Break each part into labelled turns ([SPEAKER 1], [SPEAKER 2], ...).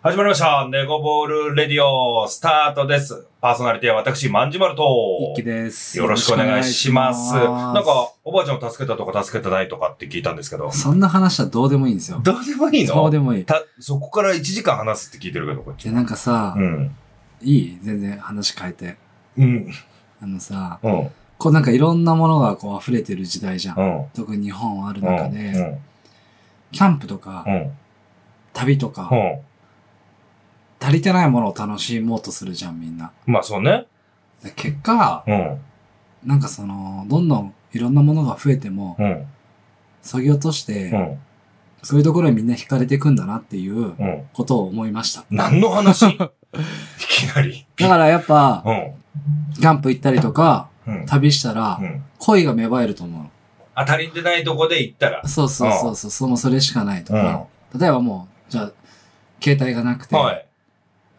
[SPEAKER 1] 始まりました。ネゴボールレディオ、スタートです。パーソナリティは私、まんじまると。
[SPEAKER 2] 一気です。
[SPEAKER 1] よろしくお願いします。
[SPEAKER 2] よろしくお願いしま
[SPEAKER 1] なんか、おばあちゃんを助けたとか助けてないとかって聞いたんですけど。
[SPEAKER 2] そんな話はどうでもいいんですよ。
[SPEAKER 1] どうでもいいの
[SPEAKER 2] どうでもいい。
[SPEAKER 1] たそこから1時間話すって聞いてるけど、こっち
[SPEAKER 2] で、。なんかさ、
[SPEAKER 1] うん。
[SPEAKER 2] いい全然話変えて。
[SPEAKER 1] うん。
[SPEAKER 2] あのさ、
[SPEAKER 1] うん。
[SPEAKER 2] こうなんかいろんなものがこう溢れてる時代じゃん。
[SPEAKER 1] うん。
[SPEAKER 2] 特に日本はある
[SPEAKER 1] うん。
[SPEAKER 2] 中で、キャンプとか、
[SPEAKER 1] うん。うん。
[SPEAKER 2] 旅とか、
[SPEAKER 1] うん。
[SPEAKER 2] 足りてないものを楽しもうとするじゃん、みんな。
[SPEAKER 1] まあ、そうね。
[SPEAKER 2] で結果、
[SPEAKER 1] うん。
[SPEAKER 2] なんかその、どんどんいろんなものが増えても、
[SPEAKER 1] うん。
[SPEAKER 2] 削ぎ落として、
[SPEAKER 1] うん。
[SPEAKER 2] そういうところにみんな惹かれていくんだなっていう
[SPEAKER 1] うん。
[SPEAKER 2] ことを思いました。
[SPEAKER 1] 何の 話いきなり。
[SPEAKER 2] だからやっぱ、
[SPEAKER 1] うん。
[SPEAKER 2] キャンプ行ったりとか、
[SPEAKER 1] うん。
[SPEAKER 2] 旅したら、
[SPEAKER 1] うん。
[SPEAKER 2] 恋が芽生えると思うの。
[SPEAKER 1] 当たりでないとこで行ったら。
[SPEAKER 2] そうそうそうそう、そのそれしかないとか、例えばもう、じゃあ、携帯がなくて、
[SPEAKER 1] はい。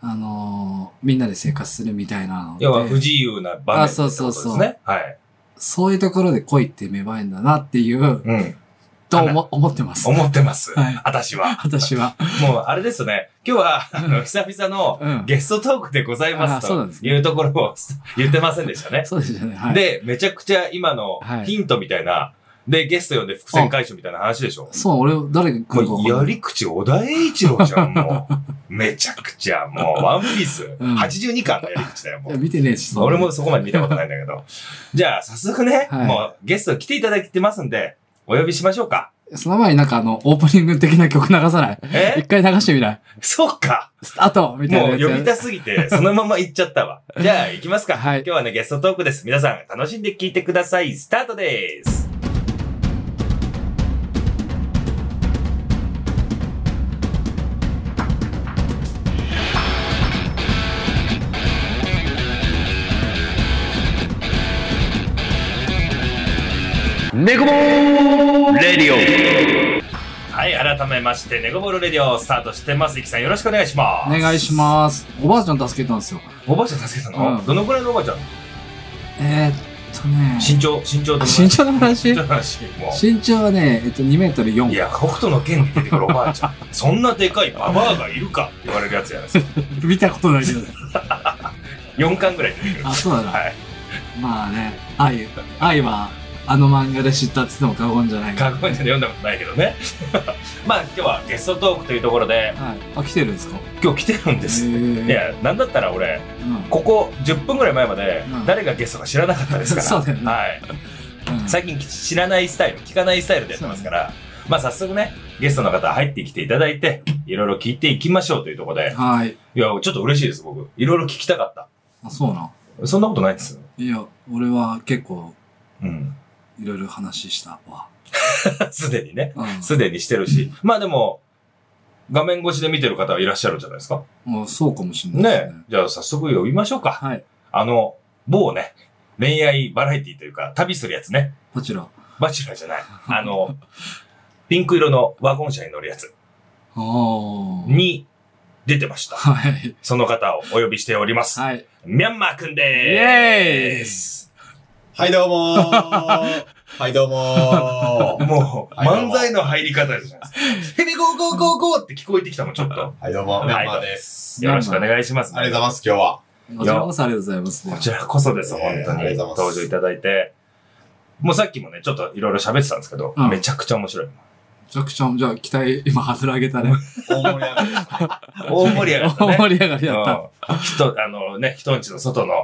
[SPEAKER 2] あのーみんなで生活するみたいなので
[SPEAKER 1] 要は不自由な場面
[SPEAKER 2] あ
[SPEAKER 1] ってこと
[SPEAKER 2] そう
[SPEAKER 1] ですね。
[SPEAKER 2] そうそう
[SPEAKER 1] はい。
[SPEAKER 2] そういうところで恋って芽生えんだなっていう、
[SPEAKER 1] うん。
[SPEAKER 2] と思思ってます。
[SPEAKER 1] 思ってます。
[SPEAKER 2] はい
[SPEAKER 1] 私は。
[SPEAKER 2] 私は。
[SPEAKER 1] もう、あれですね。今日は、あの、久々の
[SPEAKER 2] うん。
[SPEAKER 1] ゲストトークでございま
[SPEAKER 2] あ
[SPEAKER 1] す
[SPEAKER 2] そうなんです
[SPEAKER 1] と
[SPEAKER 2] ね
[SPEAKER 1] いうところを 言ってませんでしたね。
[SPEAKER 2] そうですよね。はい。
[SPEAKER 1] で、めちゃくちゃ今の
[SPEAKER 2] はい
[SPEAKER 1] ヒントみたいな、で、ゲスト呼んで伏線回収みたいな話でしょ。
[SPEAKER 2] そう、俺、誰が来るか
[SPEAKER 1] も
[SPEAKER 2] 分
[SPEAKER 1] う、
[SPEAKER 2] かんな
[SPEAKER 1] や
[SPEAKER 2] い
[SPEAKER 1] り口小田栄一郎じゃん、も う。めちゃくちゃ、もう、ワンピース。
[SPEAKER 2] ん
[SPEAKER 1] 82巻のやり口だよ、
[SPEAKER 2] い
[SPEAKER 1] も
[SPEAKER 2] や
[SPEAKER 1] う。
[SPEAKER 2] 見てねえし、そんな
[SPEAKER 1] 俺も。そこまで見たことないんだけど。じゃあ、早速ね、
[SPEAKER 2] はい
[SPEAKER 1] もうゲスト来ていただいてますんで、お呼びしましょうか。
[SPEAKER 2] その前になんかあの、オープニング的な曲流さない。一
[SPEAKER 1] え
[SPEAKER 2] 回流してみない。
[SPEAKER 1] そっか。
[SPEAKER 2] スタートみたいな
[SPEAKER 1] も
[SPEAKER 2] や
[SPEAKER 1] う
[SPEAKER 2] つや
[SPEAKER 1] 呼びたすぎて、そのまま行っちゃった わ。じゃあ、行きますか。
[SPEAKER 2] はい
[SPEAKER 1] 今日はね、ゲストトークです。皆さん、楽しんで聞いてください。スタートです。
[SPEAKER 3] ネコボーレディ
[SPEAKER 1] はい、改めまして、ネゴボールレディオスタートしてます。いきさん、よろしくお願いしま
[SPEAKER 2] お
[SPEAKER 1] す。
[SPEAKER 2] 願いします。おばあちゃん助けたんですよ。
[SPEAKER 1] おばあちゃん助けたの、
[SPEAKER 2] うん
[SPEAKER 1] どのくらいのおばあちゃん
[SPEAKER 2] えー、っとね。
[SPEAKER 1] 身長、身長どのくらい
[SPEAKER 2] 身長の話
[SPEAKER 1] 身長の話。も
[SPEAKER 2] 身長はね、えっと、2メートル4。
[SPEAKER 1] ういや、北斗の剣に出てくるおばあちゃん。 そんなでかいババアがいるかって言われるやつやないですか。
[SPEAKER 2] 見たことないけど。
[SPEAKER 1] 4巻ぐらい出てくる。
[SPEAKER 2] あ、そうだな。
[SPEAKER 1] はい。
[SPEAKER 2] まあね、愛、愛は、あの漫画で知ったって言っても過言じゃない。は
[SPEAKER 1] 過去に読んだことないけどね。 まあ今日はゲストトークというところで、
[SPEAKER 2] い。あ、来てるんですか
[SPEAKER 1] 今日来てるんです。
[SPEAKER 2] へー
[SPEAKER 1] いや、なんだったら俺、
[SPEAKER 2] うん
[SPEAKER 1] ここ10分ぐらい前まで
[SPEAKER 2] うん
[SPEAKER 1] 誰がゲストか知らなかったですから。
[SPEAKER 2] そうだよね
[SPEAKER 1] はい。
[SPEAKER 2] うん
[SPEAKER 1] 最近知らないスタイル、聞かないスタイルでやってますから、まあ早速ね、ゲストの方入ってきていただいて、いろいろ聞いていきましょうというところで、
[SPEAKER 2] はい。
[SPEAKER 1] いや、ちょっと嬉しいです、僕。いろいろ聞きたかっ
[SPEAKER 2] あ、そうな。
[SPEAKER 1] た。そんなことないです。
[SPEAKER 2] いや、俺は結構、
[SPEAKER 1] うん。
[SPEAKER 2] いろいろ話したわ。
[SPEAKER 1] すでにね。
[SPEAKER 2] うん。
[SPEAKER 1] すでにしてるし。まあでも、画面越しで見てる方はいらっしゃるんじゃないですか。
[SPEAKER 2] もうそうかもしれないです
[SPEAKER 1] ね
[SPEAKER 2] ね。
[SPEAKER 1] じゃあ早速呼びましょうか。
[SPEAKER 2] はい。
[SPEAKER 1] あの、某ね、恋愛バラエティというか、旅するやつね。
[SPEAKER 2] こちら。あ
[SPEAKER 1] バチュラーじゃない。あ の、ピンク色のワゴン車に乗るやつ
[SPEAKER 2] あー。
[SPEAKER 1] に出てました。
[SPEAKER 2] はい。
[SPEAKER 1] その方をお呼びしております。
[SPEAKER 2] はい。
[SPEAKER 1] ミャンマーくん
[SPEAKER 2] イ
[SPEAKER 1] で
[SPEAKER 2] エ
[SPEAKER 1] ーす。
[SPEAKER 3] はい、どうも ーはい、どうもー
[SPEAKER 1] もう、
[SPEAKER 3] はいどう
[SPEAKER 1] 漫
[SPEAKER 3] も
[SPEAKER 1] 才の入り方じゃないですか。ヘビゴーゴーゴーゴーって聞こえてきたもん、ちょっと。
[SPEAKER 3] はい、どうも、メンマーです。
[SPEAKER 2] い
[SPEAKER 1] よろしくお願いします。
[SPEAKER 3] ありがとうございます、今日は。
[SPEAKER 2] ーイこちらこそありがとうございますね
[SPEAKER 1] こ。ちらこそです、
[SPEAKER 3] い
[SPEAKER 1] 本
[SPEAKER 3] やいや
[SPEAKER 1] 当
[SPEAKER 3] あ
[SPEAKER 1] に。
[SPEAKER 3] りがとうございま
[SPEAKER 1] 登
[SPEAKER 3] す
[SPEAKER 1] 場いただいて。もうさっきもね、ちょっといろいろ喋ってたんですけど、
[SPEAKER 2] うん
[SPEAKER 1] めちゃくちゃ面白い。
[SPEAKER 2] めちゃくちゃ、じゃあ、期待、今、外れ上げたね。
[SPEAKER 3] 大盛り上がりでした。
[SPEAKER 1] 大盛り上がったね
[SPEAKER 2] 大。 盛り上がりだった。
[SPEAKER 1] うん人、あのね、人んちの外の、
[SPEAKER 3] はい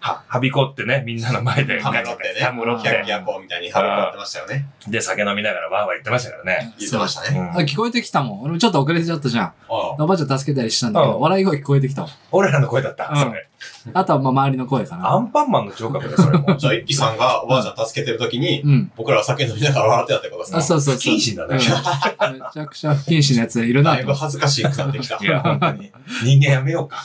[SPEAKER 1] は、はびこってね、みんなの前で、
[SPEAKER 3] たむろってね。
[SPEAKER 1] たむろっ
[SPEAKER 3] キャッ
[SPEAKER 1] て
[SPEAKER 3] キャッポーみたいにハムってましたよね。
[SPEAKER 1] で、酒飲みながらわーわー言ってましたからね。
[SPEAKER 3] 言ってましたね。
[SPEAKER 2] あ聞こえてきたもん。俺もちょっと遅れちゃったじゃん。
[SPEAKER 3] ああ
[SPEAKER 2] おばあちゃん助けたりしたんだけ
[SPEAKER 1] う
[SPEAKER 2] ど、
[SPEAKER 1] ん
[SPEAKER 2] 笑い声聞こえてきたもん。
[SPEAKER 1] 俺らの声だった、
[SPEAKER 2] うん
[SPEAKER 1] それ。
[SPEAKER 2] あとは、まあ、周りの声か
[SPEAKER 1] ア
[SPEAKER 2] な。
[SPEAKER 1] ンパンマンの聴覚で、それ も。
[SPEAKER 3] じゃあ、一輝さんがおばあちゃん助けてる時に、
[SPEAKER 2] うん。
[SPEAKER 3] 僕らは酒飲みながら笑ってたってことです
[SPEAKER 2] あ、
[SPEAKER 3] ね。
[SPEAKER 2] そうそうそう。
[SPEAKER 1] 不謹慎だ
[SPEAKER 2] うん
[SPEAKER 1] ね
[SPEAKER 2] め。ちゃくちゃ不謹慎なやついるな
[SPEAKER 3] だいぶ
[SPEAKER 2] と。
[SPEAKER 3] 恥ずかしくなってきた
[SPEAKER 1] い。 や、本当に。人間やめようか。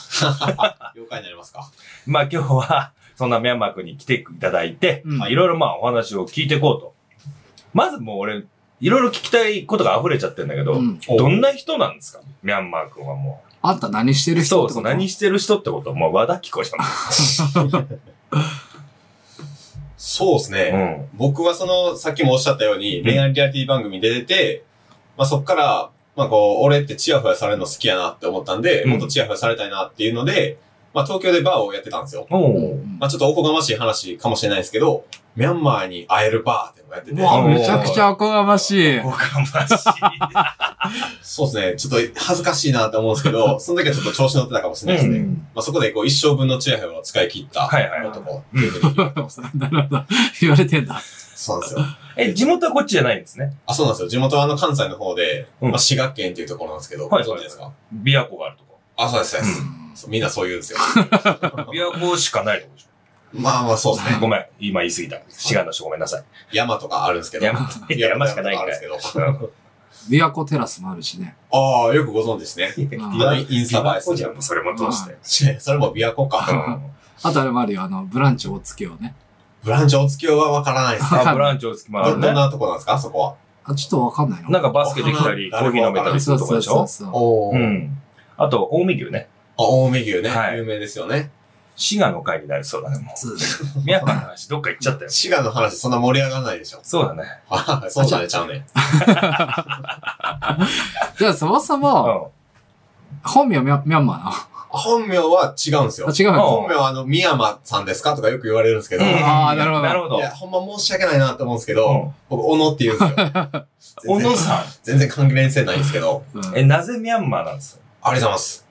[SPEAKER 3] 了解になりますか
[SPEAKER 1] まあ今日は、そんなミャンマー君に来ていただいて、
[SPEAKER 2] うん
[SPEAKER 1] まあいろいろまあお話を聞いていこうと。まずもう俺、いろいろ聞きたいことが溢れちゃってるんだけど、
[SPEAKER 2] うん。
[SPEAKER 1] どんな人なんですかミャンマー君はも
[SPEAKER 2] あんた何してる
[SPEAKER 1] う。
[SPEAKER 2] 人
[SPEAKER 1] そうそう、何
[SPEAKER 2] し
[SPEAKER 1] してる人ってこともう和田貴子じ
[SPEAKER 3] そうですね
[SPEAKER 1] ゃ。ん。 うん。
[SPEAKER 3] 僕はその、さっきもおっしゃったように、恋愛リアリティ番組に出てて、まあそっから、まあこう、俺ってチヤホヤされるの好きやなって思ったんで、
[SPEAKER 1] うん
[SPEAKER 3] もっとチヤホヤされたいなっていうので、まあ東京でバーをやってたんですよ。
[SPEAKER 1] お
[SPEAKER 2] う
[SPEAKER 1] ー
[SPEAKER 2] ん
[SPEAKER 3] まあちょっとおこがましい話かもしれないですけど、ミャンマーに会えるバーっていうのをやってて。
[SPEAKER 2] うわ、
[SPEAKER 1] おー
[SPEAKER 2] めちゃくちゃおこがましい。
[SPEAKER 1] おかま しい。
[SPEAKER 3] そうですね。ちょっと恥ずかしいなって思うんですけ ど、その時はちょっと調子乗ってたかもしれないですね。
[SPEAKER 1] うん
[SPEAKER 3] まあそこでこう一生分のチヤホヤを使い切った
[SPEAKER 1] はいはいはい
[SPEAKER 3] 男って
[SPEAKER 1] うん
[SPEAKER 3] いうふうに言われてますね。
[SPEAKER 2] なるほど。言われてんだ。
[SPEAKER 3] そうなんですよ。
[SPEAKER 1] え、地元はこっちじゃないんですね。
[SPEAKER 3] あ、そうなんですよ。地元はあの関西の方で、
[SPEAKER 1] うん
[SPEAKER 3] まあ滋賀県っていうところなんですけど、ご
[SPEAKER 1] はいはい
[SPEAKER 3] 存知ですか
[SPEAKER 1] 琵琶湖があるとこ。
[SPEAKER 3] あ、そうです、そうです
[SPEAKER 1] う。
[SPEAKER 3] そうみんなそう言うんですよ。
[SPEAKER 1] 琵琶湖しかないとこでし
[SPEAKER 3] まあまあそうです
[SPEAKER 1] ょ。
[SPEAKER 3] ね。
[SPEAKER 1] ごめん。今言い過ぎた。滋賀の人ごめんなさい。
[SPEAKER 3] 山とかあるんですけど。
[SPEAKER 1] 山、いや山しかないん
[SPEAKER 3] あるん
[SPEAKER 1] か
[SPEAKER 3] で
[SPEAKER 1] い
[SPEAKER 3] す。けど。
[SPEAKER 2] 琵琶湖テラスもあるしね。
[SPEAKER 3] ああ、よくご存知ですね。
[SPEAKER 2] うん
[SPEAKER 3] あのインスタ映え
[SPEAKER 1] 琵琶湖じゃん、それも通して。
[SPEAKER 3] する。それも琵琶湖
[SPEAKER 1] う
[SPEAKER 3] か。
[SPEAKER 1] ん
[SPEAKER 2] あとあれもあるよ、あの、ブランチ大月をね。
[SPEAKER 3] ブランチお付き合いはわからないです。
[SPEAKER 2] わかんな
[SPEAKER 1] あ、
[SPEAKER 2] い
[SPEAKER 1] ブランチをつきま
[SPEAKER 3] ど
[SPEAKER 1] る
[SPEAKER 3] ん
[SPEAKER 1] ね。
[SPEAKER 3] なとこなんですかそこは。
[SPEAKER 2] あ、ちょっとわかんないの
[SPEAKER 1] なんかバスケできたり、コーヒー飲めたりす
[SPEAKER 2] そ
[SPEAKER 1] る
[SPEAKER 2] う
[SPEAKER 1] とこ
[SPEAKER 2] そ
[SPEAKER 1] で
[SPEAKER 2] う
[SPEAKER 1] し
[SPEAKER 2] そう
[SPEAKER 1] ょ
[SPEAKER 2] そう。
[SPEAKER 3] お
[SPEAKER 1] う
[SPEAKER 3] ー。
[SPEAKER 1] ん。あと、近江牛ね。
[SPEAKER 3] あ、青梅牛ね
[SPEAKER 1] は。い
[SPEAKER 3] 有名ですよね。
[SPEAKER 1] 滋賀の会になりそうだね、も
[SPEAKER 2] そう
[SPEAKER 1] う。宮川の話、どっか行っちゃったよ。
[SPEAKER 3] 滋賀の話そんな盛り上がらないでしょ。
[SPEAKER 1] そうだね。
[SPEAKER 3] はいそうじゃね、ちゃうね。
[SPEAKER 2] じゃあそもそうも、
[SPEAKER 1] ん。
[SPEAKER 2] 本名ミャミャンマーなの
[SPEAKER 3] 本名は違うんですよ
[SPEAKER 2] あ、。違う
[SPEAKER 1] あ
[SPEAKER 2] の
[SPEAKER 3] 本名はあの、宮間さんですかとかよく言われるんですけど、
[SPEAKER 1] うん
[SPEAKER 3] い
[SPEAKER 2] あーなるほど
[SPEAKER 1] なるほど。
[SPEAKER 3] や、ほんま申し訳ないなと思うんですけど、
[SPEAKER 1] うん
[SPEAKER 3] 僕、小野って言うんですよ。
[SPEAKER 1] 小野さん。
[SPEAKER 3] 全然関連性ないんですけど、
[SPEAKER 2] うん
[SPEAKER 1] え、なぜミャンマーなんですか
[SPEAKER 3] ありがとうございます。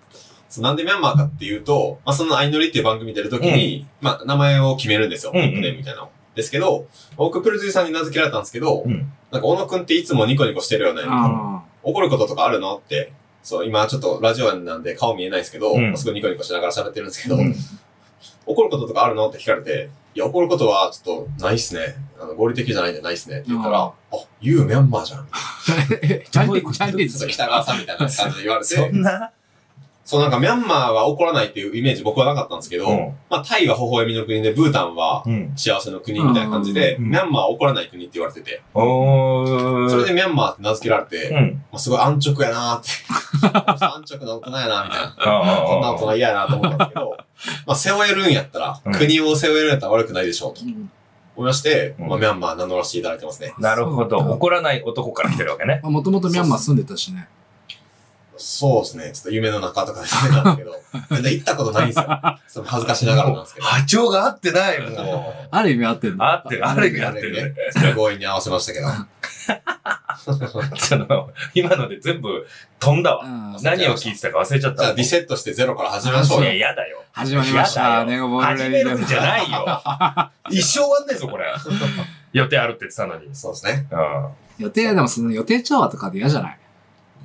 [SPEAKER 3] そうなんでミャンマーかっていうと、まあ、そのアイノリっていう番組出るときに、まあ、名前を決めるんですよ。
[SPEAKER 1] うんうん
[SPEAKER 3] ニックネームみたいなの。ですけど、僕、プロデューサーに名付けられたんですけど、
[SPEAKER 1] うん。
[SPEAKER 3] なんか、小野くんっていつもニコニコしてるよね。
[SPEAKER 2] あ
[SPEAKER 3] 怒ることとかあるのって、そう、今ちょっとラジオなんで顔見えないですけど、
[SPEAKER 1] うん
[SPEAKER 3] まあすごいニコニコしながら喋ってるんですけど、
[SPEAKER 1] うん
[SPEAKER 3] 怒ることとかあるのって聞かれて、いや、怒ることはちょっとないっすね。あの合理的じゃないんでないっすね。って言ったら、
[SPEAKER 2] うん
[SPEAKER 3] あ、言うミャンマーじゃん。ち
[SPEAKER 2] ーえチャイニーズ、チャイニー
[SPEAKER 3] ょっと
[SPEAKER 2] ズ。
[SPEAKER 3] 北川さんみたいな感じで言われ
[SPEAKER 1] そ
[SPEAKER 3] て、
[SPEAKER 1] んな
[SPEAKER 3] そうなんかミャンマーは怒らないっていうイメージ僕はなかったんですけど、
[SPEAKER 1] うん
[SPEAKER 3] まあタイが微笑みの国で、ブータンは
[SPEAKER 1] うん。
[SPEAKER 3] 幸せの国みたいな感じで、
[SPEAKER 1] うん
[SPEAKER 3] ミャンマーは怒らない国って言われてて、
[SPEAKER 1] おー。
[SPEAKER 3] それでミャンマーって名付けられて、
[SPEAKER 1] う
[SPEAKER 3] ま
[SPEAKER 1] ん。
[SPEAKER 3] あ、すごい安直やなーって。安直な大人やなーみたいな。
[SPEAKER 1] ああ
[SPEAKER 3] こんな大人嫌やなと思ったんですけ ど、まあ背負えるんやったら、
[SPEAKER 1] うん
[SPEAKER 3] 国を背負えるんやったら悪くないでしょう
[SPEAKER 2] う
[SPEAKER 3] と
[SPEAKER 2] ん
[SPEAKER 3] 思いまして、
[SPEAKER 1] うん
[SPEAKER 3] まあミャンマー名乗らせていただいてますね。
[SPEAKER 1] なるほど。
[SPEAKER 2] そうか
[SPEAKER 1] 怒らない男から来てるわけね。
[SPEAKER 2] まあもともとミャンマー住んでたしね。
[SPEAKER 3] そうですね。ちょっと夢の中とかですね、なんですけど、全然行ったことないんで すよ。それ恥ずかしながらなんですけど。
[SPEAKER 1] 波長が合ってない、う。
[SPEAKER 3] も
[SPEAKER 2] ある意味合ってるの
[SPEAKER 1] 合ってる、ある意味合って
[SPEAKER 3] ある意
[SPEAKER 1] る。
[SPEAKER 3] う、強引に合わせましたけ ど。
[SPEAKER 1] ちょっと、今ので全部飛んだわ。
[SPEAKER 2] うん
[SPEAKER 1] 何を聞いてたか忘れちゃっ
[SPEAKER 3] じゃあ
[SPEAKER 1] た。
[SPEAKER 3] リセットしてゼロから始めましょう
[SPEAKER 1] い
[SPEAKER 3] よ。
[SPEAKER 1] や、やだよ。
[SPEAKER 2] 始まりまし
[SPEAKER 1] やだ
[SPEAKER 2] た。
[SPEAKER 1] よ
[SPEAKER 2] ネゴボール
[SPEAKER 1] 始
[SPEAKER 2] レ
[SPEAKER 1] め
[SPEAKER 2] ディ
[SPEAKER 1] るんじゃないよ。一生終わんないぞ、これ。予定あるって言ってたのに。うん。
[SPEAKER 3] そうですね。
[SPEAKER 2] 予定、でもその予定調和とかで嫌じゃない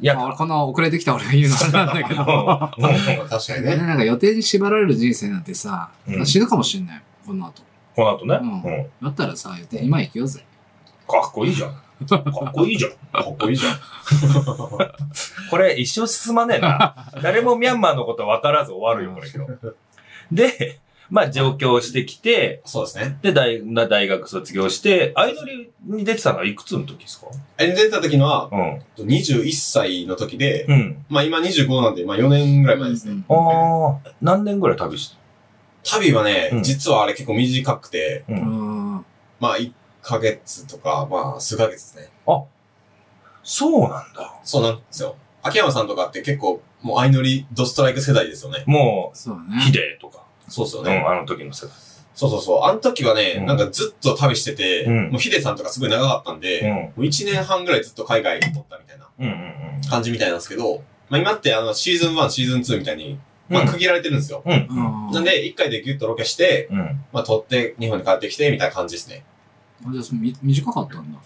[SPEAKER 1] いや、
[SPEAKER 2] まあ
[SPEAKER 1] も
[SPEAKER 2] 俺この遅れてきた俺が言うのもなんだけ
[SPEAKER 1] う
[SPEAKER 2] ど。
[SPEAKER 1] もう
[SPEAKER 3] 確かに
[SPEAKER 2] ね
[SPEAKER 3] ね。
[SPEAKER 2] なんか予定に縛られる人生なんてさ、
[SPEAKER 1] うん
[SPEAKER 2] 死ぬかもしんない。この後。
[SPEAKER 1] この後ね。
[SPEAKER 2] う
[SPEAKER 1] うん。
[SPEAKER 2] だったらさ、予定今行きようぜ。
[SPEAKER 1] かっこいいじゃん。かっこいいじゃん。
[SPEAKER 3] かっこいいじゃん。
[SPEAKER 1] これ一生進まねえな。誰もミャンマーのこと分からず終わるよ、これ今日。で、まあ上京してきて、
[SPEAKER 3] そうですね。
[SPEAKER 1] で、大な大学卒業して、アイドルに出てたのはいくつの時ですか
[SPEAKER 3] え、出た時のは、
[SPEAKER 1] うん。
[SPEAKER 3] 21歳の時で、
[SPEAKER 1] うん。
[SPEAKER 3] まあ今25なんで、まあ4年ぐらい前ですね。
[SPEAKER 1] ああ、何年ぐらい旅して
[SPEAKER 3] 旅はね、
[SPEAKER 1] うん
[SPEAKER 3] 実はあれ結構短くて、
[SPEAKER 1] たう。
[SPEAKER 2] うんん。うん。
[SPEAKER 3] まあ1ヶ月とか、まあ数ヶ月ですね。
[SPEAKER 1] そうなんだ。
[SPEAKER 3] そうなんですよ。秋山さんとかって結構、もう相乗りドストライク世代ですよね。
[SPEAKER 1] も
[SPEAKER 2] そうだ
[SPEAKER 1] う、ヒ
[SPEAKER 2] ね。
[SPEAKER 1] デとか。
[SPEAKER 3] そうですよ
[SPEAKER 1] う
[SPEAKER 3] ね。
[SPEAKER 1] ん、あの時の世
[SPEAKER 3] そうそうそう。あの時はね、
[SPEAKER 1] うん
[SPEAKER 3] なんかずっと旅してて、
[SPEAKER 1] うん
[SPEAKER 3] もうヒデさんとかすごい長かったんで、
[SPEAKER 1] 代。う
[SPEAKER 3] も
[SPEAKER 1] ん。
[SPEAKER 3] う1年半ぐらいずっと海外におったみたいな
[SPEAKER 1] うんうん
[SPEAKER 3] 感じみたいなんですけど、まあ今ってあのシーズン1、シーズン2みたいに、ま
[SPEAKER 1] う
[SPEAKER 3] あ
[SPEAKER 1] ん
[SPEAKER 3] 区切られてるんですよ。
[SPEAKER 1] うん。うん。
[SPEAKER 2] うん。
[SPEAKER 3] なんで、1回でギュッとロケして、
[SPEAKER 1] うん。
[SPEAKER 3] まあ撮って日本に帰ってきて、みたいな感じですね。
[SPEAKER 2] あじゃあそみ短かったんだ。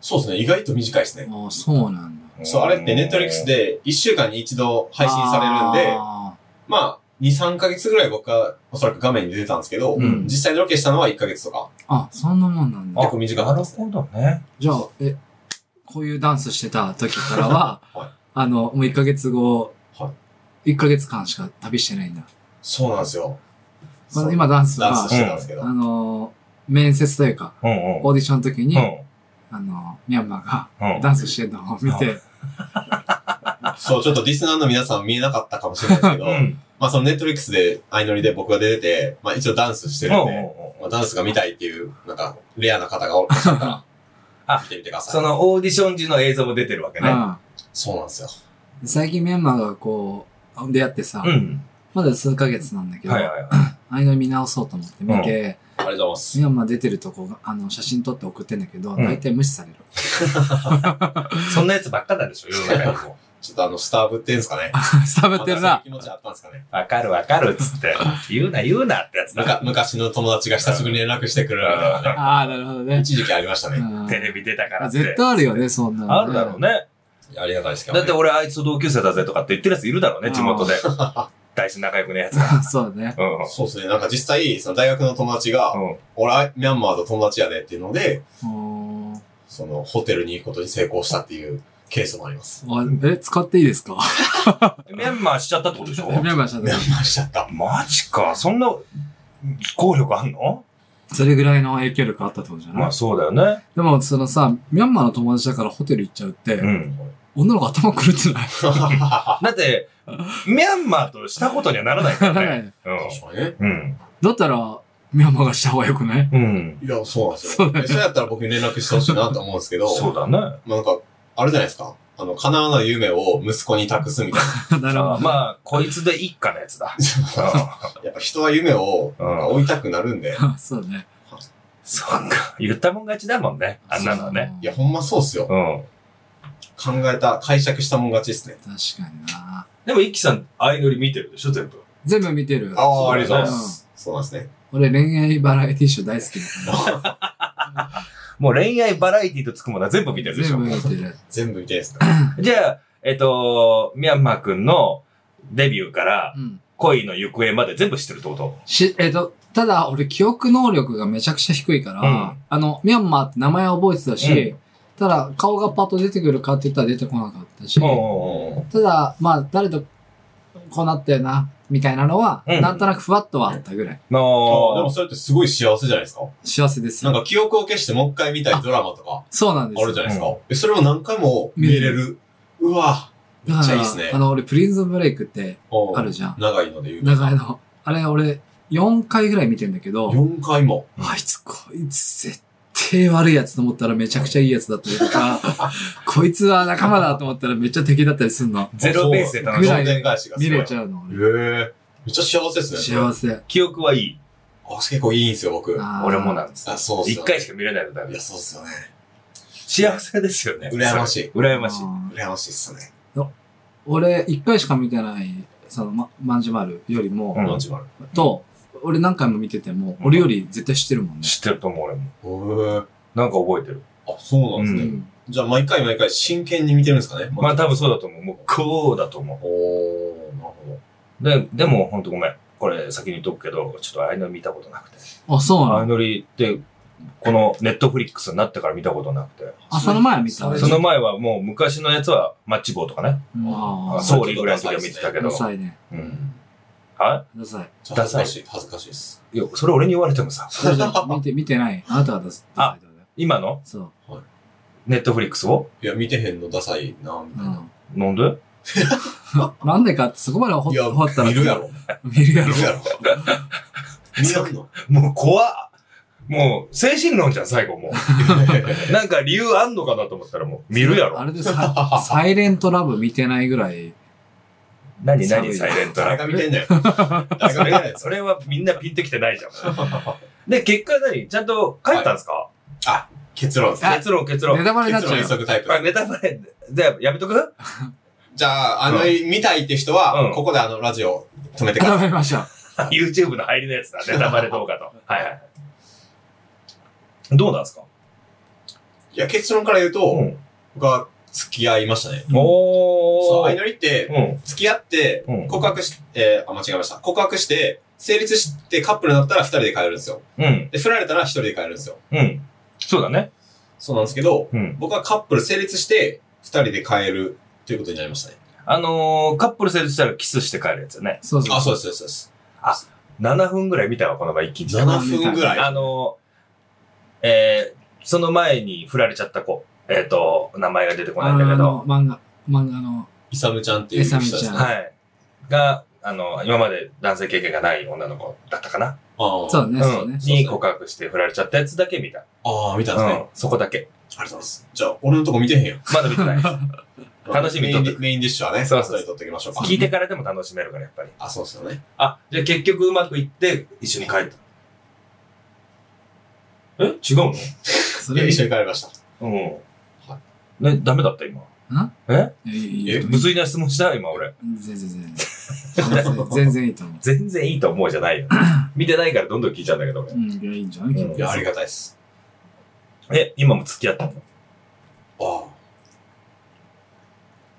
[SPEAKER 3] そうですね。意外と短いですね。
[SPEAKER 2] ああ、そうなんだ。
[SPEAKER 3] そう、あれってネットリックスで1週間に一度配信されるんで、
[SPEAKER 2] あ
[SPEAKER 3] まあ、2、3ヶ月ぐらい僕はおそらく画面に出てたんですけど、
[SPEAKER 1] うん
[SPEAKER 3] 実際にロケしたのは1ヶ月とか。
[SPEAKER 2] ーあ、そんなもんなん
[SPEAKER 1] あ
[SPEAKER 2] だ。
[SPEAKER 3] 結構短かったです
[SPEAKER 1] なるほどね。
[SPEAKER 2] じゃあ、え、こういうダンスしてた時からは、
[SPEAKER 3] はい
[SPEAKER 2] あの、もう1ヶ月後、
[SPEAKER 3] は
[SPEAKER 2] 1ヶ月間しか旅してないんだ。
[SPEAKER 3] そうなんですよ。
[SPEAKER 2] まあ、今ダンス
[SPEAKER 3] ダン
[SPEAKER 2] は
[SPEAKER 3] スしてたんですけど。
[SPEAKER 2] あの、面接というか、
[SPEAKER 1] うんうん。
[SPEAKER 2] オーディションの時に、
[SPEAKER 1] うん。
[SPEAKER 2] あの、ミャンマーが
[SPEAKER 1] うん。
[SPEAKER 2] ダンスしてるのを見て、
[SPEAKER 3] そう、ちょっとリスナーの皆さんは見えなかったかもしれな いですけど、
[SPEAKER 1] うん。
[SPEAKER 3] まあそのネットリックスで相乗りで僕が出てて、まあ一応ダンスしてる
[SPEAKER 1] うん
[SPEAKER 3] ん
[SPEAKER 1] うん
[SPEAKER 3] で、
[SPEAKER 1] うん
[SPEAKER 3] まあ、ダンスが見たいっていう、なんか、レアな方がおらっしゃったら、
[SPEAKER 1] あ
[SPEAKER 3] 見てみてください。
[SPEAKER 1] そのオーディション時の映像も出てるわけね。
[SPEAKER 2] うん
[SPEAKER 3] そうなんですよ。
[SPEAKER 2] 最近ミャンマーがこう、出会ってさ、
[SPEAKER 1] うん。
[SPEAKER 2] まだ数ヶ月なんだけど、
[SPEAKER 1] はいはいは
[SPEAKER 2] ああいうの見直そうと思って見て、
[SPEAKER 3] ありがとうございます。
[SPEAKER 2] ミャンマー出てるとこが、あの、写真撮って送ってんだけど、
[SPEAKER 1] うん
[SPEAKER 2] 大体無視される。
[SPEAKER 1] い。そんなやつばっかなんでしょ、世の中にも。
[SPEAKER 3] ちょっとあの、スターぶってんすかね。
[SPEAKER 2] スタブってるな。
[SPEAKER 3] またそういう気持ちあったんですかね。
[SPEAKER 1] わかるわかるっつって。言うな言うなってやつ
[SPEAKER 3] む
[SPEAKER 1] だ。
[SPEAKER 3] か昔の友達が久しぶりに連絡してくるみたいなね。
[SPEAKER 2] ああ、なるほどね。
[SPEAKER 3] 一時期ありましたね。
[SPEAKER 2] うん
[SPEAKER 1] テレビ出たからって。
[SPEAKER 2] 絶対あるよね、そんなの、
[SPEAKER 1] あるだろうね。
[SPEAKER 3] いやありがたいですけど、
[SPEAKER 1] だ
[SPEAKER 3] ね。
[SPEAKER 1] って俺あいつと同級生だぜとかって言ってるやついるだろうね、地元で。大して仲良くねえやつが。
[SPEAKER 2] そうだね。
[SPEAKER 1] うん。
[SPEAKER 3] そうですね。なんか実際、その大学の友達が、
[SPEAKER 1] うん。
[SPEAKER 3] 俺はミャンマーと友達やでっていうので、
[SPEAKER 2] うーんわ
[SPEAKER 3] その、ホテルに行くことに成功したっていうケースもあります。
[SPEAKER 2] え、使っていいですか
[SPEAKER 1] ミャンマーしちゃったってことでし ょ
[SPEAKER 2] ミャンマー社
[SPEAKER 3] ミャ
[SPEAKER 2] で
[SPEAKER 3] ンマーしちゃった。
[SPEAKER 1] マジか。そんな、効力あんの
[SPEAKER 2] それぐらいの影響力あったってことじゃない、
[SPEAKER 1] まあそうだよね。
[SPEAKER 2] でも、そのさ、ミャンマーの友達だからホテル行っちゃうって、
[SPEAKER 1] うん。
[SPEAKER 2] 女の子頭狂ってない。
[SPEAKER 1] だって、ミャンマーとしたことにはならないから ね。
[SPEAKER 3] 確かにね。
[SPEAKER 1] うん。
[SPEAKER 2] だったら、ミャンマーがした方がよくない
[SPEAKER 1] うん。うん。
[SPEAKER 3] いや、そうなんですよ。えそうやったら僕に連絡してほしいなと思うんですけど、
[SPEAKER 1] そうだね。
[SPEAKER 3] まあなんか、あるじゃないですか。あの、叶わない夢を息子に託すみたいな。
[SPEAKER 2] なるほ
[SPEAKER 1] あ
[SPEAKER 2] ど。
[SPEAKER 1] まあ、こいつで一家のやつだ。
[SPEAKER 3] やっぱ人は夢を
[SPEAKER 1] うん
[SPEAKER 3] なんか追いたくなるんで、
[SPEAKER 2] あ、そうね。
[SPEAKER 1] そっか。言ったもん勝ちだもんね。あんなのはね。
[SPEAKER 3] いや、ほんまそうっすよ。
[SPEAKER 1] うん。
[SPEAKER 3] 考えた、解釈したもん勝ちっすね。
[SPEAKER 2] そう。確かにな。
[SPEAKER 1] でも、一輝さん、相乗り見てるでしょ、全部。
[SPEAKER 2] 全部見てる。
[SPEAKER 3] ああ、
[SPEAKER 1] あ
[SPEAKER 3] あ
[SPEAKER 1] り
[SPEAKER 3] り
[SPEAKER 1] が
[SPEAKER 3] が
[SPEAKER 1] とうございま
[SPEAKER 3] とうございます。そうなんですね。
[SPEAKER 2] 俺恋愛バラエティショー大好きだから。
[SPEAKER 1] もう恋愛バラエティとつくものは全部見てるでし
[SPEAKER 2] 全
[SPEAKER 1] ょ
[SPEAKER 2] 部。見てる。
[SPEAKER 3] 全部見てるんですね。
[SPEAKER 1] じゃあ、えっと、ミャンマー君のデビューから
[SPEAKER 2] うん。
[SPEAKER 1] 恋の行方まで全部知ってるってこと
[SPEAKER 2] し、えっ、と、ただ俺記憶能力がめちゃくちゃ低いから、
[SPEAKER 1] うん
[SPEAKER 2] あの、ミャンマーって名前は覚えてたし、
[SPEAKER 1] う
[SPEAKER 2] ただ顔がパッと出てくるかって言ったら出てこなかったし、
[SPEAKER 1] う
[SPEAKER 2] ただ、まあ、誰とこうなったよな、みたいなのは、
[SPEAKER 1] うん
[SPEAKER 2] なんとなくふわっとはあったぐらい。
[SPEAKER 1] ん。
[SPEAKER 3] ああ、でも
[SPEAKER 1] の、
[SPEAKER 3] それってすごい幸せじゃないですか。
[SPEAKER 2] 幸せです
[SPEAKER 3] なん
[SPEAKER 2] よ。
[SPEAKER 3] か記憶を消してもう一回見たいドラマとか
[SPEAKER 2] そうなんです
[SPEAKER 3] あ
[SPEAKER 2] よ。
[SPEAKER 3] るじゃないです
[SPEAKER 1] う
[SPEAKER 3] か。えそれを何回も見れる。うわめっちゃいいっす
[SPEAKER 2] だ
[SPEAKER 3] ね
[SPEAKER 2] からあ。の、俺、プリンズンブレイクって
[SPEAKER 3] うん
[SPEAKER 2] あるじゃん。
[SPEAKER 3] 長いので言う
[SPEAKER 2] 長いの。あれ、俺、4回ぐらい見てんだけ
[SPEAKER 3] と。
[SPEAKER 2] ど、
[SPEAKER 3] 4回も。
[SPEAKER 2] あいつ、こいつ、絶対悪いやつと思ったらめちゃくちゃいいやつだったり とか、こいつは仲間だと思ったらめっちゃ敵だったりすんの。
[SPEAKER 1] ゼロベースで楽
[SPEAKER 2] ぐ
[SPEAKER 1] し
[SPEAKER 2] ら
[SPEAKER 1] む。
[SPEAKER 2] い
[SPEAKER 3] どんでん返しがす
[SPEAKER 2] 見
[SPEAKER 3] ごい。
[SPEAKER 2] れ
[SPEAKER 3] へ
[SPEAKER 2] ちゃうの、
[SPEAKER 3] え
[SPEAKER 2] 俺。。
[SPEAKER 3] めっちゃ幸せですね。
[SPEAKER 2] 幸せ。
[SPEAKER 1] 記憶はいい。
[SPEAKER 3] あ、結構いいんですよ、僕。あ、
[SPEAKER 2] あー
[SPEAKER 1] 俺もなんです。
[SPEAKER 3] そうっすよ
[SPEAKER 1] 一
[SPEAKER 3] ね
[SPEAKER 1] 回しか見れないのだ
[SPEAKER 3] い
[SPEAKER 1] め
[SPEAKER 3] や、。そうっすよね。
[SPEAKER 1] 幸せですよね。
[SPEAKER 3] 羨ましい。
[SPEAKER 1] 羨ましい。
[SPEAKER 2] うん
[SPEAKER 3] 羨ましいっすね。
[SPEAKER 2] 俺、一回しか見てない、その、ま、まんじまるよりも、
[SPEAKER 1] うん
[SPEAKER 3] マジマル。
[SPEAKER 2] と、俺何回も見てても、
[SPEAKER 1] うん
[SPEAKER 2] 俺より絶対知ってるもんね。
[SPEAKER 1] 知ってると思う、俺も。
[SPEAKER 3] へえ。
[SPEAKER 1] なんか覚えてる。
[SPEAKER 3] あ、そうなんです
[SPEAKER 2] う
[SPEAKER 3] ね。
[SPEAKER 2] ん
[SPEAKER 3] じゃあ、毎回毎回真剣に見てるんですかね。
[SPEAKER 1] まあ多分そう
[SPEAKER 3] だ。
[SPEAKER 1] だと思う。もうこうだと思
[SPEAKER 3] おー、なるほど。
[SPEAKER 1] う。で、でもほんとごめん。これ先に言っとくけど、ちょっとあいのり見たことなくて。
[SPEAKER 2] あ、そうな
[SPEAKER 1] あい
[SPEAKER 2] の
[SPEAKER 1] のりって、このネットフリックスになってから見たことなくて。
[SPEAKER 2] あ、その前見た
[SPEAKER 3] それ
[SPEAKER 1] その前はもう昔のやつはマッチ棒とかね。
[SPEAKER 2] ま
[SPEAKER 1] あ
[SPEAKER 2] あ、
[SPEAKER 1] 総理ぐらいの時は見てたけ
[SPEAKER 2] う
[SPEAKER 1] ど
[SPEAKER 2] る。さいね。
[SPEAKER 1] う。
[SPEAKER 3] うんん。
[SPEAKER 1] は
[SPEAKER 2] うるさい。
[SPEAKER 3] ちょっと恥ずかしい、恥ずかしいです。
[SPEAKER 1] いいや、それ俺に言われてもさ。
[SPEAKER 2] それじゃ見て、見てない。あなたが出す。
[SPEAKER 1] あ今の
[SPEAKER 2] そう。
[SPEAKER 1] ネットフリックスを
[SPEAKER 3] いや、見てへんのダサいな、み
[SPEAKER 2] う
[SPEAKER 3] たいな。
[SPEAKER 2] ん。
[SPEAKER 1] なんで
[SPEAKER 2] なんでかってそこまで掘
[SPEAKER 3] い
[SPEAKER 2] っ
[SPEAKER 3] や、
[SPEAKER 2] 掘ったら。
[SPEAKER 3] 見るや。ろ。
[SPEAKER 2] 見るや
[SPEAKER 3] 見
[SPEAKER 2] ろ
[SPEAKER 3] る。やろ。見やんの
[SPEAKER 1] もう怖っもう精神論じゃん、最後も う。なんか理由あんのかなと思ったらもう見るや
[SPEAKER 2] あ
[SPEAKER 1] ろ。
[SPEAKER 2] れでさ、サイレントラブ見てないぐらい。
[SPEAKER 1] 何
[SPEAKER 2] 寒
[SPEAKER 1] 何
[SPEAKER 2] い
[SPEAKER 1] サイレ ント
[SPEAKER 3] 誰
[SPEAKER 1] ラ
[SPEAKER 3] が
[SPEAKER 1] ブ。
[SPEAKER 3] 見てんねん。 誰が見てんねん。
[SPEAKER 1] それはみんなピンときてないじゃん。で、結果何ちゃんと帰ったんですか、
[SPEAKER 3] 結論ですね。
[SPEAKER 1] 結論、結
[SPEAKER 2] ネ
[SPEAKER 1] 論。
[SPEAKER 2] タバレになっ
[SPEAKER 3] 結
[SPEAKER 2] ちゃ
[SPEAKER 3] 論
[SPEAKER 2] う
[SPEAKER 3] 一
[SPEAKER 2] よ。
[SPEAKER 3] 足タイプで
[SPEAKER 1] あ、
[SPEAKER 3] す。
[SPEAKER 1] ネタバレ、じゃあやめとく
[SPEAKER 3] じゃあ、あの、見たいって人は
[SPEAKER 1] うん、
[SPEAKER 3] ここであの、ラジオ止めてくだ
[SPEAKER 2] や
[SPEAKER 3] さい。
[SPEAKER 2] めましょう。
[SPEAKER 1] ?YouTube の入りのやつだ。ネタバレ動画と。はいはい。どうなんですか
[SPEAKER 3] いや、結論から言うと、
[SPEAKER 1] ん。
[SPEAKER 3] 僕は付き合いましたね。そう、
[SPEAKER 1] お
[SPEAKER 3] 相
[SPEAKER 1] ー。
[SPEAKER 3] 乗りって、
[SPEAKER 1] うん。
[SPEAKER 3] 付き合って
[SPEAKER 1] うん、
[SPEAKER 3] 告白し、えー、あ、間違えました。告白して、成立してカップルになったら二人で帰るんですよ。
[SPEAKER 1] うん。
[SPEAKER 3] で、振られたら一人で帰るんですよ。
[SPEAKER 1] うん。そうだね。
[SPEAKER 3] そうなんですけど、
[SPEAKER 1] うん。
[SPEAKER 3] 僕はカップル成立して、二人で帰るということになりましたね。
[SPEAKER 1] あのー、カップル成立したらキスして帰るやつよね。
[SPEAKER 2] そうそう。
[SPEAKER 3] あ、そうです、そうです、
[SPEAKER 1] 7分ぐらい見たわ、この場一気に。
[SPEAKER 3] そうです。7分ぐらい。
[SPEAKER 1] あの、えー、その前に振られちゃった子。えっ、と、名前が出てこないんだけ
[SPEAKER 2] あ
[SPEAKER 1] ど。
[SPEAKER 2] の漫画、漫画の、
[SPEAKER 3] イサムちゃんっていう人で
[SPEAKER 2] イサ
[SPEAKER 3] す
[SPEAKER 2] ムちゃん
[SPEAKER 3] ね。あ
[SPEAKER 1] はい。が、あの、今まで男性経験がない女の子だったかな。。
[SPEAKER 3] あ
[SPEAKER 2] そうね、そううんね。
[SPEAKER 1] に告白して振られちゃったやつだけ見た。
[SPEAKER 3] ああ、見たん
[SPEAKER 1] う
[SPEAKER 3] ですね、あ
[SPEAKER 1] ん。そこだけ。
[SPEAKER 3] りがとうございます。じゃあ、俺のとこ見てへんよ。
[SPEAKER 1] まだ見てない。楽しみにとっ
[SPEAKER 3] メイ
[SPEAKER 1] と
[SPEAKER 3] ン
[SPEAKER 1] く
[SPEAKER 3] メインディッシュはね、
[SPEAKER 1] そうそう
[SPEAKER 3] れ取っておきましょうか。
[SPEAKER 1] 聞いてからでも楽しめるから、やっぱり。
[SPEAKER 3] あ、そうですよね。
[SPEAKER 1] あ、じゃあ結局うまくいって、一緒に帰った。え違う
[SPEAKER 2] そ
[SPEAKER 3] いや
[SPEAKER 2] れ、
[SPEAKER 3] 一緒に帰りました。
[SPEAKER 1] のうん。ね、ダメだった今。
[SPEAKER 2] いやいい
[SPEAKER 1] え、
[SPEAKER 2] よ
[SPEAKER 1] 無粋な質問した今俺。
[SPEAKER 2] 全然全然。全然いいと思う。
[SPEAKER 1] 全然いいと思うじゃ ないよ。見てないからどんどん聞いちゃうんだけど
[SPEAKER 2] うん、いや、いいんじゃない
[SPEAKER 1] うん
[SPEAKER 3] いや、ありがたいです。
[SPEAKER 1] 俺。え、今も付き合ってんの
[SPEAKER 3] ああ。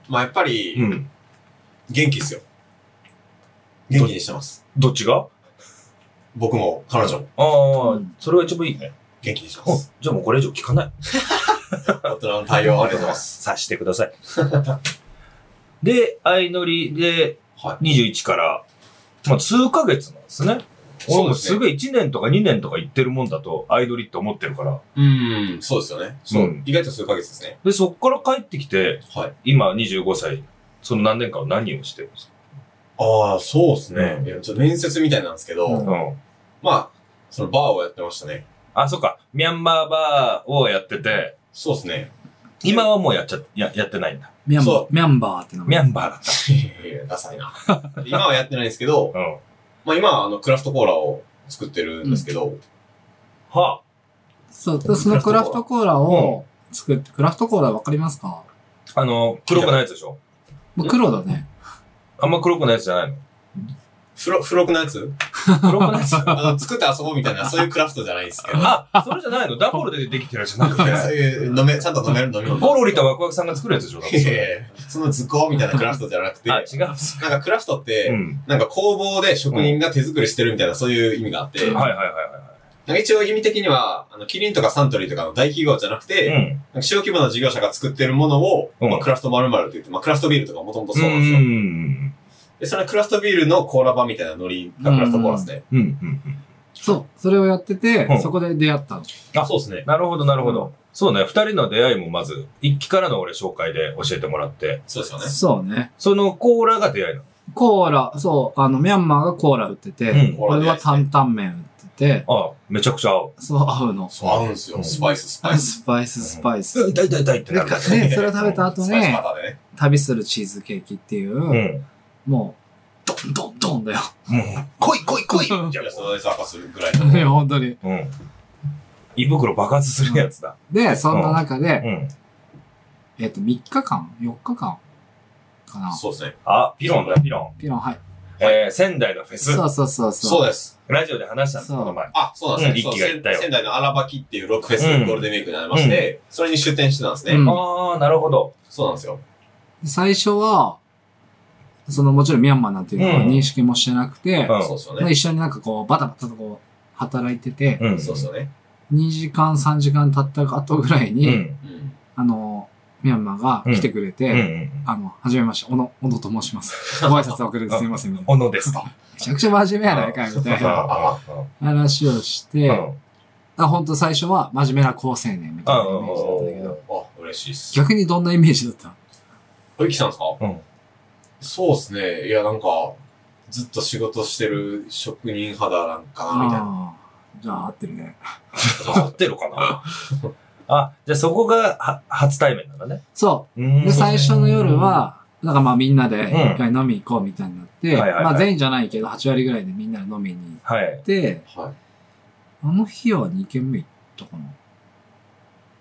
[SPEAKER 3] まあ、やっぱり、
[SPEAKER 1] うん。
[SPEAKER 3] 元気ですよ。元気にしてます。
[SPEAKER 1] どっちが
[SPEAKER 3] 僕も、彼女も
[SPEAKER 1] ああ、
[SPEAKER 2] うん
[SPEAKER 1] それが一番いいね。
[SPEAKER 3] 元気にしてま
[SPEAKER 1] お
[SPEAKER 3] す。
[SPEAKER 1] じゃあもうこれ以上聞かない。
[SPEAKER 3] 大人の対応ありがとうございます。
[SPEAKER 1] 察してください。で、相乗りで
[SPEAKER 3] は
[SPEAKER 1] 21から、まあ数ヶ月なんですね。俺もす
[SPEAKER 3] ね。
[SPEAKER 1] ぐ1年とか2年とか言ってるもんだと、アイドリって思ってるから。
[SPEAKER 3] うん、そうですよね。そう、
[SPEAKER 1] うん
[SPEAKER 3] 意外と数ヶ月ですね。
[SPEAKER 1] で、そっから帰ってきて、
[SPEAKER 3] はい。
[SPEAKER 1] 今25歳、その何年間は何をしてるんですか
[SPEAKER 3] ああ、そうです
[SPEAKER 1] ね
[SPEAKER 3] いや、ちょっと面接みたいなんですけど、
[SPEAKER 2] うん
[SPEAKER 1] うん。
[SPEAKER 3] まあ、そのバーをやってましたね。
[SPEAKER 1] あ、そっか。ミャンマーバーをやってて、
[SPEAKER 3] そうですね。
[SPEAKER 1] 今はもうやっちゃ、や、やってないんだ。
[SPEAKER 2] ミャンバー
[SPEAKER 3] そ、
[SPEAKER 2] ミャンバーって名
[SPEAKER 1] ミ
[SPEAKER 2] 前。
[SPEAKER 1] ャンバーだっ
[SPEAKER 3] いやいやダサいな。今はやってないんですけど
[SPEAKER 1] た。、うん。
[SPEAKER 3] まあ今はあの、クラフトコーラを作ってるんですけど、
[SPEAKER 1] は
[SPEAKER 2] そう、でそのクラフトコーラを作って、クラフトコーラわかりますか
[SPEAKER 1] あ、あの、黒くないやつでしょ
[SPEAKER 2] もう黒だね。
[SPEAKER 1] あんま黒くないやつじゃないの
[SPEAKER 3] フロ、付録のやつ
[SPEAKER 1] 黒くないやつ
[SPEAKER 3] あの、作って遊ぼうみた いな、そういうクラフトじゃないんですけど。
[SPEAKER 1] あ、それじゃないのダンボールでできてるやつじゃなく
[SPEAKER 3] そう
[SPEAKER 1] て。
[SPEAKER 3] いう、飲め、ちゃんと飲める飲み物。
[SPEAKER 1] ゴロリとワクワクさんが作るやつでしょだっ
[SPEAKER 3] い
[SPEAKER 1] てそ
[SPEAKER 3] やい
[SPEAKER 1] れ
[SPEAKER 3] やいやその図工みたいなクラフトじゃなくて、
[SPEAKER 1] あ、
[SPEAKER 3] なん
[SPEAKER 1] 違うんです
[SPEAKER 3] かクラフトっ
[SPEAKER 1] う
[SPEAKER 3] て、
[SPEAKER 1] ん。
[SPEAKER 3] なんか工房で職人が手作りしてるみたいな、そういう意味があって、
[SPEAKER 1] はい
[SPEAKER 3] なん
[SPEAKER 1] は
[SPEAKER 3] か
[SPEAKER 1] いはいは
[SPEAKER 3] 一応意味的には、あの、キリンとかサントリーとかの大企業じゃなくて、
[SPEAKER 1] いはい。うん。
[SPEAKER 3] なんか小規模な事業者が作ってるものを、
[SPEAKER 1] うん
[SPEAKER 3] まあ、クラフト〇〇って言って、まあ、クラフトビールとかもともとそう
[SPEAKER 1] う
[SPEAKER 3] なんですよ。
[SPEAKER 1] ん。
[SPEAKER 3] で、そのクラフトビールのコーラ版みたいなノリがクラフトコーラですね。
[SPEAKER 1] うん。うん。
[SPEAKER 2] そう、それをやってて
[SPEAKER 1] うん、
[SPEAKER 2] そこで出会った
[SPEAKER 1] う
[SPEAKER 2] の。
[SPEAKER 1] ん
[SPEAKER 3] そうですね。
[SPEAKER 1] なるほど、なるほど。そうね、二人の出会いもまず、一期からの俺紹介で教えてもらって、
[SPEAKER 3] そうですよね。
[SPEAKER 2] そうね。
[SPEAKER 1] そのコーラが出会いなの。
[SPEAKER 2] コーラ、そう、あの、ミャンマーがコーラ売って
[SPEAKER 1] う
[SPEAKER 2] て、
[SPEAKER 1] ん。
[SPEAKER 3] コーラ
[SPEAKER 2] 俺
[SPEAKER 3] で
[SPEAKER 2] は担々麺売ってて、
[SPEAKER 1] あ、めちゃくちゃ合う。
[SPEAKER 2] そう、合うの。
[SPEAKER 3] そう、合うんですよ。スパイス、スパイス。
[SPEAKER 2] スパイス、スパイス。
[SPEAKER 1] 痛い痛い痛いって
[SPEAKER 2] で
[SPEAKER 1] なる。
[SPEAKER 2] かね、それを食べた後
[SPEAKER 3] スパイス
[SPEAKER 2] ね
[SPEAKER 3] バタ、ーでね。
[SPEAKER 2] 旅するチーズケーキっていう、
[SPEAKER 1] うん。
[SPEAKER 2] もう、ドンドンドンだよ。
[SPEAKER 1] もう、来い来 い来い
[SPEAKER 3] じ
[SPEAKER 1] じ
[SPEAKER 3] ゃ
[SPEAKER 1] ゃ
[SPEAKER 3] あ、そのサーカスぐらい
[SPEAKER 2] い
[SPEAKER 3] の。
[SPEAKER 2] や、 本当に。
[SPEAKER 1] あうん。胃袋爆発するやつだ。
[SPEAKER 2] で、そんな中
[SPEAKER 1] う
[SPEAKER 2] で、
[SPEAKER 1] ん。
[SPEAKER 2] えっ、と、3日間 ?4 日間かな。
[SPEAKER 3] そうですね。
[SPEAKER 1] あ、ピロンだ、ピロン。
[SPEAKER 2] ピロン、はい。
[SPEAKER 1] えー、仙台のフェス。
[SPEAKER 2] そうそうそうそう。
[SPEAKER 3] そうです。
[SPEAKER 1] ラジオで話したの、
[SPEAKER 2] そう
[SPEAKER 1] この前。
[SPEAKER 3] あ、そうなんです
[SPEAKER 1] うん
[SPEAKER 3] ね。
[SPEAKER 1] 一
[SPEAKER 3] そ
[SPEAKER 1] 輝
[SPEAKER 3] う
[SPEAKER 1] が行ったよ
[SPEAKER 3] 仙台の荒ばきっていうロックフェス
[SPEAKER 1] うん
[SPEAKER 3] ゴールデンウィークになりまして、それに出店してたんですね。
[SPEAKER 2] うん
[SPEAKER 1] あー、なるほど。
[SPEAKER 3] そうなんですよ。
[SPEAKER 2] 最初は、そのもちろんミャンマーなんていうのは
[SPEAKER 1] うん
[SPEAKER 2] 認識もしてなくて、
[SPEAKER 1] うん
[SPEAKER 3] そうですよ
[SPEAKER 2] まあ
[SPEAKER 3] ね。
[SPEAKER 2] 一緒になんかこうバタバタとこう働いてて、
[SPEAKER 1] うん。
[SPEAKER 3] そうですよね。
[SPEAKER 2] 2時間3時間経った後ぐらいに、
[SPEAKER 1] うん。
[SPEAKER 3] うん。
[SPEAKER 2] あの、ミャンマーが来てくれて、
[SPEAKER 1] うんうん。
[SPEAKER 2] あの、はじめまして、小野、小野と申します。ご挨拶遅れてすみませ ん、みたいな
[SPEAKER 1] おのですと。
[SPEAKER 2] めちゃくちゃ真面目やないかい、みたいな話をして、
[SPEAKER 1] う
[SPEAKER 2] あ
[SPEAKER 1] ん。
[SPEAKER 2] 本当最初は真面目な高青年みたいなイメージだったんだけ
[SPEAKER 1] うんうんうん
[SPEAKER 2] ど、
[SPEAKER 3] あ、嬉しいっす。
[SPEAKER 2] 逆にどんなイメージだった
[SPEAKER 3] 小雪さんですか
[SPEAKER 1] うん。
[SPEAKER 3] そうですね。いや、なんか、ずっと仕事してる職人肌なんかな、みたいな。
[SPEAKER 2] あーじゃあ合ってるね。
[SPEAKER 1] 合ってるかなあ、じゃあそこがは初対面なんだね。
[SPEAKER 2] そうう。
[SPEAKER 1] ー
[SPEAKER 2] で、
[SPEAKER 1] ん
[SPEAKER 2] 最初の夜、は、なんかまあみんなで一回飲み行こうみたいになって、
[SPEAKER 1] うんはいはいはい
[SPEAKER 2] まあ全員じゃないけど8割ぐらいでみんなで飲みに行
[SPEAKER 1] はい
[SPEAKER 2] っ。て、
[SPEAKER 3] はい。
[SPEAKER 2] あの日は2軒目行ったかな。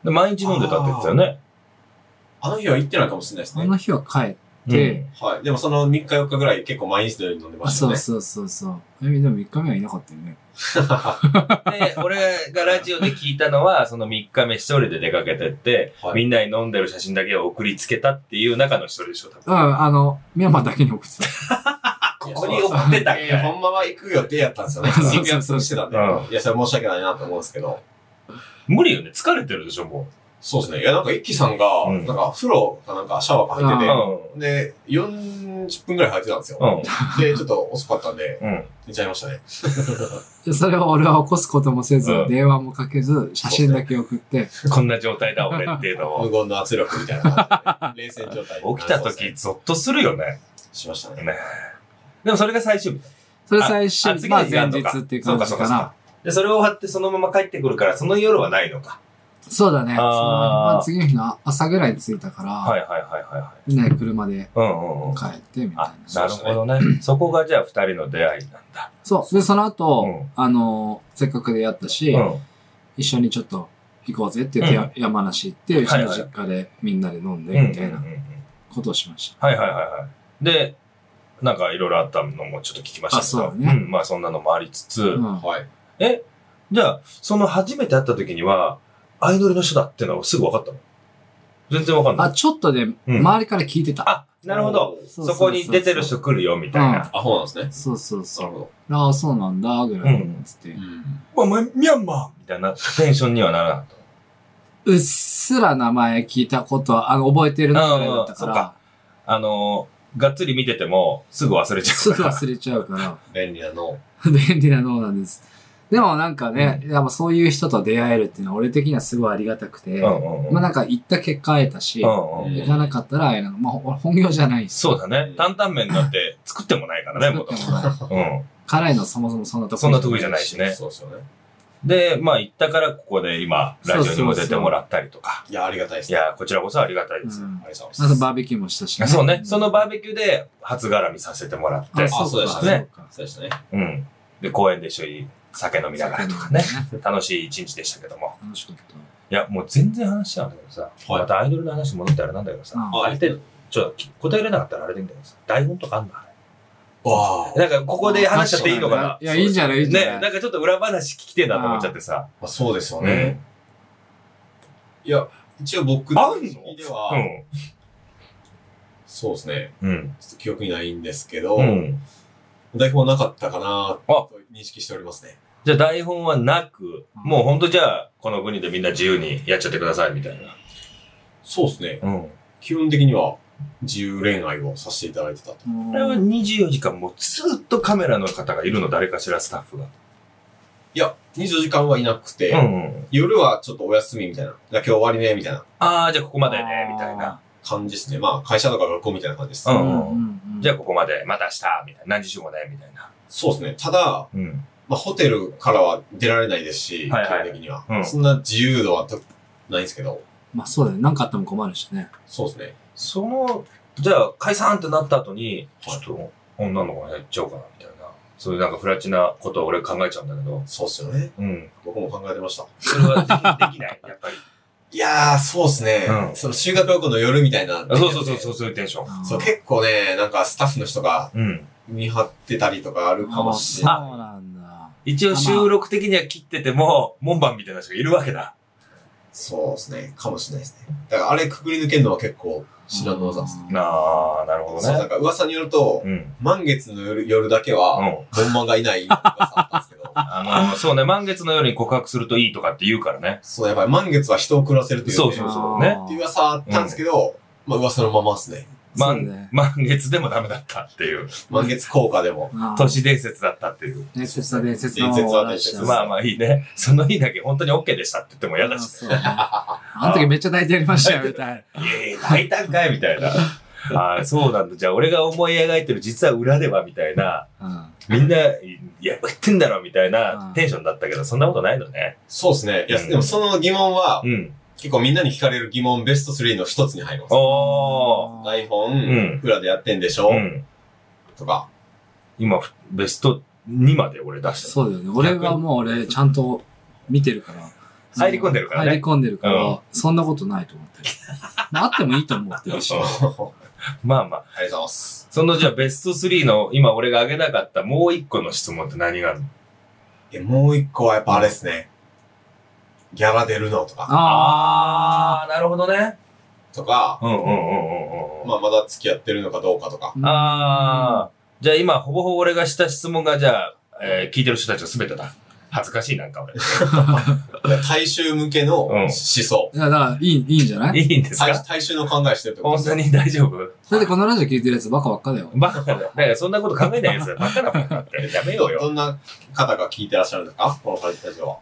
[SPEAKER 1] で毎日飲んでたって言ってたよね。
[SPEAKER 3] あの日は行ってないかもしれないです
[SPEAKER 2] あ
[SPEAKER 3] ね。
[SPEAKER 2] の日は帰って、
[SPEAKER 1] で、
[SPEAKER 3] はい。でもその3日4日ぐらい結構毎日のように飲んでま
[SPEAKER 2] あ
[SPEAKER 3] したよ
[SPEAKER 2] そう
[SPEAKER 3] ね。
[SPEAKER 2] そうそうそう。え、でも3日目はいなかったよね。
[SPEAKER 1] で、俺がラジオで聞いたのは、その3日目一人で出かけてって、
[SPEAKER 3] はい
[SPEAKER 1] みんなに飲んでる写真だけを送りつけたっていう中の一人でしょ、多分。
[SPEAKER 2] うん、あの、ミャンマーだけに送ってた。
[SPEAKER 3] こ
[SPEAKER 1] ここに送ってたっけ
[SPEAKER 3] いや、ほんまは行く予定やったんですよね。
[SPEAKER 2] そうそうそう
[SPEAKER 3] 行く約束してたんで。
[SPEAKER 1] う
[SPEAKER 3] いや、それ申し訳ないなと思うんですけど。
[SPEAKER 1] 無理よね、疲れてるでしょ、も
[SPEAKER 3] そうですね。いや、なんか、一輝さんが、
[SPEAKER 1] うん
[SPEAKER 3] なんか、風呂かなんか、シャワーか入
[SPEAKER 1] う。
[SPEAKER 2] あ
[SPEAKER 1] う
[SPEAKER 3] ってて、で、40分ぐらい入ってたんですよ。
[SPEAKER 1] ん。
[SPEAKER 3] で、ちょっと遅かったんで、
[SPEAKER 1] うん。
[SPEAKER 3] 寝ちゃいましたね。
[SPEAKER 2] でそれを俺は起こすこともせず、
[SPEAKER 1] うん
[SPEAKER 2] 電話もかけず、写真だけ送って、
[SPEAKER 1] こんな状態だ、俺っていうの
[SPEAKER 3] 無
[SPEAKER 1] を。
[SPEAKER 3] 言の圧力みたいな感じで、冷戦状態に
[SPEAKER 1] 起きた
[SPEAKER 3] そうです
[SPEAKER 1] 時、
[SPEAKER 3] ね
[SPEAKER 1] ゾッとするよね。
[SPEAKER 3] しましたね。
[SPEAKER 1] ねでもそれが最終日。
[SPEAKER 2] それ最
[SPEAKER 1] ああ
[SPEAKER 2] 終
[SPEAKER 1] 次
[SPEAKER 2] ま
[SPEAKER 1] の
[SPEAKER 2] あ
[SPEAKER 1] 日があ
[SPEAKER 2] 前
[SPEAKER 1] んの
[SPEAKER 2] 日
[SPEAKER 1] か
[SPEAKER 2] っていう感じ
[SPEAKER 1] そう
[SPEAKER 2] か
[SPEAKER 1] かそうかそう
[SPEAKER 2] な
[SPEAKER 1] か。で、それを終わってそのまま帰ってくるから、その夜はないのか。
[SPEAKER 2] そうだ
[SPEAKER 1] あー
[SPEAKER 2] ね。そのまあ、次の日の朝ぐらいに着いたから、
[SPEAKER 1] はいはいはいはいはい。
[SPEAKER 2] みんなで車で
[SPEAKER 1] うんうんうん。
[SPEAKER 2] 帰ってみたい
[SPEAKER 1] あ
[SPEAKER 2] な、。
[SPEAKER 1] なるほどね。 そこがじゃあ二人の出会いなんだ。
[SPEAKER 2] そう。で、その後、
[SPEAKER 1] うん
[SPEAKER 2] あの、せっかくでやったし、
[SPEAKER 1] うん。
[SPEAKER 2] 一緒にちょっと行こうぜって言って、
[SPEAKER 1] うん
[SPEAKER 2] や山梨行って、うち
[SPEAKER 1] はい
[SPEAKER 2] の
[SPEAKER 1] はい
[SPEAKER 2] 実家でみんなで飲んで、
[SPEAKER 1] うんうん
[SPEAKER 2] みたいな
[SPEAKER 1] うんうん
[SPEAKER 2] ことをしました。
[SPEAKER 1] はいはいはいはい。で、なんかいろいろあったのもちょっと聞きましたけど。
[SPEAKER 2] あそうね
[SPEAKER 1] ん、まあそんなのもありつつ。
[SPEAKER 2] うん
[SPEAKER 3] はい。
[SPEAKER 1] えじゃあ、その初めて会った時には、アイドルの人だってのはすぐ分かったの全然分かんない。
[SPEAKER 2] あ、ちょっとね、
[SPEAKER 1] うん
[SPEAKER 2] 周りから聞いてた。
[SPEAKER 1] あ、なるほど。。
[SPEAKER 2] そ
[SPEAKER 1] そう
[SPEAKER 2] そうそう
[SPEAKER 1] こに出てる人来るよ、みたいな。
[SPEAKER 3] あ、そうなんですね。
[SPEAKER 2] そうそうそ
[SPEAKER 3] な
[SPEAKER 2] う
[SPEAKER 3] る。ほ
[SPEAKER 2] ああ、そうなんだ、ぐらいのつって
[SPEAKER 3] ど。
[SPEAKER 1] お
[SPEAKER 3] う。ん。
[SPEAKER 1] 前、ミャンマーみたいなテンションにはならなかっ
[SPEAKER 2] うっすら名前聞いたことは、あの、覚えてるなぐらいだったか
[SPEAKER 1] うんうんそた。
[SPEAKER 2] ら、
[SPEAKER 1] あのー、がっつり見てても、すぐ忘れちゃ
[SPEAKER 2] す
[SPEAKER 1] う
[SPEAKER 2] ぐ
[SPEAKER 1] から。
[SPEAKER 2] 忘れちゃうから。
[SPEAKER 3] 便利なの。
[SPEAKER 2] 便利な脳なんです。でもなんかね、やっぱそういう人と出会えるっていうのは俺的にはすごいありがたくて、
[SPEAKER 1] うんうんうん。
[SPEAKER 2] まあなんか行った結果会えたし、
[SPEAKER 1] うんうん
[SPEAKER 2] 行かなかったら会えなかった。まあほ本業じゃないし。
[SPEAKER 1] そうだね。担々麺なんて作ってもない からね、もともと。うん。
[SPEAKER 2] 辛いのそもそもそんなとこ
[SPEAKER 1] そんな得意じゃないしね。
[SPEAKER 3] そうですよね。
[SPEAKER 1] で、まあ行ったからここで今、ラジオにも出てもらったりとか。
[SPEAKER 3] いや、ありがたいです
[SPEAKER 1] い
[SPEAKER 3] ね。あ
[SPEAKER 1] や、こちらこそありがたいです。
[SPEAKER 2] うん。
[SPEAKER 3] りがとうござ
[SPEAKER 2] あ
[SPEAKER 3] いま
[SPEAKER 2] と
[SPEAKER 3] す。
[SPEAKER 2] バーベキューもしたし、
[SPEAKER 1] そうね。そのバ
[SPEAKER 2] ー
[SPEAKER 1] ーベキューで初絡みさせてもらっ
[SPEAKER 2] あ、
[SPEAKER 1] て、
[SPEAKER 2] そう
[SPEAKER 3] そ
[SPEAKER 2] か
[SPEAKER 3] うでした
[SPEAKER 1] ね
[SPEAKER 2] そうか。
[SPEAKER 3] そうでしたね。
[SPEAKER 1] うん。で、公園で一緒に酒飲みながらとかね。楽しい一日でしたけども。
[SPEAKER 2] 楽しかっ
[SPEAKER 1] いや、もう全然話しちゃうんだけどさ、
[SPEAKER 3] はい
[SPEAKER 1] またアイドルの話戻ってあれなんだけどさ、
[SPEAKER 2] うん
[SPEAKER 1] あれって、ちょっと答えれなかったらあれでいいんだけどさ、台本とかあんのあ
[SPEAKER 3] わあ。
[SPEAKER 1] れなんかここで話しちゃっていいのかな。
[SPEAKER 2] いやいいんじゃないいいんじゃない
[SPEAKER 1] ね、なんかちょっと裏話聞きてえなと思っちゃってさ。
[SPEAKER 3] まあ、そうですよ
[SPEAKER 1] うん。うん
[SPEAKER 3] ね。いや、一応僕
[SPEAKER 1] あんの
[SPEAKER 3] 的には、そうですね。
[SPEAKER 1] うん。
[SPEAKER 3] ちょっと記憶にないんですけど
[SPEAKER 1] う、ん。
[SPEAKER 3] 台本はなかったかな
[SPEAKER 1] あ
[SPEAKER 3] と認識しておりますね。
[SPEAKER 1] じゃあ台本はなく、
[SPEAKER 2] うん
[SPEAKER 1] もうほんとじゃあ、この国でみんな自由にやっちゃってくださいみたいな。
[SPEAKER 3] そうですね。
[SPEAKER 1] うん。
[SPEAKER 3] 基本的には自由恋愛をさせていただいてたと。
[SPEAKER 2] た。うん
[SPEAKER 1] これは24時間もうずっとカメラの方がいるの、誰かしらスタッフが。
[SPEAKER 3] いや、24時間はいなくて、
[SPEAKER 1] ん、うん。
[SPEAKER 3] 夜はちょっとお休みみたいな。じゃあ今日終わりね、みたいな
[SPEAKER 1] ああ、じゃあここまでね、みたいな。。
[SPEAKER 3] 感じですね。まあ会社とか学校みたいな感じです
[SPEAKER 1] う
[SPEAKER 2] あ
[SPEAKER 1] ん
[SPEAKER 2] ー
[SPEAKER 1] う
[SPEAKER 2] うんんうんうん
[SPEAKER 1] じゃあここまで、また明日、みたいな。何時集合ね、みたいな。
[SPEAKER 3] そうですね。ただ、
[SPEAKER 1] うん。
[SPEAKER 3] まあホテルからは出られないですし、
[SPEAKER 1] はいはい
[SPEAKER 3] 基本的には、
[SPEAKER 1] うん
[SPEAKER 3] そんな自由度はとないんですけど、
[SPEAKER 2] まあそうだよね。なんかあっても困るしね。
[SPEAKER 3] そうですね。
[SPEAKER 1] その、じゃあ解散ってなった後に、ちょっと女の子がやっちゃおうかな、みたいな。そういうなんか不埒なことを俺考えちゃうんだけど。
[SPEAKER 3] そうですよね。
[SPEAKER 1] うん。
[SPEAKER 3] 僕も考えてました。
[SPEAKER 1] それはでき できない、やっぱり。
[SPEAKER 3] いやー、そうですね。
[SPEAKER 1] うん
[SPEAKER 3] その修学旅行の夜みたいな。
[SPEAKER 1] あそうそうそうそう、そういうテンション。
[SPEAKER 3] そう、結構ね、なんかスタッフの人が
[SPEAKER 1] うん。
[SPEAKER 3] 見張ってたりとかあるかもしれ
[SPEAKER 2] あ
[SPEAKER 3] な
[SPEAKER 2] ーそうなんだ。
[SPEAKER 1] 一応収録的には切ってても、門番みたいな人がいるわけだ。
[SPEAKER 3] い。そうですね。かもしれないですね。だからあれくぐり抜けるのは結構知らん技ですね。
[SPEAKER 2] うん
[SPEAKER 1] ああ、なるほ
[SPEAKER 3] そう、なん。か噂によると、
[SPEAKER 1] うん。
[SPEAKER 3] 満月の夜夜だけ
[SPEAKER 1] う
[SPEAKER 3] は、
[SPEAKER 1] ん。
[SPEAKER 3] 本番がいない噂あったんです けど、
[SPEAKER 1] あの、そうね、満月の夜に告白するといいとかって言うからね。
[SPEAKER 3] そう、やっぱり満月は人を食らせるというね、
[SPEAKER 1] そうそうそうね
[SPEAKER 2] あー
[SPEAKER 3] っていう噂あったんですけど、まあ噂のままですね。
[SPEAKER 1] 満
[SPEAKER 2] そうね
[SPEAKER 1] 満月でもダメだったっていう。
[SPEAKER 3] 満月効果でも。
[SPEAKER 2] あー
[SPEAKER 1] 都市伝説だったっていう。
[SPEAKER 2] 伝説だ伝説の
[SPEAKER 3] 伝説だ伝説だ
[SPEAKER 1] まあまあいいね。その日だけ本当に OK でしたって言っても嫌だし。
[SPEAKER 2] そうねあの時めっちゃ泣いてやりましたよ、みたい
[SPEAKER 1] いやいや、大胆かいみたいな。ああ、そうなんだ。じゃあ俺が思い描いてる実は裏ではみたいな。
[SPEAKER 2] な。うん
[SPEAKER 1] みんな、いいや、売ってんだろみたい
[SPEAKER 2] うん
[SPEAKER 1] なテンションだったけど、そんなことないのね。
[SPEAKER 3] そうですね。いや、
[SPEAKER 1] うん
[SPEAKER 3] でもその疑問は
[SPEAKER 1] う、ん。
[SPEAKER 3] 結構みんなに聞かれる疑問ベスト3の一つに入りま す。
[SPEAKER 1] おー。
[SPEAKER 3] 台本、
[SPEAKER 1] ん
[SPEAKER 3] 裏でやってんでしょ、
[SPEAKER 1] うん。
[SPEAKER 3] とか。
[SPEAKER 1] 今、ベスト2まで俺出した。
[SPEAKER 2] そうだよね。俺はもう俺、ちゃんと見てるから。
[SPEAKER 1] 入り込んでるからね
[SPEAKER 2] 入り込んでるか
[SPEAKER 1] うん
[SPEAKER 2] ら、そんなことないと思ってる。まああってもいいと思ってる し。
[SPEAKER 3] ありがとうご
[SPEAKER 1] まあまあ。
[SPEAKER 3] ざいます。
[SPEAKER 1] そのじゃあベスト3の今俺が挙げなかったもう一個の質問って何があるの
[SPEAKER 3] いやもう一個はやっぱあれですね。ギャラ出るのとか。
[SPEAKER 2] あ
[SPEAKER 1] あ、なるほどね。
[SPEAKER 3] とか、
[SPEAKER 1] うんうんうんうんうん。
[SPEAKER 3] まあ、まだ付き合ってるのかどうかとか。
[SPEAKER 2] ー。
[SPEAKER 1] ああ、じゃあ今ほぼほぼ俺がした質問がじゃあ、えー聞いてる人たちの全てだ。恥ずかしいなんか俺。
[SPEAKER 3] 大衆向け
[SPEAKER 1] う
[SPEAKER 3] の
[SPEAKER 1] ん
[SPEAKER 3] 思想。
[SPEAKER 2] いや、だから、いい、いいんじゃない
[SPEAKER 1] いいんです
[SPEAKER 3] 大
[SPEAKER 1] か
[SPEAKER 3] 大衆の考えしてるってこと
[SPEAKER 1] 本当に大丈夫
[SPEAKER 2] だってこのラジオ聞いてるやつバカばっかだよ。
[SPEAKER 1] バカだ。だからそんなこと考えないやつだ。バカなもんだって。やめようよ。
[SPEAKER 3] どんな方が聞いてらっしゃるんですかこの感じたちは。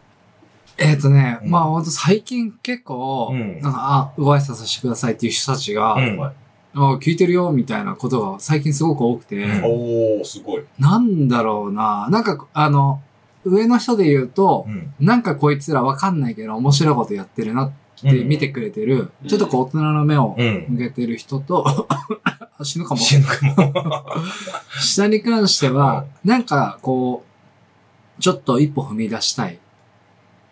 [SPEAKER 2] えっ、とね、
[SPEAKER 1] うん
[SPEAKER 2] まあほんと最近結構、
[SPEAKER 1] うん
[SPEAKER 2] なんか、あ、ご挨拶させてくださいっていう人たちが、
[SPEAKER 1] うん
[SPEAKER 3] はい
[SPEAKER 2] あ聞いてるよみたいなことが最近すごく多くて、
[SPEAKER 1] うん
[SPEAKER 3] おー、すごい。
[SPEAKER 2] なんだろうな、なんか、あの、上の人で言うと、
[SPEAKER 1] うん。
[SPEAKER 2] なんかこいつらわかんないけど面白いことやってるなっ
[SPEAKER 1] う
[SPEAKER 2] て
[SPEAKER 1] ん
[SPEAKER 2] 見てくれてる、
[SPEAKER 4] うん
[SPEAKER 2] ちょっとこう大人の目を
[SPEAKER 1] うん。
[SPEAKER 2] 向けてる人と、 あ死ぬかも。
[SPEAKER 1] 死ぬかも。
[SPEAKER 2] 下に関しては、なんかこう、ちょっと一歩踏み出したい、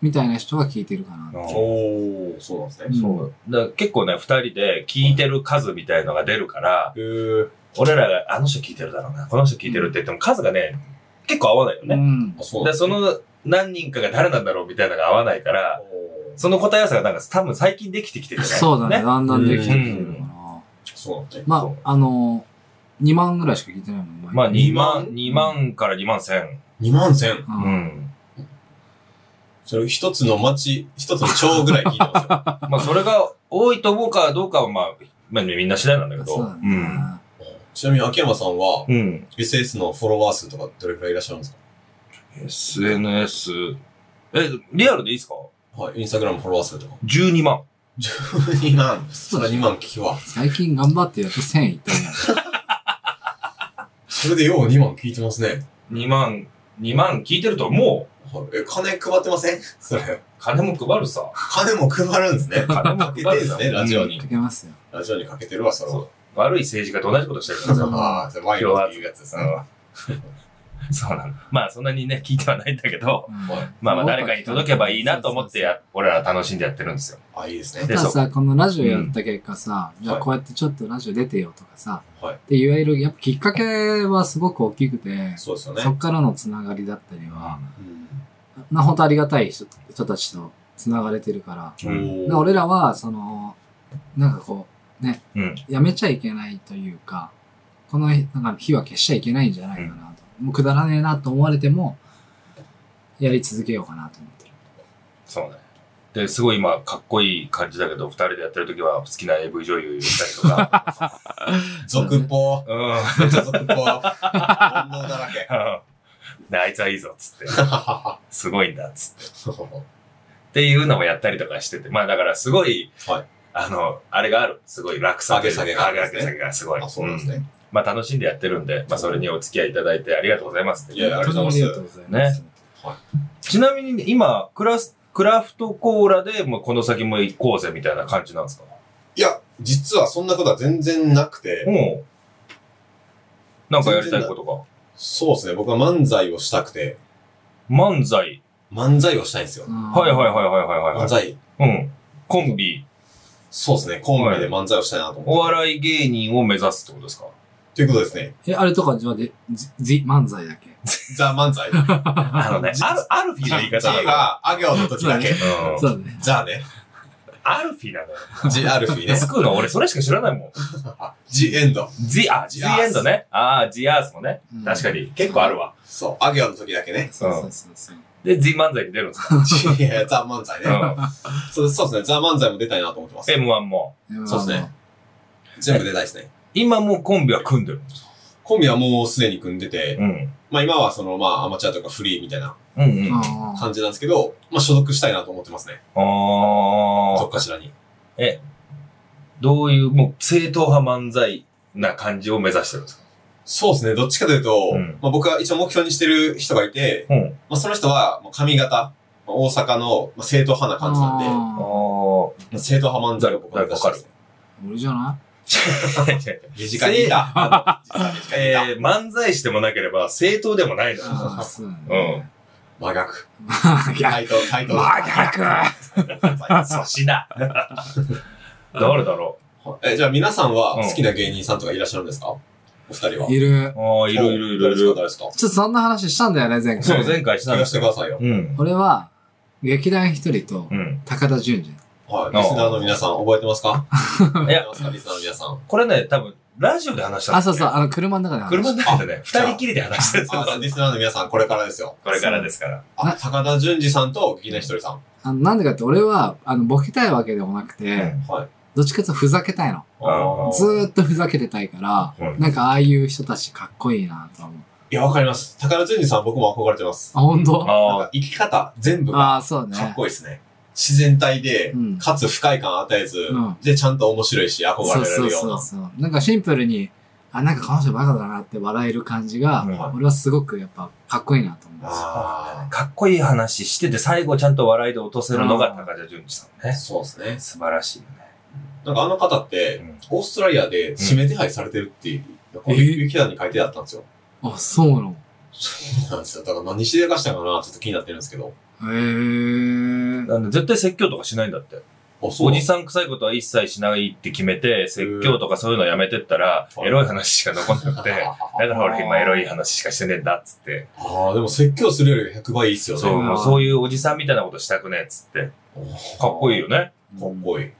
[SPEAKER 2] みたいな人が聞いてるかな。
[SPEAKER 3] おー、そうなんですね。
[SPEAKER 1] そう。だから結構ね、二人で聞いてる数みたいのが出るから、
[SPEAKER 3] へー
[SPEAKER 1] 俺らがあの人聞いてるだろうな、この人聞いてるって言っても数がね、結構合わないよ
[SPEAKER 2] う
[SPEAKER 1] ね。
[SPEAKER 2] ん。
[SPEAKER 3] あそう
[SPEAKER 1] で、
[SPEAKER 3] なん
[SPEAKER 1] その何人かが誰なんだろうみたいなのが合わないから、
[SPEAKER 3] おー
[SPEAKER 1] その答え合わせがなんか多分最近できてきてるね。
[SPEAKER 2] そうだね。。だんだんできてきてるか
[SPEAKER 1] う
[SPEAKER 2] な。
[SPEAKER 3] そうなんですね。
[SPEAKER 2] ま
[SPEAKER 1] そう
[SPEAKER 2] あ、あのー、2万ぐらいしか聞いてないもん、前
[SPEAKER 1] まあ2万、
[SPEAKER 2] 2
[SPEAKER 1] 2万から2万千。
[SPEAKER 3] 2万千。
[SPEAKER 2] う
[SPEAKER 1] うんん。
[SPEAKER 3] それ一つの町、一つの町ぐらい聞いてますよ。
[SPEAKER 1] まあそれが多いと思うかどうかはまあ、まあみんな次第なんだけど。
[SPEAKER 2] そうだ
[SPEAKER 1] ん。
[SPEAKER 2] ね。
[SPEAKER 3] ちなみに秋山さんは、
[SPEAKER 1] うん。
[SPEAKER 3] SS のフォロワー数とかどれくらいいらっしゃるんです
[SPEAKER 1] SNS。え、リアルでいいですか
[SPEAKER 3] かはい、インスタグラムフォロワー数とか。
[SPEAKER 1] ?12 万。
[SPEAKER 3] 2万。そら2万聞くわ。
[SPEAKER 2] 最近頑張ってやっと1000いったね。
[SPEAKER 3] それでよう2万聞いてますね。
[SPEAKER 1] 2万、2万聞いてるともう、
[SPEAKER 3] はいえ、金配ってませんそれ。
[SPEAKER 1] 金も配るさ。
[SPEAKER 3] 金も配るんで すね。
[SPEAKER 1] 金も
[SPEAKER 3] かけてんですね、ラジオに
[SPEAKER 2] か。けますよ。
[SPEAKER 3] ラジオにかけてるわ、それ
[SPEAKER 1] そ
[SPEAKER 3] は
[SPEAKER 1] う。悪い政治家と同じことしてるから さ。
[SPEAKER 3] ああ、それワインっていうやつですね。
[SPEAKER 1] うんそうなの。まあそんなにね、聞いてはないんだけど、
[SPEAKER 2] うん
[SPEAKER 3] はい
[SPEAKER 1] まあまあ誰かに届けばいいなと思ってや、俺ら楽しんでやってるんですよ。
[SPEAKER 3] あ、いいです
[SPEAKER 2] た
[SPEAKER 3] ね。
[SPEAKER 1] で
[SPEAKER 2] だ
[SPEAKER 1] そう
[SPEAKER 2] さ、このラジオやった結果さ、
[SPEAKER 3] ん
[SPEAKER 2] じゃあ
[SPEAKER 3] はい
[SPEAKER 2] こうやってちょっとラジオ出てよとかさ、
[SPEAKER 3] はい。
[SPEAKER 2] って言われる、やっぱきっかけはすごく大きくて、
[SPEAKER 3] そうですよ
[SPEAKER 2] そ
[SPEAKER 3] ね
[SPEAKER 2] っ。からのつながりだったりは、
[SPEAKER 3] うん
[SPEAKER 2] な、本当ありがたい人人たちとつながれてるから、
[SPEAKER 1] うん
[SPEAKER 2] で俺らは、その、なんかこう、ね、
[SPEAKER 1] うん。
[SPEAKER 2] やめちゃいけないというか、この日なんか火は消しちゃいけないんじゃないかなと。もうくだらねえなと思われても、やり続けようかなと思ってる。
[SPEAKER 1] そうね。で、すごい今、かっこいい感じだけど、二人でやってる時は好きな AV 女優したりとか。
[SPEAKER 3] 俗っぽ。
[SPEAKER 1] うん。
[SPEAKER 3] めっちゃ俗っぽ。煩悩だらけ。
[SPEAKER 1] で、あい つはいいぞ、つって。
[SPEAKER 3] はは
[SPEAKER 1] すごいんだ、つって。
[SPEAKER 3] は
[SPEAKER 1] っていうのもやったりとかしてて。まあだから、すごい、
[SPEAKER 3] はい
[SPEAKER 1] あの、あれがある。すごい落差というか
[SPEAKER 3] 上げ下げがあるん
[SPEAKER 1] 上
[SPEAKER 3] で
[SPEAKER 1] げ
[SPEAKER 3] す
[SPEAKER 1] 下
[SPEAKER 3] ね
[SPEAKER 1] げがすごい。
[SPEAKER 3] あ、そうなんです
[SPEAKER 1] うん
[SPEAKER 3] ね。
[SPEAKER 1] まあ楽しんでやってるんで、まあそれにお付き合いいただいてありがとうございますって
[SPEAKER 3] いやいやありがとうございま
[SPEAKER 2] 本
[SPEAKER 3] す
[SPEAKER 2] 当にありがとうございます。
[SPEAKER 1] ちなみに今、クラス、クラフトコーラで、もうこの先も行こうぜみたいな感じなんですか
[SPEAKER 3] いや、実はそんなことは全然なくて、
[SPEAKER 1] もう、なんかやりたいことが。
[SPEAKER 3] そうですね、僕は漫才をしたくて、
[SPEAKER 1] 漫才。
[SPEAKER 3] 漫才をしたいんですよ。
[SPEAKER 2] うん
[SPEAKER 1] はいはいはいはいはいはい
[SPEAKER 3] 漫才、
[SPEAKER 1] はい。うん。コンビ、
[SPEAKER 3] そうですね、コンビで漫才をしたいなと思って。
[SPEAKER 1] お笑い芸人を目指すってことですか
[SPEAKER 3] ということですね。
[SPEAKER 2] え、あれとか、じゃあで、じ、じ、漫才だっけ
[SPEAKER 3] ザ漫才。
[SPEAKER 1] あのね、
[SPEAKER 3] 実
[SPEAKER 1] アル、アルフィーの言い方な
[SPEAKER 3] G
[SPEAKER 1] のよ。
[SPEAKER 3] が、あ行の時だけ。
[SPEAKER 1] うん
[SPEAKER 2] そうだね。
[SPEAKER 3] ザね。
[SPEAKER 1] アルフィーなのよ。
[SPEAKER 3] G アルフィーね
[SPEAKER 1] ス。クーの俺それしか知らないもん。
[SPEAKER 3] G エンド。
[SPEAKER 1] ジ、あ、ジエンドね。ああ、ジアースもね。確か
[SPEAKER 2] に。
[SPEAKER 1] に。結構あるわ。
[SPEAKER 3] そう、あ行の時だけね。
[SPEAKER 2] そうそうそうそう。
[SPEAKER 1] で、ジ漫才に出るんですか
[SPEAKER 3] G えーザ漫才 ね
[SPEAKER 1] う。ん。
[SPEAKER 3] そうそうですね、ザ漫才も出たいなと思ってます。
[SPEAKER 1] M1 も。
[SPEAKER 3] そうですね。全部出たいですね。
[SPEAKER 1] 今もうコンビは組んでるんですか
[SPEAKER 3] コンビはもうすでに組んでて、
[SPEAKER 1] うん。
[SPEAKER 3] まあ今はその、まあアマチュアとかフリーみたいな
[SPEAKER 1] うんう。
[SPEAKER 2] うん
[SPEAKER 1] あ
[SPEAKER 2] ん。
[SPEAKER 3] 感じなんですけど、まあ所属したいなと思ってますね。ど
[SPEAKER 1] あ
[SPEAKER 3] っ。かしらに。
[SPEAKER 1] え、どういう、もう正統派漫才な感じを目指してるんですか
[SPEAKER 3] そうですね、どっちかというと、
[SPEAKER 1] うん
[SPEAKER 3] まあ僕は一応目標にしてる人がいて、
[SPEAKER 1] うん。
[SPEAKER 3] まあ、その人は、まあ、髪型、まあ大阪の、まあ、正統派な感じなんで、ま
[SPEAKER 1] あ
[SPEAKER 2] あ
[SPEAKER 1] あ。
[SPEAKER 3] あ、正統派漫才を僕は目指してますね。
[SPEAKER 2] ー俺じゃな
[SPEAKER 3] 身近にいた。あの身近にいた。
[SPEAKER 1] えー、漫才師でもなければ正統でもないのよ。
[SPEAKER 2] いあーそうだね。
[SPEAKER 3] 真逆。
[SPEAKER 2] いや、
[SPEAKER 3] タイトル、タイトル。
[SPEAKER 2] 真
[SPEAKER 1] 粗品。 誰だろ
[SPEAKER 3] え、じゃあ皆さんは
[SPEAKER 1] うん
[SPEAKER 3] 好きな芸人さんとかいらっしゃるんですかお二人は。
[SPEAKER 2] 逆いる。
[SPEAKER 1] う。ああ、いるいるいるい
[SPEAKER 3] 誰ですか
[SPEAKER 1] る。
[SPEAKER 3] 誰ですか
[SPEAKER 2] ちょっとそんな話したんだよね、前回。
[SPEAKER 1] そう、前回したん
[SPEAKER 3] 聞
[SPEAKER 1] で
[SPEAKER 3] かせ
[SPEAKER 1] す
[SPEAKER 3] て
[SPEAKER 1] よ。
[SPEAKER 3] くださいよ。
[SPEAKER 1] うん。
[SPEAKER 2] 俺は、劇団一人と
[SPEAKER 1] う、ん。
[SPEAKER 2] 高田純次。
[SPEAKER 3] はい。リスナーの皆さん、覚えてますか覚
[SPEAKER 1] い
[SPEAKER 3] え
[SPEAKER 1] や
[SPEAKER 3] てますかリスナーの皆さん。
[SPEAKER 1] これね、多分、ラジオで話したん
[SPEAKER 2] あ、
[SPEAKER 1] です
[SPEAKER 2] そ
[SPEAKER 1] よ
[SPEAKER 2] うそう、あの、車の中で話
[SPEAKER 1] 車
[SPEAKER 2] し
[SPEAKER 1] の
[SPEAKER 2] た。
[SPEAKER 1] 中でね、
[SPEAKER 3] じゃ
[SPEAKER 1] 二
[SPEAKER 3] あ
[SPEAKER 1] 人きりで話してるんですよ
[SPEAKER 3] あ、じゃあリスナーの皆さん、これからですよ。
[SPEAKER 1] これからですから。
[SPEAKER 3] あ、高田純次さんと劇団ひとりさん。
[SPEAKER 2] あの、なんでかって俺は、あの、ボケたいわけでもなくて、
[SPEAKER 3] はい。
[SPEAKER 2] どっちかっていうとふざけたいの。
[SPEAKER 1] あー
[SPEAKER 2] ずーっとふざけてたいから、
[SPEAKER 1] うん
[SPEAKER 2] なんかああいう人たちかっこいいなと思う。
[SPEAKER 3] いや、わかります。高田純次さん、僕も憧れてます。
[SPEAKER 2] あ、ほんと
[SPEAKER 3] なん
[SPEAKER 1] ああ
[SPEAKER 3] か、生き方、全部が
[SPEAKER 2] ああ、そうね。
[SPEAKER 3] かっこいいですね。自然体で、
[SPEAKER 2] うん
[SPEAKER 3] かつ不快感与えず、
[SPEAKER 2] ん
[SPEAKER 3] で、ちゃんと面白いし、憧
[SPEAKER 2] そう
[SPEAKER 3] れられ
[SPEAKER 2] そう
[SPEAKER 3] るよう
[SPEAKER 2] そう
[SPEAKER 3] な。
[SPEAKER 2] そう。なんかシンプルに、あ、なんかこの人バカだなって笑える感じが、
[SPEAKER 1] うん
[SPEAKER 2] 俺はすごくやっぱかっこいいなと思うんですよ。
[SPEAKER 3] あ
[SPEAKER 1] かっこいい話してて、最後ちゃんと笑いで落とせるのが高田純次さん
[SPEAKER 3] あ、
[SPEAKER 1] ね。
[SPEAKER 3] そうですね。
[SPEAKER 1] 素晴らしいよね。
[SPEAKER 3] なんかあの方っ
[SPEAKER 1] う
[SPEAKER 3] て、
[SPEAKER 1] ん
[SPEAKER 3] オーストラリアで指名手配されてるっていう、こ
[SPEAKER 2] え
[SPEAKER 3] の有機団に書いてあったんですよ。
[SPEAKER 2] あ、そうなの。
[SPEAKER 3] そうなんですよ。だから何しでかしたのかな、ちょっと気になってるんですけど。
[SPEAKER 2] へー。
[SPEAKER 1] なんで絶対説教とかしないんだって。
[SPEAKER 3] あ、そう
[SPEAKER 1] おじ
[SPEAKER 3] なん
[SPEAKER 1] さん臭いことは一切しないって決めて、説教とかそういうのやめてったら、
[SPEAKER 3] うん
[SPEAKER 1] エロい話しか残んなくて、 だ
[SPEAKER 3] あ
[SPEAKER 1] から俺今エロい話しかしてねえんだっつって。
[SPEAKER 3] あー、でも説教するより100倍いいっすよね。
[SPEAKER 1] そう、
[SPEAKER 2] うん
[SPEAKER 1] もうそういうおじさんみたいなことしたくねえっつって。かっこいいよね。
[SPEAKER 3] かっこいい。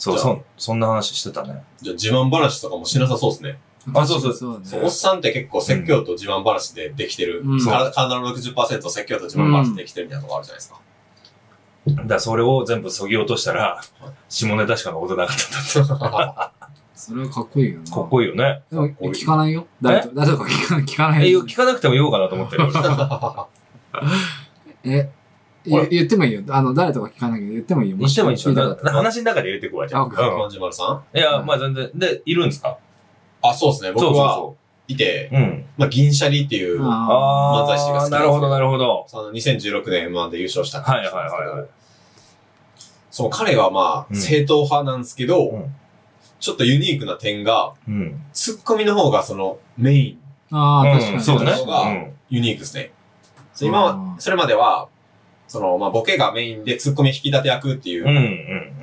[SPEAKER 1] そう、
[SPEAKER 3] じゃあ
[SPEAKER 1] そん、そんな話してたね。
[SPEAKER 3] じゃあ自慢話とかもしなさそうですね。
[SPEAKER 1] あそうそう
[SPEAKER 2] そうだ
[SPEAKER 3] そう、おっ
[SPEAKER 2] ね。
[SPEAKER 3] さんって結構説教と自慢話でできてる。
[SPEAKER 2] うん
[SPEAKER 3] から体の60%説教と自慢話でできてるみたいなとこあるじゃないですか。
[SPEAKER 1] だからそれを全部削ぎ落としたら、下ネタしか残ってなかったんだって。
[SPEAKER 2] それはかっこいいよな。
[SPEAKER 1] かっこいいよね。
[SPEAKER 2] でも、聞かないよ。誰と、誰とか聞かない、聞かない
[SPEAKER 1] え、聞かなくても言おうかなと思ってる。
[SPEAKER 2] え、
[SPEAKER 3] ほら
[SPEAKER 2] 言言ってもいいよ。あの、誰とか聞かないけど、言ってもいいよ。
[SPEAKER 1] にしてもいいでしょ。
[SPEAKER 2] 聞た
[SPEAKER 1] だか
[SPEAKER 2] かった
[SPEAKER 1] ら
[SPEAKER 2] ら
[SPEAKER 1] 話の中で入れていくわ、じゃあ。
[SPEAKER 2] あ
[SPEAKER 1] うん
[SPEAKER 3] まんじまるさん
[SPEAKER 1] いや、まあ全然。で、いるんですか
[SPEAKER 3] あ、そうですね。僕は
[SPEAKER 1] そ
[SPEAKER 3] いて、
[SPEAKER 1] うそうそう。うん。
[SPEAKER 3] まあ、銀シャリっていう、あ
[SPEAKER 2] あ
[SPEAKER 1] あ
[SPEAKER 3] 漫才師が好
[SPEAKER 1] あ
[SPEAKER 3] きなんです
[SPEAKER 1] ー、なるほ
[SPEAKER 3] けど
[SPEAKER 1] ど、なるほど。
[SPEAKER 3] の2016年 M1 で優勝した
[SPEAKER 1] はい
[SPEAKER 3] 方
[SPEAKER 1] はい
[SPEAKER 3] なんですけど
[SPEAKER 1] はいはい。
[SPEAKER 3] そう、彼はま
[SPEAKER 1] う
[SPEAKER 3] あ、
[SPEAKER 1] ん
[SPEAKER 3] 正統派なんですけど、
[SPEAKER 1] うん
[SPEAKER 3] ちょっとユニークな点が、
[SPEAKER 1] うん。
[SPEAKER 3] ツッコミの方がそのメイン、
[SPEAKER 2] ーあー、確か
[SPEAKER 1] う
[SPEAKER 2] に。
[SPEAKER 1] んそうね。
[SPEAKER 3] 確かに
[SPEAKER 1] うん
[SPEAKER 3] ユニークですね。そうう今は
[SPEAKER 2] う、ん
[SPEAKER 3] それまでは、その、まあ、ボケがメインでツッコミ引き立て役ってい
[SPEAKER 1] うん
[SPEAKER 3] う、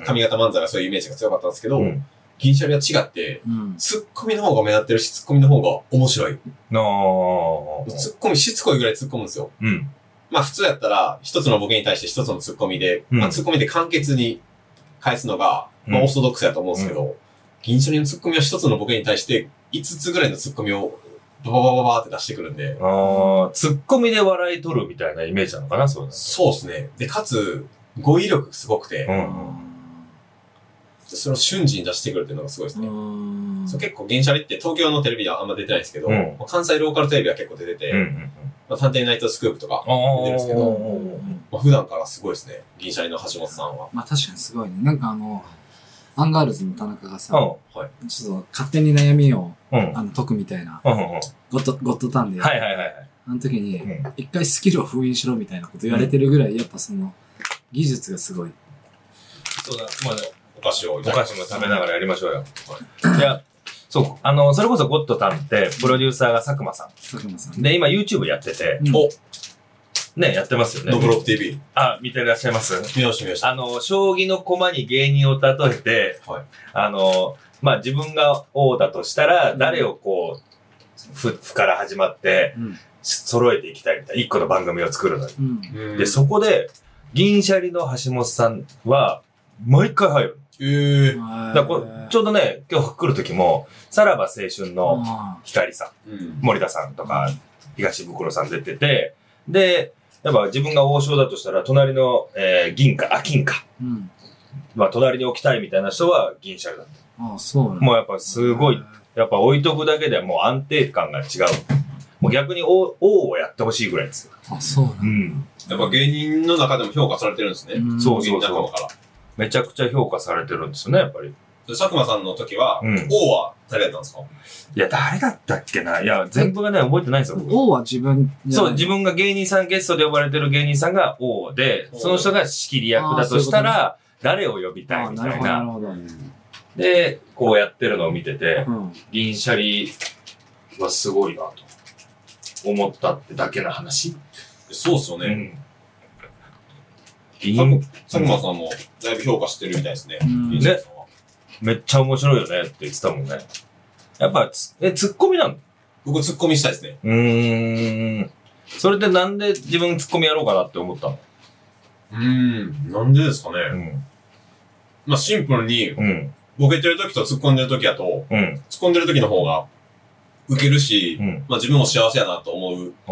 [SPEAKER 1] うん。
[SPEAKER 3] 髪型漫才がそういうイメージが強かったんですけど、
[SPEAKER 1] うん
[SPEAKER 3] 銀シャリは違って、
[SPEAKER 2] うん。
[SPEAKER 3] ツッコミの方が目立ってるし、ツッコミの方が面白い。
[SPEAKER 1] なあ。
[SPEAKER 3] ツッコミ、しつこいぐらい突っ込むんですよ。
[SPEAKER 1] うん。
[SPEAKER 3] まあ普通やったら、一つのボケに対して一つのツッコミで、
[SPEAKER 1] うん
[SPEAKER 3] まあツッコミで簡潔に返すのが、まあ
[SPEAKER 1] うん
[SPEAKER 3] オーソドックスやと思うんですけど、銀シャリのツッコミは一つのボケに対して、5つぐらいのツッコミを、バババババーって出してくるんで、
[SPEAKER 1] ああ、ツッコミで笑い取るみたいなイメージなのかな、そうです。
[SPEAKER 3] そうですね。で、かつ、語彙力すごくて、
[SPEAKER 1] う。
[SPEAKER 2] うんん
[SPEAKER 3] それを瞬時に出してくるっていうのがすごいですね。
[SPEAKER 2] うん
[SPEAKER 3] そう結構銀シャリって東京のテレビではあんま出てないんですけど、
[SPEAKER 1] うん
[SPEAKER 3] まあ関西ローカルテレビは結構出てて、
[SPEAKER 1] うんうん。
[SPEAKER 3] まあ、探偵ナイトスクープと
[SPEAKER 1] あ
[SPEAKER 3] か、
[SPEAKER 1] あ。
[SPEAKER 3] 出てるんですけ
[SPEAKER 2] う
[SPEAKER 3] ど
[SPEAKER 2] んうん
[SPEAKER 3] まあ、普段からすごいですね。銀シャリの橋本さんは。
[SPEAKER 2] まあ確かにすごいね。なんかあの、アンガールズの田中がさ、
[SPEAKER 1] う
[SPEAKER 2] ちょっと勝手に悩みを
[SPEAKER 1] ん。うん。
[SPEAKER 2] あの解くみたいな、
[SPEAKER 1] うんうんうん。
[SPEAKER 2] ゴッド、ゴッドタンで、
[SPEAKER 1] はいはいはい。
[SPEAKER 2] あの時に、
[SPEAKER 1] うん
[SPEAKER 2] 一回スキルを封印しろみたいなこと言われてるぐらい、やっぱその、技術がすごい。
[SPEAKER 1] そうだ、まあ
[SPEAKER 3] お菓子をい
[SPEAKER 1] お
[SPEAKER 3] ただきま
[SPEAKER 1] 菓
[SPEAKER 3] す
[SPEAKER 1] 子も食べながらやりましょうよ。じゃあ、そう、あの、それこそゴッドタンって、プロデューサーが佐久間さ
[SPEAKER 2] 佐久間さん
[SPEAKER 1] ん。
[SPEAKER 2] ね。
[SPEAKER 1] で、今 YouTube やってて、
[SPEAKER 2] うん
[SPEAKER 3] お、
[SPEAKER 1] ね、やってますよね。
[SPEAKER 3] ノブロック TV。
[SPEAKER 1] あ、見てらっしゃいます
[SPEAKER 3] 見直してみました。
[SPEAKER 1] あの、将棋の駒に芸人を例えて、
[SPEAKER 3] はい
[SPEAKER 1] あの、まあ、自分が王だとしたら、
[SPEAKER 2] うん
[SPEAKER 1] 誰をこう、ふ、ふから始まって、
[SPEAKER 2] うん。
[SPEAKER 1] し揃えていきたいみたいな、一個の番組を作るのに。
[SPEAKER 2] うん。
[SPEAKER 3] うん
[SPEAKER 1] で、そこで、銀シャリの橋本さんは、毎回入る。
[SPEAKER 3] えー。
[SPEAKER 1] だからこちょうどね、今日来る時も、さらば青春の
[SPEAKER 2] あ
[SPEAKER 1] 光さん、
[SPEAKER 3] うん。
[SPEAKER 1] 森田さんとか、東袋さん出てて、で、やっぱ自分が王将だとしたら、隣の、えー銀か、あ、金か。
[SPEAKER 2] ーうん。
[SPEAKER 1] まあ、隣に置きたいみたいな人は銀シャリだった。
[SPEAKER 2] ああ、そうなんだ
[SPEAKER 1] もうやっぱすごい、。やっぱ置いとくだけでもう安定感が違う。もう逆に王王をやってほしいぐらいですよ。
[SPEAKER 2] あ、そうなんだ
[SPEAKER 1] ん。
[SPEAKER 3] やっぱ芸人の中でも評価されてるんですね。
[SPEAKER 2] うん
[SPEAKER 1] そう
[SPEAKER 3] 芸人仲間から。
[SPEAKER 1] めちゃくちゃ評価されてるんですよね、やっぱり。
[SPEAKER 3] で佐久間さんの時は、
[SPEAKER 1] うん
[SPEAKER 3] 王は誰だったんですか
[SPEAKER 1] いや、誰だったっけないや、全部がね、覚えてないんですよ、僕。
[SPEAKER 2] 王は自分じゃな
[SPEAKER 1] そ、
[SPEAKER 2] いう
[SPEAKER 1] 自分が芸人さん、ゲストで呼ばれてる芸人さんが王で、その人が仕切り役だとしたら、誰を呼びたいみ
[SPEAKER 2] ああな
[SPEAKER 1] た
[SPEAKER 2] る
[SPEAKER 1] い
[SPEAKER 2] ほど、なる
[SPEAKER 1] な。
[SPEAKER 2] ほど。
[SPEAKER 1] で、こうやってるのを見てて、
[SPEAKER 2] うん。
[SPEAKER 1] 銀シャリはすごいなと思ったってだけの話。
[SPEAKER 3] そうっすよね。
[SPEAKER 1] 銀
[SPEAKER 3] 佐久間さんもだいぶ評価してるみたいですね。
[SPEAKER 2] うん
[SPEAKER 3] 芸人さんは
[SPEAKER 1] めっちゃ面白いよねって言ってたもんね。やっぱつ、え、ツッコミなの
[SPEAKER 3] 僕、ツッコミしたいですね。
[SPEAKER 1] うーん。それでなんで自分ツッコミやろうかなって思ったの
[SPEAKER 3] うん。なんでですか
[SPEAKER 1] う
[SPEAKER 3] ね。
[SPEAKER 1] ん。
[SPEAKER 3] まあ、シンプルに、
[SPEAKER 1] うん。
[SPEAKER 3] ボケてる時と突っ込んでる時だと、
[SPEAKER 1] うん。
[SPEAKER 3] 突っ込んでる時の方が、受けるし
[SPEAKER 1] う、ん。
[SPEAKER 3] まあ、自分も幸せやなと思うっ
[SPEAKER 1] あ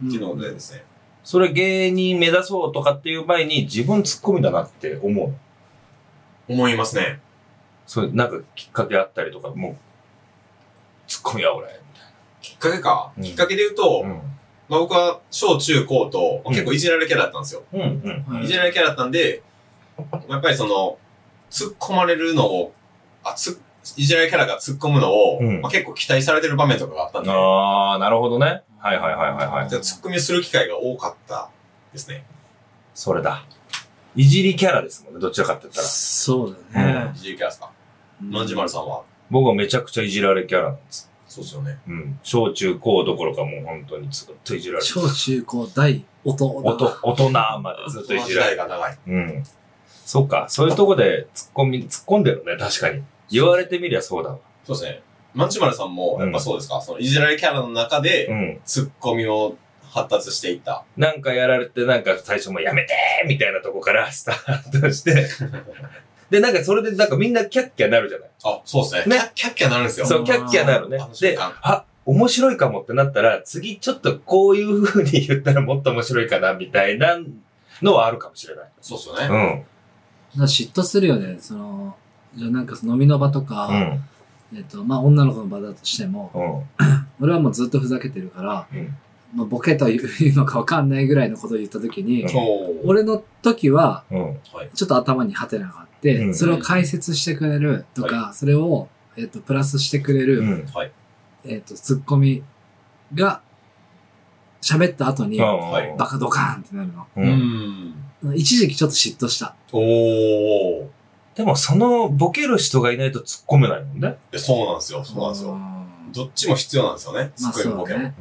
[SPEAKER 1] ー
[SPEAKER 3] ていうのでですね。
[SPEAKER 1] それ芸人目指そうとかっていう前に自分ツッコミだなって思う。
[SPEAKER 3] 思いますね。
[SPEAKER 1] それなんかきっかけあったりとか、もう、ツッコミは俺。
[SPEAKER 3] きっかけか。
[SPEAKER 1] うん
[SPEAKER 3] きっかけで言うと、
[SPEAKER 1] ん。
[SPEAKER 3] まあ、僕は小中高と、まあ
[SPEAKER 1] うん
[SPEAKER 3] 結構いじられるキャラだったんですよ。
[SPEAKER 1] うん。うん。
[SPEAKER 2] うん
[SPEAKER 3] いじられるキャラだったんで、やっぱりその、突っ込まれるのを、あ、つ、いじられるキャラが突っ込むのを、
[SPEAKER 1] うん
[SPEAKER 3] まあ、結構期待されてる場面とかがあったんで、
[SPEAKER 1] あー、なるほどね。
[SPEAKER 2] あ
[SPEAKER 1] はいはいはいはいはい
[SPEAKER 3] じゃあ、ツッコミする機会が多かったですね。
[SPEAKER 1] それだ。いじりキャラですもんね、どちらかって言ったら。
[SPEAKER 2] そうだね。
[SPEAKER 3] 自由キャラですかまんじまるさんは。
[SPEAKER 1] 僕はめちゃくちゃいじられキャラなんです。
[SPEAKER 3] そうですよね。
[SPEAKER 1] うん。小中高どころかもう本当にずっといじられてる。
[SPEAKER 2] 小中高大大人。
[SPEAKER 1] おと大人までずっといじ
[SPEAKER 3] 時
[SPEAKER 1] られ
[SPEAKER 3] 代
[SPEAKER 1] て
[SPEAKER 3] が長い。
[SPEAKER 1] る。うん。そっか、そういうとこで突っ込み、突っ込んでるね、確かに。言われてみりゃそうだわ。
[SPEAKER 3] そうですね。まんちまるさんも、やっぱそうですか、そのいじられキャラの中
[SPEAKER 1] う
[SPEAKER 3] で、
[SPEAKER 1] ん。
[SPEAKER 3] ツッコミを発達していった。
[SPEAKER 1] なんかやられて、なんか最初もやめてーみたいなとこから スタートして。で、なんかそれでなんかみんなキャッキャなるじゃない。
[SPEAKER 3] あ、そうです
[SPEAKER 1] ね
[SPEAKER 3] ね。キャッキャッキャなるんですよ。
[SPEAKER 1] そう、キャッキャなるね
[SPEAKER 3] あの。瞬
[SPEAKER 1] で、
[SPEAKER 3] 間
[SPEAKER 1] あ、面白いかもってなったら、次ちょっとこういう風に言ったらもっと面白いかな、みたいなのはあるかもしれない。
[SPEAKER 3] そうですよね。
[SPEAKER 1] うん。
[SPEAKER 2] なんか嫉妬するよね。その、じゃあなんかその飲みの場と
[SPEAKER 1] う
[SPEAKER 2] か、
[SPEAKER 1] ん。
[SPEAKER 2] えっと、まあ女の子の場だとしても、
[SPEAKER 1] うん。
[SPEAKER 2] 俺はもうずっとふざけてるから
[SPEAKER 1] うん、
[SPEAKER 2] まあボケというのかわかんないぐらいのことを言ったときに
[SPEAKER 1] う、ん
[SPEAKER 3] おー
[SPEAKER 2] 俺の時は、
[SPEAKER 1] うん。
[SPEAKER 2] ちょっと頭にハテナがあっ
[SPEAKER 1] う
[SPEAKER 2] て、
[SPEAKER 1] ん
[SPEAKER 2] それを解説してくれるとか、それを、えっと、プラスしてくれ
[SPEAKER 1] う
[SPEAKER 2] る、
[SPEAKER 1] ん。
[SPEAKER 2] えっと、ツッコミが、喋った後に、
[SPEAKER 1] はい
[SPEAKER 2] バカドカーンってなるの。
[SPEAKER 1] う。
[SPEAKER 3] うんん。
[SPEAKER 2] 一時期ちょっと嫉妬した。
[SPEAKER 3] おー。
[SPEAKER 1] でも、その、ボケる人がいないと突っ込めないもんね。
[SPEAKER 3] えそうなんですよ。そうなんです
[SPEAKER 2] う
[SPEAKER 3] よ。
[SPEAKER 2] ん
[SPEAKER 3] どっちも必要なんですよね。ツ
[SPEAKER 2] まあ
[SPEAKER 3] ッコミも
[SPEAKER 2] そ
[SPEAKER 3] ボ
[SPEAKER 2] う
[SPEAKER 3] ケ
[SPEAKER 2] だ
[SPEAKER 3] も。
[SPEAKER 2] ね。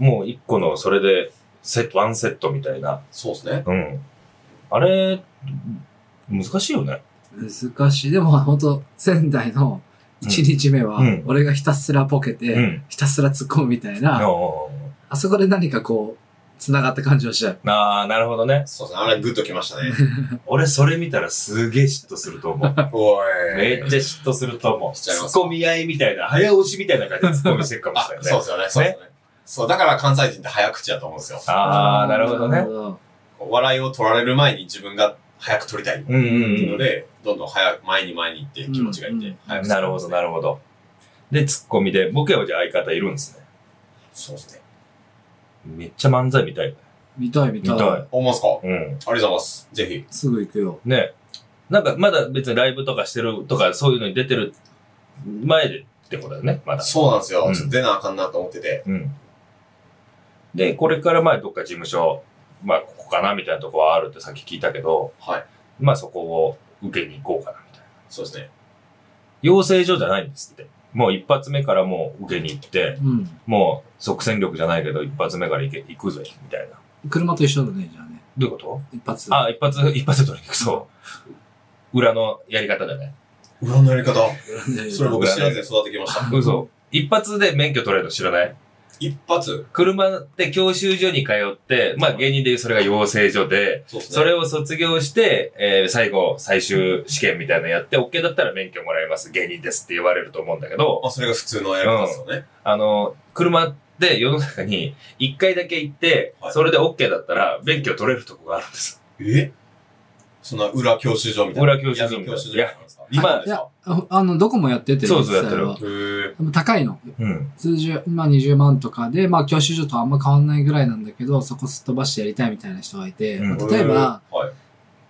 [SPEAKER 1] うん。もう一個の、それで、セット、ワンセットみたいな。
[SPEAKER 3] そうですね。
[SPEAKER 1] うん。あれ、難しいよね。
[SPEAKER 2] 難しい。でも本当仙台の1日目は
[SPEAKER 1] うん、
[SPEAKER 2] 俺がひたすらボケて、
[SPEAKER 1] うん。
[SPEAKER 2] ひたすら突っ込むみたいな、あそこで何かこう、繋がった感じをしちゃう。
[SPEAKER 1] ああ、なるほどね。
[SPEAKER 3] そうですね。あれ、グッときましたね。
[SPEAKER 1] 俺、それ見たらすげえ嫉妬すると思う。
[SPEAKER 3] おい。
[SPEAKER 1] めっちゃ嫉妬すると思う。
[SPEAKER 3] しちゃいます
[SPEAKER 1] 突っ込み合いみたいな、早押しみたいな感じで突っ込みしてるかも
[SPEAKER 3] あ
[SPEAKER 1] しれ、ない
[SPEAKER 3] そう
[SPEAKER 1] ね。
[SPEAKER 3] ですよね。そうですよね。そう、だから関西人って早口だと思うんですよ。
[SPEAKER 1] ああ、なるほどね。
[SPEAKER 2] ね。
[SPEAKER 3] こう笑いを取られる前に自分が早く取りたいって
[SPEAKER 1] うんう
[SPEAKER 3] いうんので、どんどん早く、前に前に行って気持ちがいって、
[SPEAKER 2] うん
[SPEAKER 3] 早
[SPEAKER 1] うん。
[SPEAKER 3] く
[SPEAKER 1] なるほど、なるほど。で、突っ込みで、僕はじゃあ相方いるんですね。
[SPEAKER 3] そうですね。
[SPEAKER 1] めっちゃ漫才みたいね。
[SPEAKER 2] 見たい見
[SPEAKER 1] 見
[SPEAKER 2] たい。
[SPEAKER 1] たい。
[SPEAKER 3] 思うんすかあり
[SPEAKER 1] うん。
[SPEAKER 3] がとうございます。ぜひ。
[SPEAKER 2] すぐ行くよ。
[SPEAKER 1] ね。なんか、まだ別にライブとかしてるとか、そういうのに出てる前でってことだよね、まだ。
[SPEAKER 3] そうなんですよ。
[SPEAKER 1] うん
[SPEAKER 3] ちょっと出なあかんなと思ってて。
[SPEAKER 1] うん。で、これからまあどっか事務所、まあここかなみたいなとこはあるってさっき聞いたけど、
[SPEAKER 3] はい。
[SPEAKER 1] まあそこを受けに行こうかなみたいな。
[SPEAKER 3] そうですね。
[SPEAKER 1] 養成所じゃないんですって。もう一発目からもう受けに行って、
[SPEAKER 2] うん。
[SPEAKER 1] もう即戦力じゃないけど一発目から行け行くぜ、みたいな。
[SPEAKER 2] 車と一緒だね、じゃあね。
[SPEAKER 1] どういうこと
[SPEAKER 2] 一発。
[SPEAKER 1] あ、一発、 一発で取りに行く。そう。裏のやり方だね。
[SPEAKER 3] 裏のやり方。
[SPEAKER 2] で
[SPEAKER 3] それ僕知らずに育ってきました。
[SPEAKER 1] 嘘。一発で免許取れるの知らない
[SPEAKER 3] 一発。
[SPEAKER 1] 車で教習所に通って、まあ芸人でいうそれが養成所で、
[SPEAKER 3] そうですね。
[SPEAKER 1] それを卒業して、えー最後、最終試験みたいなのやって、OK だったら免許もらえます、芸人ですって言われると思うんだけど、
[SPEAKER 3] まあ、それが普通のやり方ですよね。
[SPEAKER 1] あの、車で世の中に一回だけ行って
[SPEAKER 3] は、い
[SPEAKER 1] それで OK だったら免許取れるとこがあるんです。
[SPEAKER 3] えそんな裏教習所みたいな。
[SPEAKER 1] 裏教習所み
[SPEAKER 3] み
[SPEAKER 1] た
[SPEAKER 3] た
[SPEAKER 1] い
[SPEAKER 3] い
[SPEAKER 1] な
[SPEAKER 3] な。
[SPEAKER 1] 今
[SPEAKER 2] いや、ああの、どこもやってて、
[SPEAKER 1] そうそうやってる
[SPEAKER 2] 実際は
[SPEAKER 3] へー
[SPEAKER 2] でも高いの。
[SPEAKER 1] うん。
[SPEAKER 2] 通常、まあ20万とかで、まあ教習所とあんま変わんないぐらいなんだけど、そこすっ飛ばしてやりたいみたいな人がいて、
[SPEAKER 1] うん
[SPEAKER 2] まあ例えば、、
[SPEAKER 3] は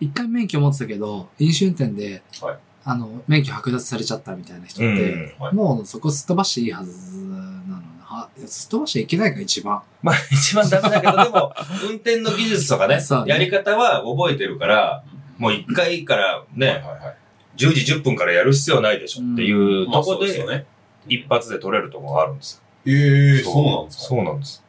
[SPEAKER 3] い。
[SPEAKER 2] 一回免許持ってたけど、飲酒運転で、
[SPEAKER 3] はい
[SPEAKER 2] あの、免許剥奪されちゃったみたいな人っ
[SPEAKER 1] う
[SPEAKER 2] て、
[SPEAKER 1] ん。
[SPEAKER 3] はい
[SPEAKER 2] もうそこすっ飛ばしていいはずなのには、すっ飛ばしちゃいけないか、一番。
[SPEAKER 1] まあ一番ダメだけど、で も、運転の技術とかね
[SPEAKER 2] そう、ね
[SPEAKER 1] やり方は覚えてるから、もう一回から
[SPEAKER 3] はい
[SPEAKER 1] ね、
[SPEAKER 3] はいはい。
[SPEAKER 1] 10時10分からやる必要ないでしょっていう
[SPEAKER 3] ま
[SPEAKER 1] と
[SPEAKER 3] あ、そ
[SPEAKER 1] こ
[SPEAKER 3] うです
[SPEAKER 1] で
[SPEAKER 3] よ、ね。
[SPEAKER 1] 一発で取れるとこがあるんです
[SPEAKER 3] え
[SPEAKER 1] よ。
[SPEAKER 3] ー、そうなんですか
[SPEAKER 1] そうなんです。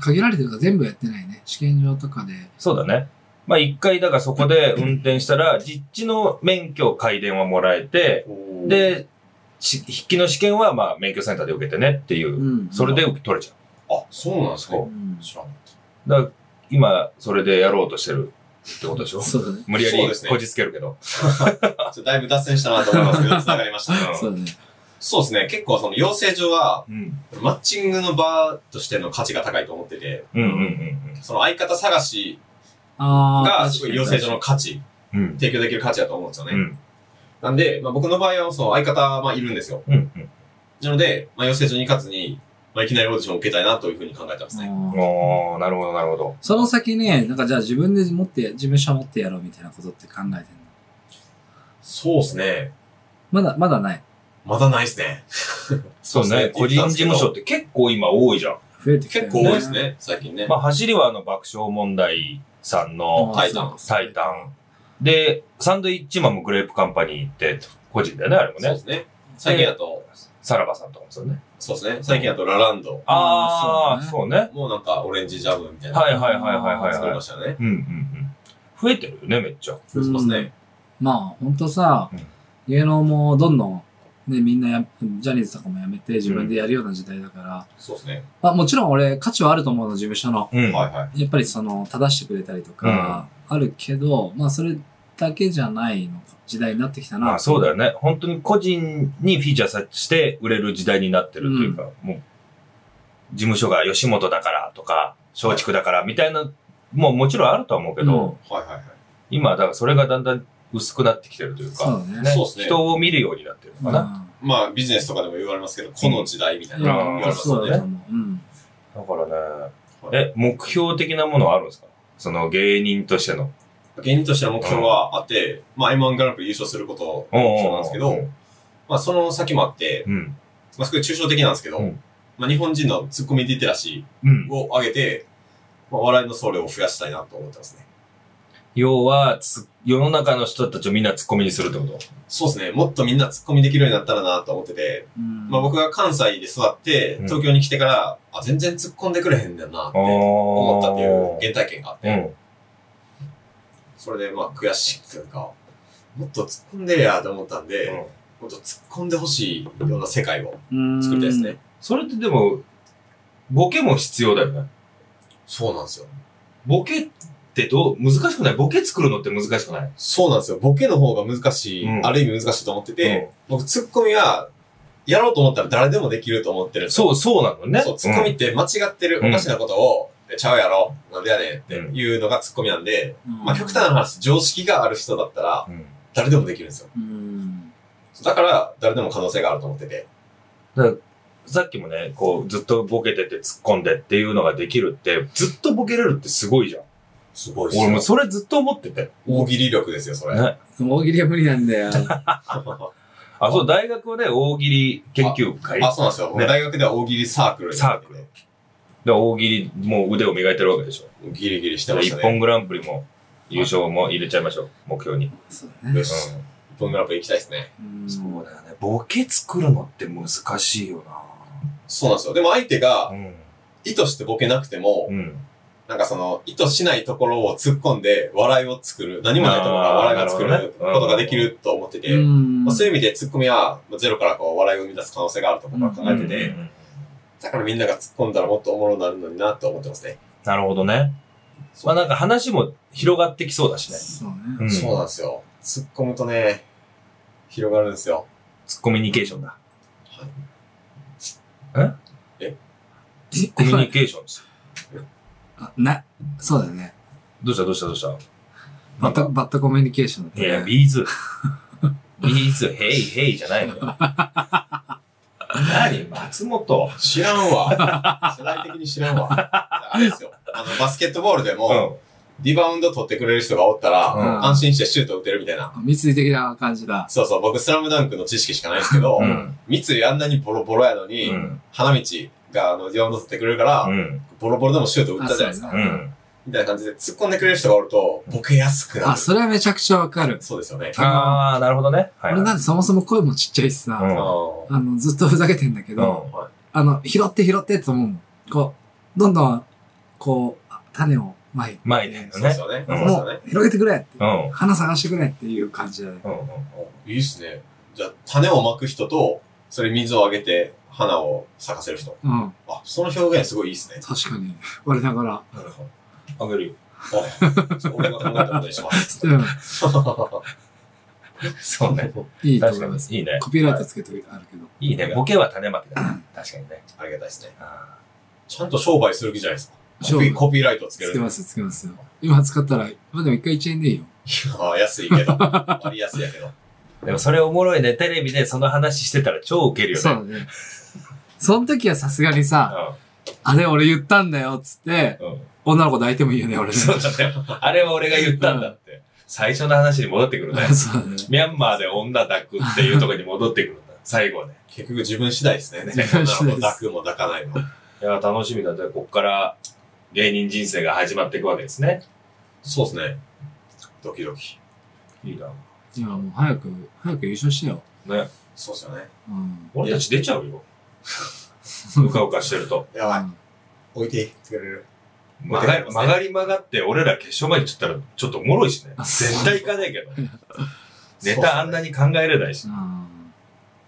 [SPEAKER 2] 限られてるから全部やってないね。試験場とかで。
[SPEAKER 1] そうだね。まあ一回、だからそこで運転したら、実地の免許改伝はもらえて、
[SPEAKER 3] おー、
[SPEAKER 1] で、し筆記の試験はまあ免許センターで受けてねっていうう、
[SPEAKER 2] ん。
[SPEAKER 1] それで受け取れちゃ
[SPEAKER 3] あ、そうなんですか
[SPEAKER 1] そう
[SPEAKER 2] うん
[SPEAKER 3] 知らんかった
[SPEAKER 1] う。だから今、それでやろうとしてるってことでしょ
[SPEAKER 2] そうだね。
[SPEAKER 1] 無理や
[SPEAKER 3] そう
[SPEAKER 1] り
[SPEAKER 3] ですね
[SPEAKER 1] こじつけるけど。
[SPEAKER 3] ちょっとだいぶ脱線したなと思いますけ ど、繋がりましたね。
[SPEAKER 2] そうだね。
[SPEAKER 3] そうですね。結構その養成所は、
[SPEAKER 1] うん。
[SPEAKER 3] マッチングの場としての価値が高いと思ってて、
[SPEAKER 1] うんうん
[SPEAKER 3] その相方探し
[SPEAKER 2] ああ。
[SPEAKER 3] が、すごい養成所の価値、
[SPEAKER 1] うんうん。うん。
[SPEAKER 3] 提供できる価値だと思うんですよね。
[SPEAKER 1] うん。
[SPEAKER 3] なんで、まあ、僕の場合は、その相方、まあ、いるんですよ。
[SPEAKER 1] うん。
[SPEAKER 3] なので、まあ、養成所に行かずに、まあ、いきなりオーディションを受けたいなというふうに考えてます
[SPEAKER 2] あ
[SPEAKER 3] ね。
[SPEAKER 1] うん。
[SPEAKER 2] ー
[SPEAKER 1] おー、なるほど、なるほど。
[SPEAKER 2] その先ね、なんかじゃあ自分で持って、事務所持ってやろうみたいなことって考えてんの
[SPEAKER 3] そうですね。
[SPEAKER 2] まだ、まだない。
[SPEAKER 3] まだないですね。
[SPEAKER 1] そうね。個人事務所って結構今多いじゃん。
[SPEAKER 2] 増えてきたよ
[SPEAKER 3] 結構多いです。ね、最近ね。
[SPEAKER 1] まあ、走りはあの爆笑問題さんの
[SPEAKER 3] タイタン
[SPEAKER 1] タイタン。で、サンドイッチマンもグレープカンパニーって個人だよね、あれも
[SPEAKER 3] そう
[SPEAKER 1] ね
[SPEAKER 3] で。すね。最近だと、
[SPEAKER 1] さらばさんとかもそうね。
[SPEAKER 3] そうですね。最近だとラランド。
[SPEAKER 1] あ
[SPEAKER 2] あ
[SPEAKER 1] あ、
[SPEAKER 2] ー
[SPEAKER 1] そうね。
[SPEAKER 3] もうなんかオレンジジャムみたいな。
[SPEAKER 1] はいはいはいはいはい
[SPEAKER 3] 作り
[SPEAKER 1] は
[SPEAKER 3] ま
[SPEAKER 1] い。
[SPEAKER 3] したね。
[SPEAKER 1] うんうんうん。増えてるよね、めっちゃ。
[SPEAKER 3] そうですね。
[SPEAKER 2] まあ、ほんとさ
[SPEAKER 1] うん、
[SPEAKER 2] 芸能もどんどん、ね、みんなや、ジャニーズとかもやめて自分でやるような時代だから、
[SPEAKER 3] そうですね。
[SPEAKER 2] まあもちろん俺価値はあると思うの、事務所の。
[SPEAKER 1] うん。
[SPEAKER 3] はいはい。
[SPEAKER 2] やっぱりその、正してくれたりとか、あるけど、まあそれだけじゃないのか、時代になってきたな。
[SPEAKER 1] まあそうだよね。本当に個人にフィーチャーさして売れる時代になってるというか、もう、事務所が吉本だからとか、松竹だからみたいな、もうもちろんあるとは思うけど、
[SPEAKER 2] うん
[SPEAKER 3] はいはいはい。
[SPEAKER 1] 今、だからそれがだんだん薄くなってきてるという
[SPEAKER 2] そう
[SPEAKER 1] か、
[SPEAKER 2] だね。
[SPEAKER 3] そうですね。
[SPEAKER 1] 人を見るようになってるのかな。
[SPEAKER 2] うん
[SPEAKER 3] まあビジネスとかでも言われますけど、この時代みたい
[SPEAKER 2] い
[SPEAKER 3] な
[SPEAKER 2] や
[SPEAKER 3] 言
[SPEAKER 1] うん
[SPEAKER 3] われます
[SPEAKER 2] そ
[SPEAKER 3] よ
[SPEAKER 2] う
[SPEAKER 3] ね
[SPEAKER 2] だ。と思う。うん。
[SPEAKER 1] だからね、
[SPEAKER 3] はい
[SPEAKER 1] え、目標的なものはあるんですかその芸人としての。
[SPEAKER 3] 芸人としての目標はあって、まあ M1 グランプリ優勝すること
[SPEAKER 1] う
[SPEAKER 3] が
[SPEAKER 1] ん
[SPEAKER 3] 目標なんですけど、まあその先もあって、
[SPEAKER 1] うん。
[SPEAKER 3] まあすごい抽象的なんですけど、
[SPEAKER 1] うん
[SPEAKER 3] まあ日本人のツッコミリテラシ
[SPEAKER 1] うん
[SPEAKER 3] ー。を上げて、まあ笑いの総量を増やしたいなと思ってますね。
[SPEAKER 1] 要はつ、世の中の人たちをみんなツッコミにするってこと
[SPEAKER 3] そうですね。もっとみんなツッコミできるようになったらなと思ってて、
[SPEAKER 2] うん
[SPEAKER 3] まあ僕が関西で育って、
[SPEAKER 1] うん
[SPEAKER 3] 東京に来てから、あ、全然突っ込んでくれへんだよなって思
[SPEAKER 1] 思
[SPEAKER 3] ったっていう原体験があって、
[SPEAKER 1] うん。
[SPEAKER 3] それでまあ悔しいというか、もっと突っ込んでやと思ったんで、
[SPEAKER 1] うん
[SPEAKER 3] もっと突っ込んでほしいような世界を
[SPEAKER 2] うん
[SPEAKER 3] 作りたいですね。。
[SPEAKER 1] それってでも、ボケも必要だよね。
[SPEAKER 3] そうなんですよ。
[SPEAKER 1] ボケってどう、難しくないボケ作るのって難しくない
[SPEAKER 3] そうなんですよ。ボケの方が難しい、
[SPEAKER 1] うん
[SPEAKER 3] ある意味難しいと思ってて、僕突っ込みは、やろうと思ったら誰でもできると思ってるん
[SPEAKER 1] うん
[SPEAKER 3] ですよ。
[SPEAKER 1] そう、そうなのね。
[SPEAKER 3] そう、突っ込み
[SPEAKER 1] う
[SPEAKER 3] っ
[SPEAKER 1] ん
[SPEAKER 3] て間違ってる、
[SPEAKER 1] うん
[SPEAKER 3] おかしなことを、ちゃうやろ、なんでやねんって
[SPEAKER 1] うん
[SPEAKER 3] いうのが突っ込みなんで、
[SPEAKER 2] うん
[SPEAKER 3] まあ極端な話、常識がある人だったら、
[SPEAKER 1] うん
[SPEAKER 3] 誰でもできるんですよ。
[SPEAKER 2] うん。
[SPEAKER 3] だから、誰でも可能性があると思ってて。
[SPEAKER 1] さっきもね、こう、ずっとボケてて突っ込んでっていうのができるって、ずっとボケれるってすごいじゃん。
[SPEAKER 3] すごいっすよ
[SPEAKER 1] 俺もそれずっと思ってて。
[SPEAKER 3] 大喜利力ですよ、そ れ。
[SPEAKER 1] ね
[SPEAKER 2] 大喜利は無理なんだ よ。
[SPEAKER 1] あ、そう、大学はね、大喜利研究会。
[SPEAKER 3] あ、そうなんですよ。僕
[SPEAKER 1] ね
[SPEAKER 3] 大学では大喜利サークルに入ってて
[SPEAKER 1] サーで、大喜利、もう腕を磨いてるわけでしょ。
[SPEAKER 3] ギリギリし
[SPEAKER 1] じ
[SPEAKER 3] て
[SPEAKER 1] ゃあ
[SPEAKER 3] まし
[SPEAKER 1] 一
[SPEAKER 3] たね。
[SPEAKER 1] 本グランプリも、優勝も入れちゃいましょう。目標に。
[SPEAKER 2] そうだ
[SPEAKER 3] よ
[SPEAKER 2] ね。
[SPEAKER 3] し。一本グランプリ行きたいですね。
[SPEAKER 2] うん
[SPEAKER 1] そうだよね。ボケ作るのって難しいよ
[SPEAKER 3] そうなんですよ。でも相手
[SPEAKER 1] な。
[SPEAKER 3] が
[SPEAKER 1] ん。
[SPEAKER 3] 意図してボケなくても、
[SPEAKER 1] うん。
[SPEAKER 3] なんかその意図しないところを突っ込んで笑いを作る。何もないところから笑いが作
[SPEAKER 1] あーなる
[SPEAKER 3] る
[SPEAKER 1] ほどね
[SPEAKER 3] ことができると思ってて、
[SPEAKER 2] うん
[SPEAKER 3] まあ、そういう意味で突っ込みはまあゼロからこう笑いを生み出す可能性があると僕は考えてて、
[SPEAKER 1] うんうんうん
[SPEAKER 3] だからみんなが突っ込んだらもっとおもろになるのになと思ってますね。
[SPEAKER 1] なるほどね。まあなんか話も広がってきそうだしね。
[SPEAKER 2] そう
[SPEAKER 1] う
[SPEAKER 2] ね。
[SPEAKER 1] ん
[SPEAKER 3] そうなんですよ。突っ込むとね、広がるんですよ。
[SPEAKER 1] ツッコミニケーション だ。
[SPEAKER 2] じ
[SPEAKER 1] コミュニケーションです。
[SPEAKER 2] あな、そうだよね。
[SPEAKER 1] どうしたどうしたどうした
[SPEAKER 2] バッド、バッドコミュニケーションだった
[SPEAKER 1] い
[SPEAKER 2] ね
[SPEAKER 1] や、ビーズ。ビーズ、ヘイヘイじゃないの よ。何松本。
[SPEAKER 3] 知らんわ。世代的に知らんわ。あれですよ。あの、バスケットボールでも、リバウンド取ってくれる人がおったら、
[SPEAKER 1] うん
[SPEAKER 3] 安心してシュート打てるみたいな。
[SPEAKER 2] 密意的な感じだ。
[SPEAKER 3] そうそう、僕、スラムダンクの知識しかないんですけど、
[SPEAKER 1] うん。
[SPEAKER 3] 三井あんなにボロボロやのに、
[SPEAKER 1] うん。
[SPEAKER 3] 花道があのリバウンド取ってくれるから、
[SPEAKER 1] うん。
[SPEAKER 3] ボロボロでもシュート打ったじゃないです
[SPEAKER 2] あ
[SPEAKER 3] か。
[SPEAKER 1] うん。
[SPEAKER 3] みたいな感じで突っ込んでくれる人がおると、ボケやすくな
[SPEAKER 2] あ、
[SPEAKER 3] る。
[SPEAKER 2] それはめちゃくちゃわかる。
[SPEAKER 3] そうですよね。
[SPEAKER 1] ああ、なるほどね。はい。
[SPEAKER 2] 俺なんてそもそも声もちっちゃいし
[SPEAKER 1] う
[SPEAKER 2] さ、
[SPEAKER 1] ん
[SPEAKER 3] あの
[SPEAKER 2] あの、ずっとふざけてんだけど、
[SPEAKER 1] うん
[SPEAKER 2] あの、拾って拾ってって思うもん。こう、どんどん、こう、種をまいて、
[SPEAKER 1] まあいいね。
[SPEAKER 3] そうですよね。
[SPEAKER 1] うん
[SPEAKER 3] そうです
[SPEAKER 2] も
[SPEAKER 3] よね
[SPEAKER 2] う、広げてくれって
[SPEAKER 1] うん。うん
[SPEAKER 2] 花探してくれっていう感じだね。
[SPEAKER 1] うんうん。
[SPEAKER 3] いいっすね。じゃあ、種をまく人と、それ水をあげて、花を咲かせる人。
[SPEAKER 2] うん。
[SPEAKER 3] あ、その表現すごいいいっすね。
[SPEAKER 2] 確かに。我ながら。
[SPEAKER 3] なるほど。
[SPEAKER 1] あげるよ。
[SPEAKER 3] 俺が考えたことにし ます。
[SPEAKER 2] うん。
[SPEAKER 1] そうね。
[SPEAKER 2] いいと思
[SPEAKER 1] 確
[SPEAKER 2] い
[SPEAKER 1] かに
[SPEAKER 2] ます。。
[SPEAKER 1] いいね。
[SPEAKER 2] コピーライトつけてあるけど。
[SPEAKER 1] いいね。ボケは種まきだね。確かにね。
[SPEAKER 3] ありがたいですね。
[SPEAKER 1] あ
[SPEAKER 3] ちゃんと商売する気じゃないですか。
[SPEAKER 2] 商
[SPEAKER 3] コピ
[SPEAKER 2] 売
[SPEAKER 3] ーコピーライトつけ
[SPEAKER 2] つ
[SPEAKER 3] る。
[SPEAKER 2] けますよ、つけますよ。今使ったら、まあでも一回1円でいいよ。
[SPEAKER 3] ああ、安いけど。割安やけど。
[SPEAKER 1] ーでもそれおもろいね。テレビでその話してたら超ウケるよね。
[SPEAKER 2] そうだね。その時はさすがにさ、あれ俺言ったんだよ、っつって、
[SPEAKER 1] うん。うん。
[SPEAKER 2] 女の子抱いてもいいよね、俺ね。。
[SPEAKER 1] そうだね。あれは俺が言ったんだって。最初の話に戻ってくるね
[SPEAKER 2] そうだね。
[SPEAKER 1] ミャンマーで女抱くっていうところに戻ってくるんだ。最後ね。
[SPEAKER 3] 結局自分次第ですね。
[SPEAKER 2] 自分次第です
[SPEAKER 3] 抱くも抱かないも。
[SPEAKER 1] いや、楽しみだね。こっから芸人人生が始まっていくわけですね。
[SPEAKER 3] そうですね。ドキドキ。
[SPEAKER 1] いいな。
[SPEAKER 2] いや、もう早く、早く優勝してよ。
[SPEAKER 1] ね。
[SPEAKER 3] そうですよね。
[SPEAKER 2] うん。
[SPEAKER 1] 俺たち出ちゃう よ。うかうかしてると。
[SPEAKER 3] やばい。
[SPEAKER 2] うん
[SPEAKER 3] 置いていい作れる。
[SPEAKER 1] 曲がり曲がり曲がって、俺ら決勝まで行っちゃったらちょっとおもろいしね。
[SPEAKER 2] あ
[SPEAKER 1] 絶対行かないけど。ネ
[SPEAKER 3] そうっすね
[SPEAKER 1] タあんなに考えれないし。
[SPEAKER 2] うん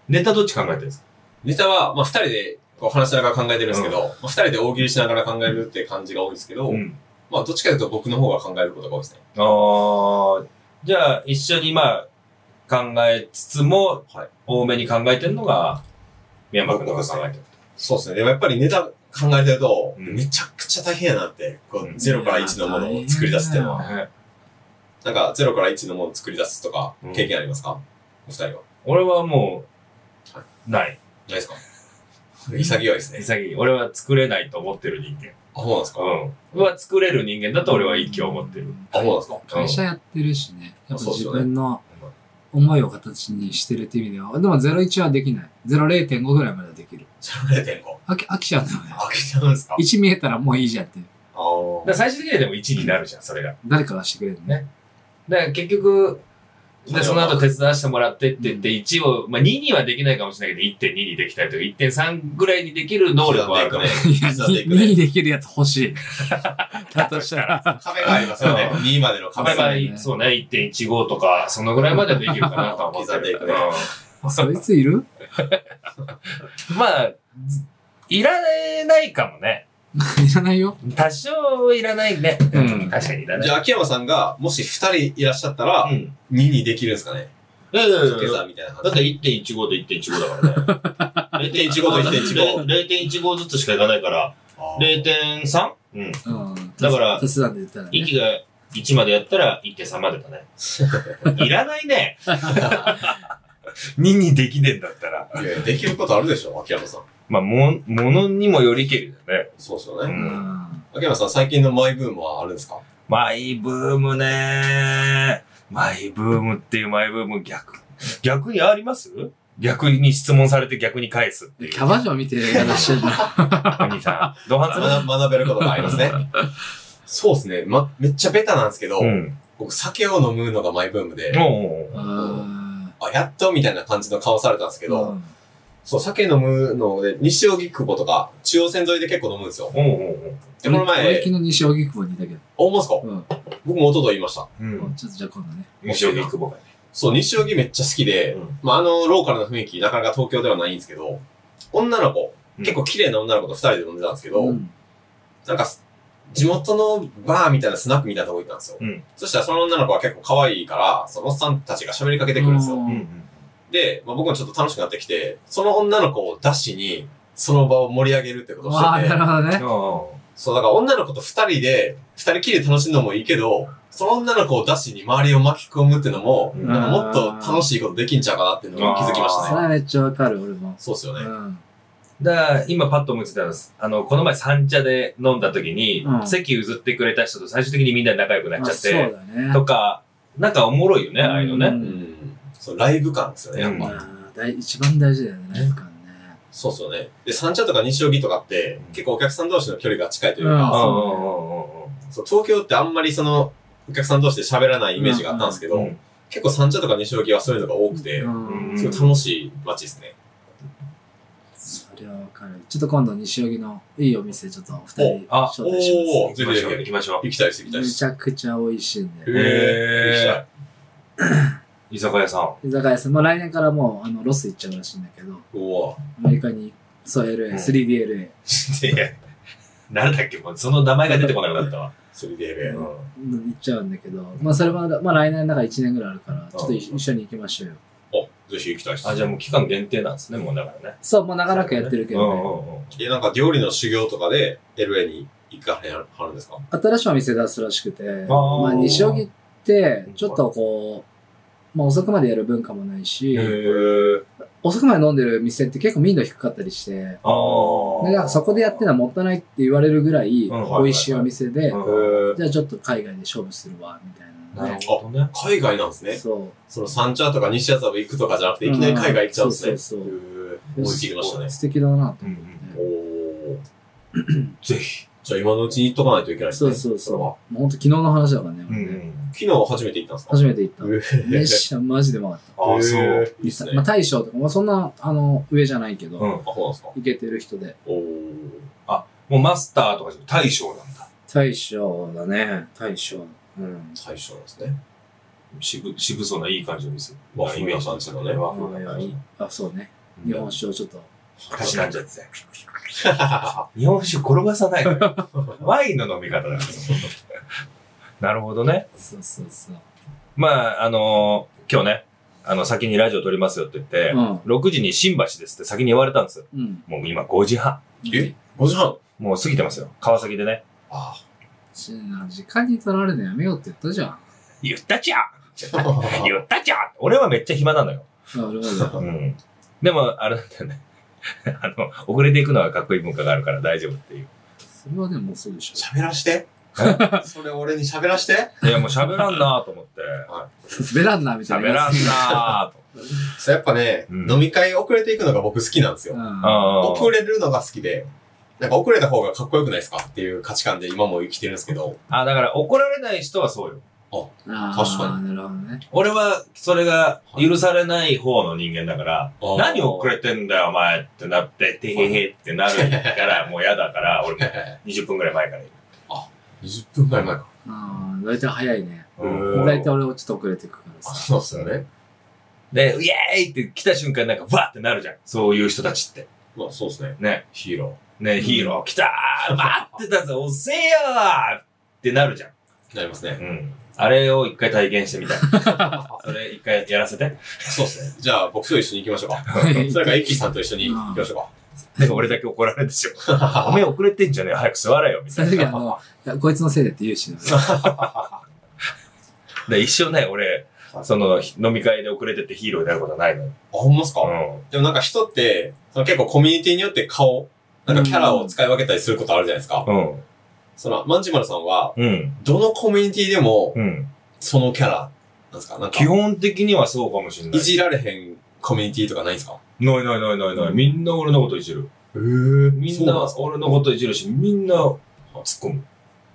[SPEAKER 1] ネタどっち考えてるんですか
[SPEAKER 3] ネタは、まあ、二人でこう話しながら考えてるんですけど、まあ、二人で大喜利しながら考えるって感じが多いんですけど、
[SPEAKER 1] うん。
[SPEAKER 3] まあ、どっちかというと僕の方が考えることが多いですね。
[SPEAKER 1] あーじゃあ一緒にまあ考えつつも、
[SPEAKER 3] はい
[SPEAKER 1] 多めに考えてるのが、宮本君の方が考えてる。
[SPEAKER 3] そうですね。でもやっぱりネタ考えてると、
[SPEAKER 1] うん
[SPEAKER 3] めちゃくちゃ大変やなって、こう、
[SPEAKER 1] うん
[SPEAKER 3] 0から1のものを作り出すっていうのは。
[SPEAKER 1] はい
[SPEAKER 3] なんか、0から1のものを作り出すとか
[SPEAKER 1] うん、
[SPEAKER 3] 経験ありますか、お二人は。な
[SPEAKER 1] 俺はも
[SPEAKER 3] は
[SPEAKER 1] う、ない。
[SPEAKER 3] いですか潔いですね。
[SPEAKER 1] 潔い。俺は作れないと思ってる人間。
[SPEAKER 3] あ、そうなんですか、
[SPEAKER 1] うん。は作れる人間だと俺は一挙思ってる。。
[SPEAKER 3] あ、そうなんですか
[SPEAKER 2] 会社やってるしね。やっぱ
[SPEAKER 3] そうっす
[SPEAKER 2] 自
[SPEAKER 3] よね
[SPEAKER 2] 分の思いを形にしてるって意味では。でも01はできない。00.5ぐらいまではできる。
[SPEAKER 3] 0.5。
[SPEAKER 2] 飽き、飽きちゃうんだよね。
[SPEAKER 3] あ、来ちゃうんですか
[SPEAKER 2] 1見えたらもういいじゃんって。
[SPEAKER 3] あー
[SPEAKER 1] だから最終的にはでも1になるじゃん、それが。
[SPEAKER 2] 誰かがしてくれるのね。
[SPEAKER 1] だから結局、
[SPEAKER 3] それ
[SPEAKER 1] で、
[SPEAKER 3] は
[SPEAKER 1] その後手伝わせてもらってって言って、1を、まあ2にはできないかもしれないけど、1.2にできたりとか、1.3ぐらいにできる能力はあるから。
[SPEAKER 2] いや、
[SPEAKER 3] 刻んでいくね
[SPEAKER 2] 2にできるやつ欲 しい。だとしたら。
[SPEAKER 3] 壁がありますよね。
[SPEAKER 1] う
[SPEAKER 3] 2までの
[SPEAKER 1] ま
[SPEAKER 3] 壁
[SPEAKER 1] あ
[SPEAKER 3] が。
[SPEAKER 1] ま
[SPEAKER 3] あ
[SPEAKER 1] あ、そうね、1.15とか、そのぐらいまではできるかなとは思ってる。
[SPEAKER 3] 刻んでいくね
[SPEAKER 2] そいついる
[SPEAKER 1] うんまあ、ずいらないかもね。
[SPEAKER 2] いらないよ。
[SPEAKER 1] 多少いらないね。
[SPEAKER 2] うん
[SPEAKER 1] 確かにいら
[SPEAKER 3] じ
[SPEAKER 1] ない。
[SPEAKER 3] ゃあ、秋山さんが、もし2人いらっしゃったら、
[SPEAKER 1] うん。
[SPEAKER 3] 2にできるんですかね
[SPEAKER 1] いやいやい
[SPEAKER 3] 掛
[SPEAKER 1] やい
[SPEAKER 3] け
[SPEAKER 1] や
[SPEAKER 3] 算みたいな
[SPEAKER 1] だ
[SPEAKER 3] 感
[SPEAKER 1] っ
[SPEAKER 3] じ。
[SPEAKER 1] て1.15と1.15だ からね。
[SPEAKER 3] 0.15と1.15
[SPEAKER 1] 0.15ずつしかいかないから、
[SPEAKER 3] あー
[SPEAKER 1] 0.3? うん。
[SPEAKER 2] うん。
[SPEAKER 1] だから
[SPEAKER 2] 手伝って言ったらね。
[SPEAKER 1] 息が1までやったら1.3までだね。いらないね。2にできねえんだったら。
[SPEAKER 3] いやいやできることあるでしょ、秋山さん。
[SPEAKER 1] まあ、も、ものにもよりけりだね。
[SPEAKER 3] そうですよ
[SPEAKER 1] う。
[SPEAKER 3] ね。
[SPEAKER 2] うんん。
[SPEAKER 3] 秋山さん、最近のマイブームはあるんですか
[SPEAKER 1] マイブームねマイブームっていうマイブーム逆。逆にあります逆に質問されて逆に返すっていう。
[SPEAKER 2] キャバ嬢見てやらしてるな。
[SPEAKER 1] お兄さん。ドハン
[SPEAKER 3] 学学べることがありますね。 そうですね。ま、めっちゃベタなんですけど、
[SPEAKER 1] ツうん。
[SPEAKER 3] 僕、酒を飲むのがマイブームで、
[SPEAKER 1] おうおう
[SPEAKER 2] うん。
[SPEAKER 3] あ、やっとみたいな感じの顔されたんですけど、
[SPEAKER 2] うん
[SPEAKER 3] そう、酒飲むので、西荻窪とか、中央線沿いで結構飲むんですよ。
[SPEAKER 1] おうおうおう
[SPEAKER 3] で、この
[SPEAKER 2] 俺
[SPEAKER 3] 前
[SPEAKER 2] 昨、日西荻窪にいたけど。
[SPEAKER 3] あ、思うんすか
[SPEAKER 2] うん。
[SPEAKER 3] 僕も一昨日言いました。
[SPEAKER 1] うん
[SPEAKER 2] ちょっとじゃあ今度ね。
[SPEAKER 1] 西荻窪がね。
[SPEAKER 3] そう、西荻めっちゃ好きで、
[SPEAKER 1] うん
[SPEAKER 3] まあ、あの、ローカルな雰囲気、なかなか東京ではないんですけど、女の子、
[SPEAKER 1] うん
[SPEAKER 3] 結構綺麗な女の子と二人で飲んでたんですけど、
[SPEAKER 2] ん。
[SPEAKER 3] なんか、地元のバーみたいなスナックみたいなとこ行ったんですよ。
[SPEAKER 1] うん
[SPEAKER 3] そしたらその女の子は結構可愛いから、そのおっさんたちが喋りかけてくるんです
[SPEAKER 2] う
[SPEAKER 3] よ。
[SPEAKER 1] うんん。
[SPEAKER 3] で、まあ、僕もちょっと楽しくなってきて、その女の子を出しに、その場を盛り上げるってことを
[SPEAKER 2] わあ、
[SPEAKER 3] して
[SPEAKER 2] な
[SPEAKER 3] て、
[SPEAKER 2] るほどね。
[SPEAKER 3] そう、だから女の子と二人で、二人きりで楽しんのもいいけど、その女の子を出しに周りを巻き込むってのも、
[SPEAKER 1] うん
[SPEAKER 3] なんかもっと楽しいことできんちゃうかなっていうのを気づきまし
[SPEAKER 2] そ
[SPEAKER 3] た
[SPEAKER 2] れ
[SPEAKER 3] ね。
[SPEAKER 2] はめっちゃわかる、俺も。
[SPEAKER 3] そうっすよ
[SPEAKER 2] う
[SPEAKER 3] ね。
[SPEAKER 2] ん。
[SPEAKER 1] だから、今パッと思いついたんです。あの、この前三茶で飲んだ時に、
[SPEAKER 2] うん
[SPEAKER 1] 席譲ってくれた人と最終的にみんな仲良くなっちゃっ
[SPEAKER 2] あ
[SPEAKER 1] て、
[SPEAKER 2] そうだね。
[SPEAKER 1] とか、なんかおもろいよね、ああいうの
[SPEAKER 2] う
[SPEAKER 1] ね。
[SPEAKER 3] うんん。そう、ライブ感ですよね、やっぱ。
[SPEAKER 1] うん
[SPEAKER 2] あー大一番大事だよね、ライブ感ね。
[SPEAKER 3] そうっすよね。で、三茶とか西荻とかって
[SPEAKER 1] うん、
[SPEAKER 3] 結構お客さん同士の距離が近いという
[SPEAKER 1] うん
[SPEAKER 2] あ
[SPEAKER 1] う
[SPEAKER 3] か、
[SPEAKER 1] ん
[SPEAKER 2] そうね
[SPEAKER 3] そう東京ってあんまりその、お客さん同士で喋らないイメージがあったんですけ
[SPEAKER 1] うんうんう
[SPEAKER 3] ど、
[SPEAKER 1] ん。
[SPEAKER 3] 結構三茶とか西荻はそういうのが多くて、
[SPEAKER 2] うん。
[SPEAKER 3] すごい楽しい街ですね。
[SPEAKER 2] それはわかる。ちょっと今度西荻のいいお店、ちょっとお二人
[SPEAKER 1] あ
[SPEAKER 2] 招待し
[SPEAKER 3] お
[SPEAKER 1] 行きましょう、行きましょう。
[SPEAKER 3] 行きたいです、行きたい
[SPEAKER 2] ま。
[SPEAKER 3] です
[SPEAKER 2] めち
[SPEAKER 3] す。
[SPEAKER 2] ゃくちゃ美味しいんで。
[SPEAKER 3] へー
[SPEAKER 1] へー居酒屋さん。
[SPEAKER 2] 居酒屋さん、まあ、来年からもうあのロス行っちゃうらしいんだけど、
[SPEAKER 3] うわ
[SPEAKER 2] アメリカに、そう、
[SPEAKER 1] うん
[SPEAKER 2] LA、3DLA、
[SPEAKER 1] いや、なんだっけ、もうその名前が出てこなくなったわ。
[SPEAKER 3] それで、
[SPEAKER 1] うん
[SPEAKER 2] うん行っちゃうんだけど、まあ、それは、まあ、来年だから1年ぐらいあるから、ちょっと
[SPEAKER 1] う
[SPEAKER 2] 一
[SPEAKER 1] ん
[SPEAKER 2] 一緒に行きましょうよ。
[SPEAKER 3] あ、ぜひ行きたいです。
[SPEAKER 1] あ、じゃあもう期間限定なんですね、もうだからね。
[SPEAKER 2] そう、もう長らくやってるけ
[SPEAKER 1] うんう
[SPEAKER 2] どね。
[SPEAKER 1] んうん
[SPEAKER 3] え、なんか料理の修行とかで LA に行かれはるんですか
[SPEAKER 2] 新しいお店出すらしくて、
[SPEAKER 1] ー
[SPEAKER 2] まあ、西荻って、ちょっとこう、まあ、遅くまでやる文化もないし、
[SPEAKER 3] ー。
[SPEAKER 2] 遅くまで飲んでる店って結構民度低かったりして、
[SPEAKER 1] あー
[SPEAKER 2] でなんかそこでやってるのはもったいないって言われるぐらい、
[SPEAKER 1] うん
[SPEAKER 2] 美味しいお店で、
[SPEAKER 1] うん
[SPEAKER 3] へー
[SPEAKER 2] じゃあちょっと海外で勝負するわ、みたいなので
[SPEAKER 1] なるほどね。
[SPEAKER 3] 海外なんですね。
[SPEAKER 2] そう。
[SPEAKER 3] その三茶とか西麻布行くとかじゃなくて、いきなり海外行っちゃうんですね。
[SPEAKER 2] そうそうそう
[SPEAKER 3] へー思い切りましたね。
[SPEAKER 2] 素敵だなと
[SPEAKER 1] うんうん
[SPEAKER 3] おー。
[SPEAKER 1] ぜひ。
[SPEAKER 3] じゃあ今のうちに行っとかないといけないです
[SPEAKER 2] そ
[SPEAKER 3] ね。
[SPEAKER 2] うそうそう。
[SPEAKER 3] れは
[SPEAKER 2] もうほんと昨日の話だからね。
[SPEAKER 1] う
[SPEAKER 2] 俺ね
[SPEAKER 1] ん。
[SPEAKER 3] 昨日初めて行ったんですか
[SPEAKER 2] 初めて行った。
[SPEAKER 3] め
[SPEAKER 2] めっちゃマジでうまかっ
[SPEAKER 1] ああ、そ
[SPEAKER 3] へ
[SPEAKER 1] う。
[SPEAKER 3] ーいいっす
[SPEAKER 2] た。
[SPEAKER 3] ね。
[SPEAKER 2] まあ
[SPEAKER 3] あ、
[SPEAKER 2] 大将とか、もうそんな、あの、上じゃないけど、
[SPEAKER 1] うん。
[SPEAKER 2] い
[SPEAKER 1] も
[SPEAKER 3] そうなんですか。
[SPEAKER 2] けてる人で。
[SPEAKER 3] おー。
[SPEAKER 1] うマスターとかじゃなくて大将なんだ。
[SPEAKER 2] 大将だね。大将。うん。
[SPEAKER 3] 最初なんですね。
[SPEAKER 1] 渋、渋そうないい感じの店。
[SPEAKER 3] 和風な感じのね
[SPEAKER 1] 和
[SPEAKER 2] あ
[SPEAKER 1] 風
[SPEAKER 2] い
[SPEAKER 1] な
[SPEAKER 2] や
[SPEAKER 1] 感
[SPEAKER 2] い
[SPEAKER 1] じ
[SPEAKER 2] い
[SPEAKER 1] の。
[SPEAKER 2] あ、そうね。日本酒をちょっと。
[SPEAKER 1] たしなんじゃって。
[SPEAKER 3] は
[SPEAKER 1] 日本酒転がさ ないのよ。ワインの飲み方だから。 なるほどね。
[SPEAKER 2] そうそうそう。
[SPEAKER 1] まあ、あのー今日ね、あの、先にラジオ撮りますよって言って、
[SPEAKER 2] うん。
[SPEAKER 1] 6時に新橋ですって先に言われたんですよ。
[SPEAKER 2] うん。
[SPEAKER 1] もう今5時半。
[SPEAKER 3] え ?5 時半
[SPEAKER 1] もう過ぎてますよ。川崎でね。
[SPEAKER 3] あ
[SPEAKER 2] し時間に取られるのやめようって言ったじゃん。あ
[SPEAKER 1] 言ったじゃん
[SPEAKER 3] あ。
[SPEAKER 1] 言ったじゃん俺はめっちゃ暇なのよ。
[SPEAKER 2] なるほど。
[SPEAKER 1] うん。でも、あれなんだよね。 あの、遅れていくのはかっこいい文化があるから大丈夫っていう。
[SPEAKER 2] それはでもそうで しょ。
[SPEAKER 3] 喋らして。それ俺に喋らして。
[SPEAKER 1] いや、もう喋らんなーと思って。
[SPEAKER 2] 滑らんな、みたい
[SPEAKER 1] 喋
[SPEAKER 2] な。
[SPEAKER 1] らんなーと。
[SPEAKER 3] そうやっぱね、
[SPEAKER 1] うん
[SPEAKER 3] 飲み会遅れていくのが僕好きなんですよ。
[SPEAKER 2] な。
[SPEAKER 1] あ
[SPEAKER 3] 遅れるのが好きで、なんか遅れた方がかっこよくないですかっていう価値観で今も生きてるんですけど、
[SPEAKER 1] あ、だから怒られない人はそうよ。
[SPEAKER 2] うん。あ
[SPEAKER 3] 確か
[SPEAKER 2] あ、なるほどね。
[SPEAKER 1] 俺は、それが許されない方の人間だから、
[SPEAKER 3] あー
[SPEAKER 1] 何遅れてんだよ、お前ってなって、てへへってなる から、もう嫌だから、俺も20分くらい前から
[SPEAKER 3] 20分ぐらい前か。
[SPEAKER 2] ああ、大体早いね。
[SPEAKER 1] 言う。
[SPEAKER 3] うん
[SPEAKER 1] うん
[SPEAKER 2] 大体俺はちょっと遅れてくからさ。
[SPEAKER 3] あそうっすよね。
[SPEAKER 1] で、イエーイって来た瞬間なんか、わーってなるじゃん。そういう人たちって。
[SPEAKER 3] まあそうですね。
[SPEAKER 1] ね。
[SPEAKER 3] ヒーロ
[SPEAKER 1] ね、ヒーロー来たー待ってたぜ遅えよーってなるじゃん。
[SPEAKER 3] ー。なりますね。
[SPEAKER 1] うん。あれを一回体験してみ たい。それ一回やらせて。
[SPEAKER 3] そうですね。じゃあ僕と一緒に行きましょうか。 それからイッキーさんと一緒に行きましょうか。
[SPEAKER 1] でも俺だけ怒られるでしょ。 おめえ遅れてんじゃねえよ早く座れよ、みた
[SPEAKER 2] 最
[SPEAKER 1] い
[SPEAKER 2] 終 的に
[SPEAKER 1] な。
[SPEAKER 2] あの、いやこいつのせいでって言うしね。
[SPEAKER 1] で、一生ね、俺、その、飲み会で遅れてってヒーローになることはないのよ。
[SPEAKER 3] あ、ほんまっすか、
[SPEAKER 1] うん。
[SPEAKER 3] でもなんか人って、その結構コミュニティによって顔、なんかキャラを使い分けたりすることあるじゃないですか。
[SPEAKER 1] うん。
[SPEAKER 3] その、まんじまるさんは、
[SPEAKER 1] うん。
[SPEAKER 3] どのコミュニティでも、
[SPEAKER 1] うん。
[SPEAKER 3] そのキャラなんですかなんか
[SPEAKER 1] 基、本的にはそうかもしんないい。
[SPEAKER 3] じられへんコミュニティとかないんですか
[SPEAKER 1] ないないないないない。みんな俺のこといじる。
[SPEAKER 3] えー、
[SPEAKER 1] みんな俺のこといじるし、みんな突っ込む。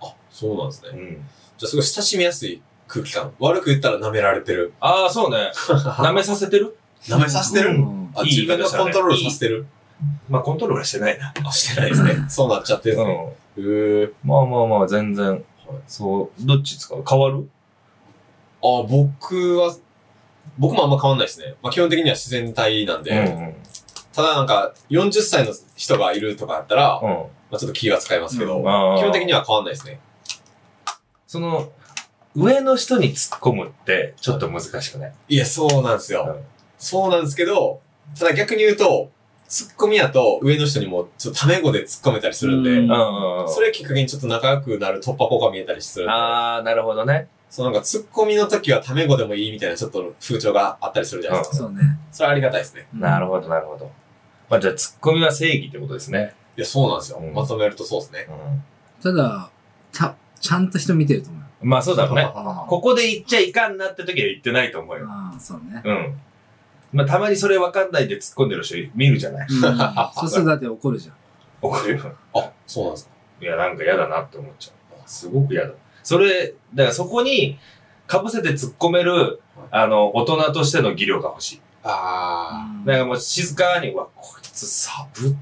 [SPEAKER 3] あ、そうなんです
[SPEAKER 1] う
[SPEAKER 3] ね。
[SPEAKER 1] ん。
[SPEAKER 3] じゃあすごい親しみやすい空気感。悪く言ったら舐められてる。
[SPEAKER 1] ああ、そう ね。舐めさせてる
[SPEAKER 3] 舐めさせて
[SPEAKER 2] う
[SPEAKER 3] る
[SPEAKER 2] ん
[SPEAKER 3] あ、
[SPEAKER 1] いい
[SPEAKER 3] 自
[SPEAKER 1] 言い
[SPEAKER 3] 分
[SPEAKER 1] 方
[SPEAKER 3] が
[SPEAKER 1] したね
[SPEAKER 3] コントロールさせてる。
[SPEAKER 1] まあ、コントロールはしてないな。
[SPEAKER 3] あ、してないですね。そうなっちゃってるんですね。
[SPEAKER 1] う
[SPEAKER 3] へー。
[SPEAKER 1] ん。まあまあまあ、全然。そう、どっち使う変わる
[SPEAKER 3] あ、僕は、僕もあんま変わんないですね。まあ基本的には自然体なんで。ただなんか、40歳の人がいるとかだったら、
[SPEAKER 1] うん。うん。
[SPEAKER 3] まあちょっと気が使いますけど、
[SPEAKER 2] うん
[SPEAKER 3] 基
[SPEAKER 1] あー
[SPEAKER 3] 本的には変わんないですね。
[SPEAKER 1] その、上の人に突っ込むって、ちょっと難しくない
[SPEAKER 3] いや、そうなんですよ。
[SPEAKER 1] うん
[SPEAKER 3] そうなんですけど、ただ逆に言うと、ツッコミやと上の人にもちょっとタメ語で突っ込めたりするんで、
[SPEAKER 2] うん
[SPEAKER 1] あ
[SPEAKER 3] それきっかけにちょっと仲良くなる突破口が見えたりするんで、
[SPEAKER 1] あー、なるほどね。
[SPEAKER 3] そうなんかツッコミの時はタメ語でもいいみたいなちょっと風潮があったりするじゃないですか。
[SPEAKER 2] そうね。
[SPEAKER 3] それはありがたいですね。
[SPEAKER 1] なる
[SPEAKER 2] ほ
[SPEAKER 1] ほど、なるほど。まあ、じゃあ、突っ込みは正義ってことですね。
[SPEAKER 3] いや、そうなんですよ。
[SPEAKER 1] うん
[SPEAKER 3] まとめるとそうですね。
[SPEAKER 1] う
[SPEAKER 2] ど。ただ、た、ちゃんと人見てると思うよ。
[SPEAKER 1] ん。まあ、そうだろうね。
[SPEAKER 3] あ
[SPEAKER 1] ここで言っちゃいかんなって時は言ってないと思うよ。
[SPEAKER 2] ああ、そうね。
[SPEAKER 1] うん。まあ、たまにそれわかんないで突っ込んでる人見るじゃない
[SPEAKER 2] うんそうするとだって怒るじゃん。
[SPEAKER 1] 怒る。
[SPEAKER 3] あ、そうなんですか。
[SPEAKER 1] いや、なんか嫌だなって思っちゃう。すごく嫌だ。それ、だからそこに、かぶせて突っ込める、あの、大人としての技量が欲しい。
[SPEAKER 3] あ
[SPEAKER 1] だから
[SPEAKER 2] か
[SPEAKER 1] もう静かに、うわ、こいつサブ、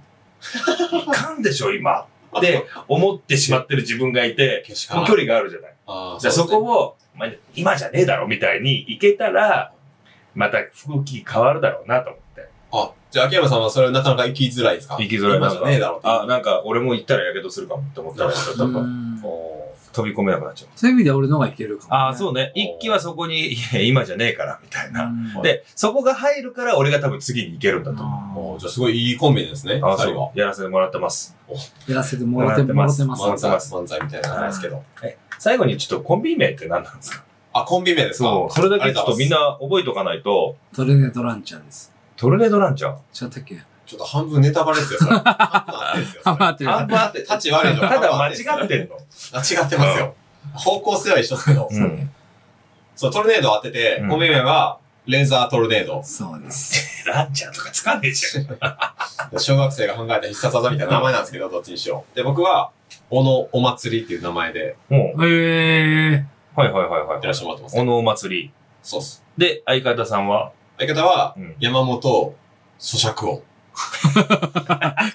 [SPEAKER 1] いかんでしょ、 今。って思ってしまってる自分がい
[SPEAKER 3] ー、
[SPEAKER 1] て、
[SPEAKER 3] けしか
[SPEAKER 1] もう
[SPEAKER 3] な
[SPEAKER 1] 距離があるじゃない。
[SPEAKER 3] あー
[SPEAKER 1] じゃあそこを、まあ今じゃねえだろ、みたいにいけたら、また風紀変わるだろうなと思って。
[SPEAKER 3] あ、じゃあ秋山さんはそれなかなか行きづらいですか
[SPEAKER 1] 生きづらいな
[SPEAKER 3] 今
[SPEAKER 1] ん
[SPEAKER 3] じ
[SPEAKER 1] か
[SPEAKER 3] ゃねえだろうって。
[SPEAKER 1] あ、なんか俺も行ったらやけどするかもって思ったら、ちょっと
[SPEAKER 3] お
[SPEAKER 1] 飛び込めなくなっちゃう。
[SPEAKER 2] そういう意味では俺の方がいけるかもね。
[SPEAKER 1] ああ、そううね。
[SPEAKER 3] おー
[SPEAKER 1] 一気はそこに、いや、今じゃねえから、みたいな。
[SPEAKER 2] ん。
[SPEAKER 1] で、そこが入るから、俺が多分次に行けるんだと思
[SPEAKER 3] ーおー
[SPEAKER 2] あ
[SPEAKER 3] じゃあすごいいいコンビですね。
[SPEAKER 1] う。ああ、
[SPEAKER 3] 二
[SPEAKER 1] そ
[SPEAKER 3] 人は
[SPEAKER 1] う。やらせてもらってます。
[SPEAKER 2] あやらせてもらって、も
[SPEAKER 1] も
[SPEAKER 2] ら
[SPEAKER 1] らっ
[SPEAKER 2] っ
[SPEAKER 1] てて
[SPEAKER 2] ま。
[SPEAKER 1] ます
[SPEAKER 3] 漫才、漫才みたいなのなんですけど。
[SPEAKER 1] 最後にちょっとコンビ名って何なんですか
[SPEAKER 3] あ、コンビ名ですか
[SPEAKER 1] そう。それだけちょっとみんな覚えとかないと、
[SPEAKER 2] トルネードランチャーです。
[SPEAKER 1] トルネードランチャー。
[SPEAKER 2] ちょっとだけ。
[SPEAKER 3] ちょっと半分ネタバレですよ、それ。半分合ってんですよ。それ
[SPEAKER 2] 待って
[SPEAKER 1] あんまって、
[SPEAKER 3] 立ち悪いの
[SPEAKER 1] ただ間違って んの。
[SPEAKER 3] あ違ってますよ。方向性は一緒ですけど。
[SPEAKER 1] うん。
[SPEAKER 3] そう、トルネードを当てて
[SPEAKER 1] う、ん
[SPEAKER 3] コンビ名は、レーザートルネード。
[SPEAKER 2] そうです。
[SPEAKER 1] ランチャーとかつかねえじゃん。
[SPEAKER 3] 小学生が考えた必殺技みたいな名前なんですけど、どっちにしよう。で、僕は、おのお祭りっていう名前で
[SPEAKER 1] もう、
[SPEAKER 2] へえ。
[SPEAKER 1] はいはいはいはい
[SPEAKER 3] やらせてもらってます、
[SPEAKER 1] おのお祭り。
[SPEAKER 3] そうっす。
[SPEAKER 1] で、相方さんは、
[SPEAKER 3] 相方は
[SPEAKER 1] う、ん。
[SPEAKER 3] 山本咀嚼音。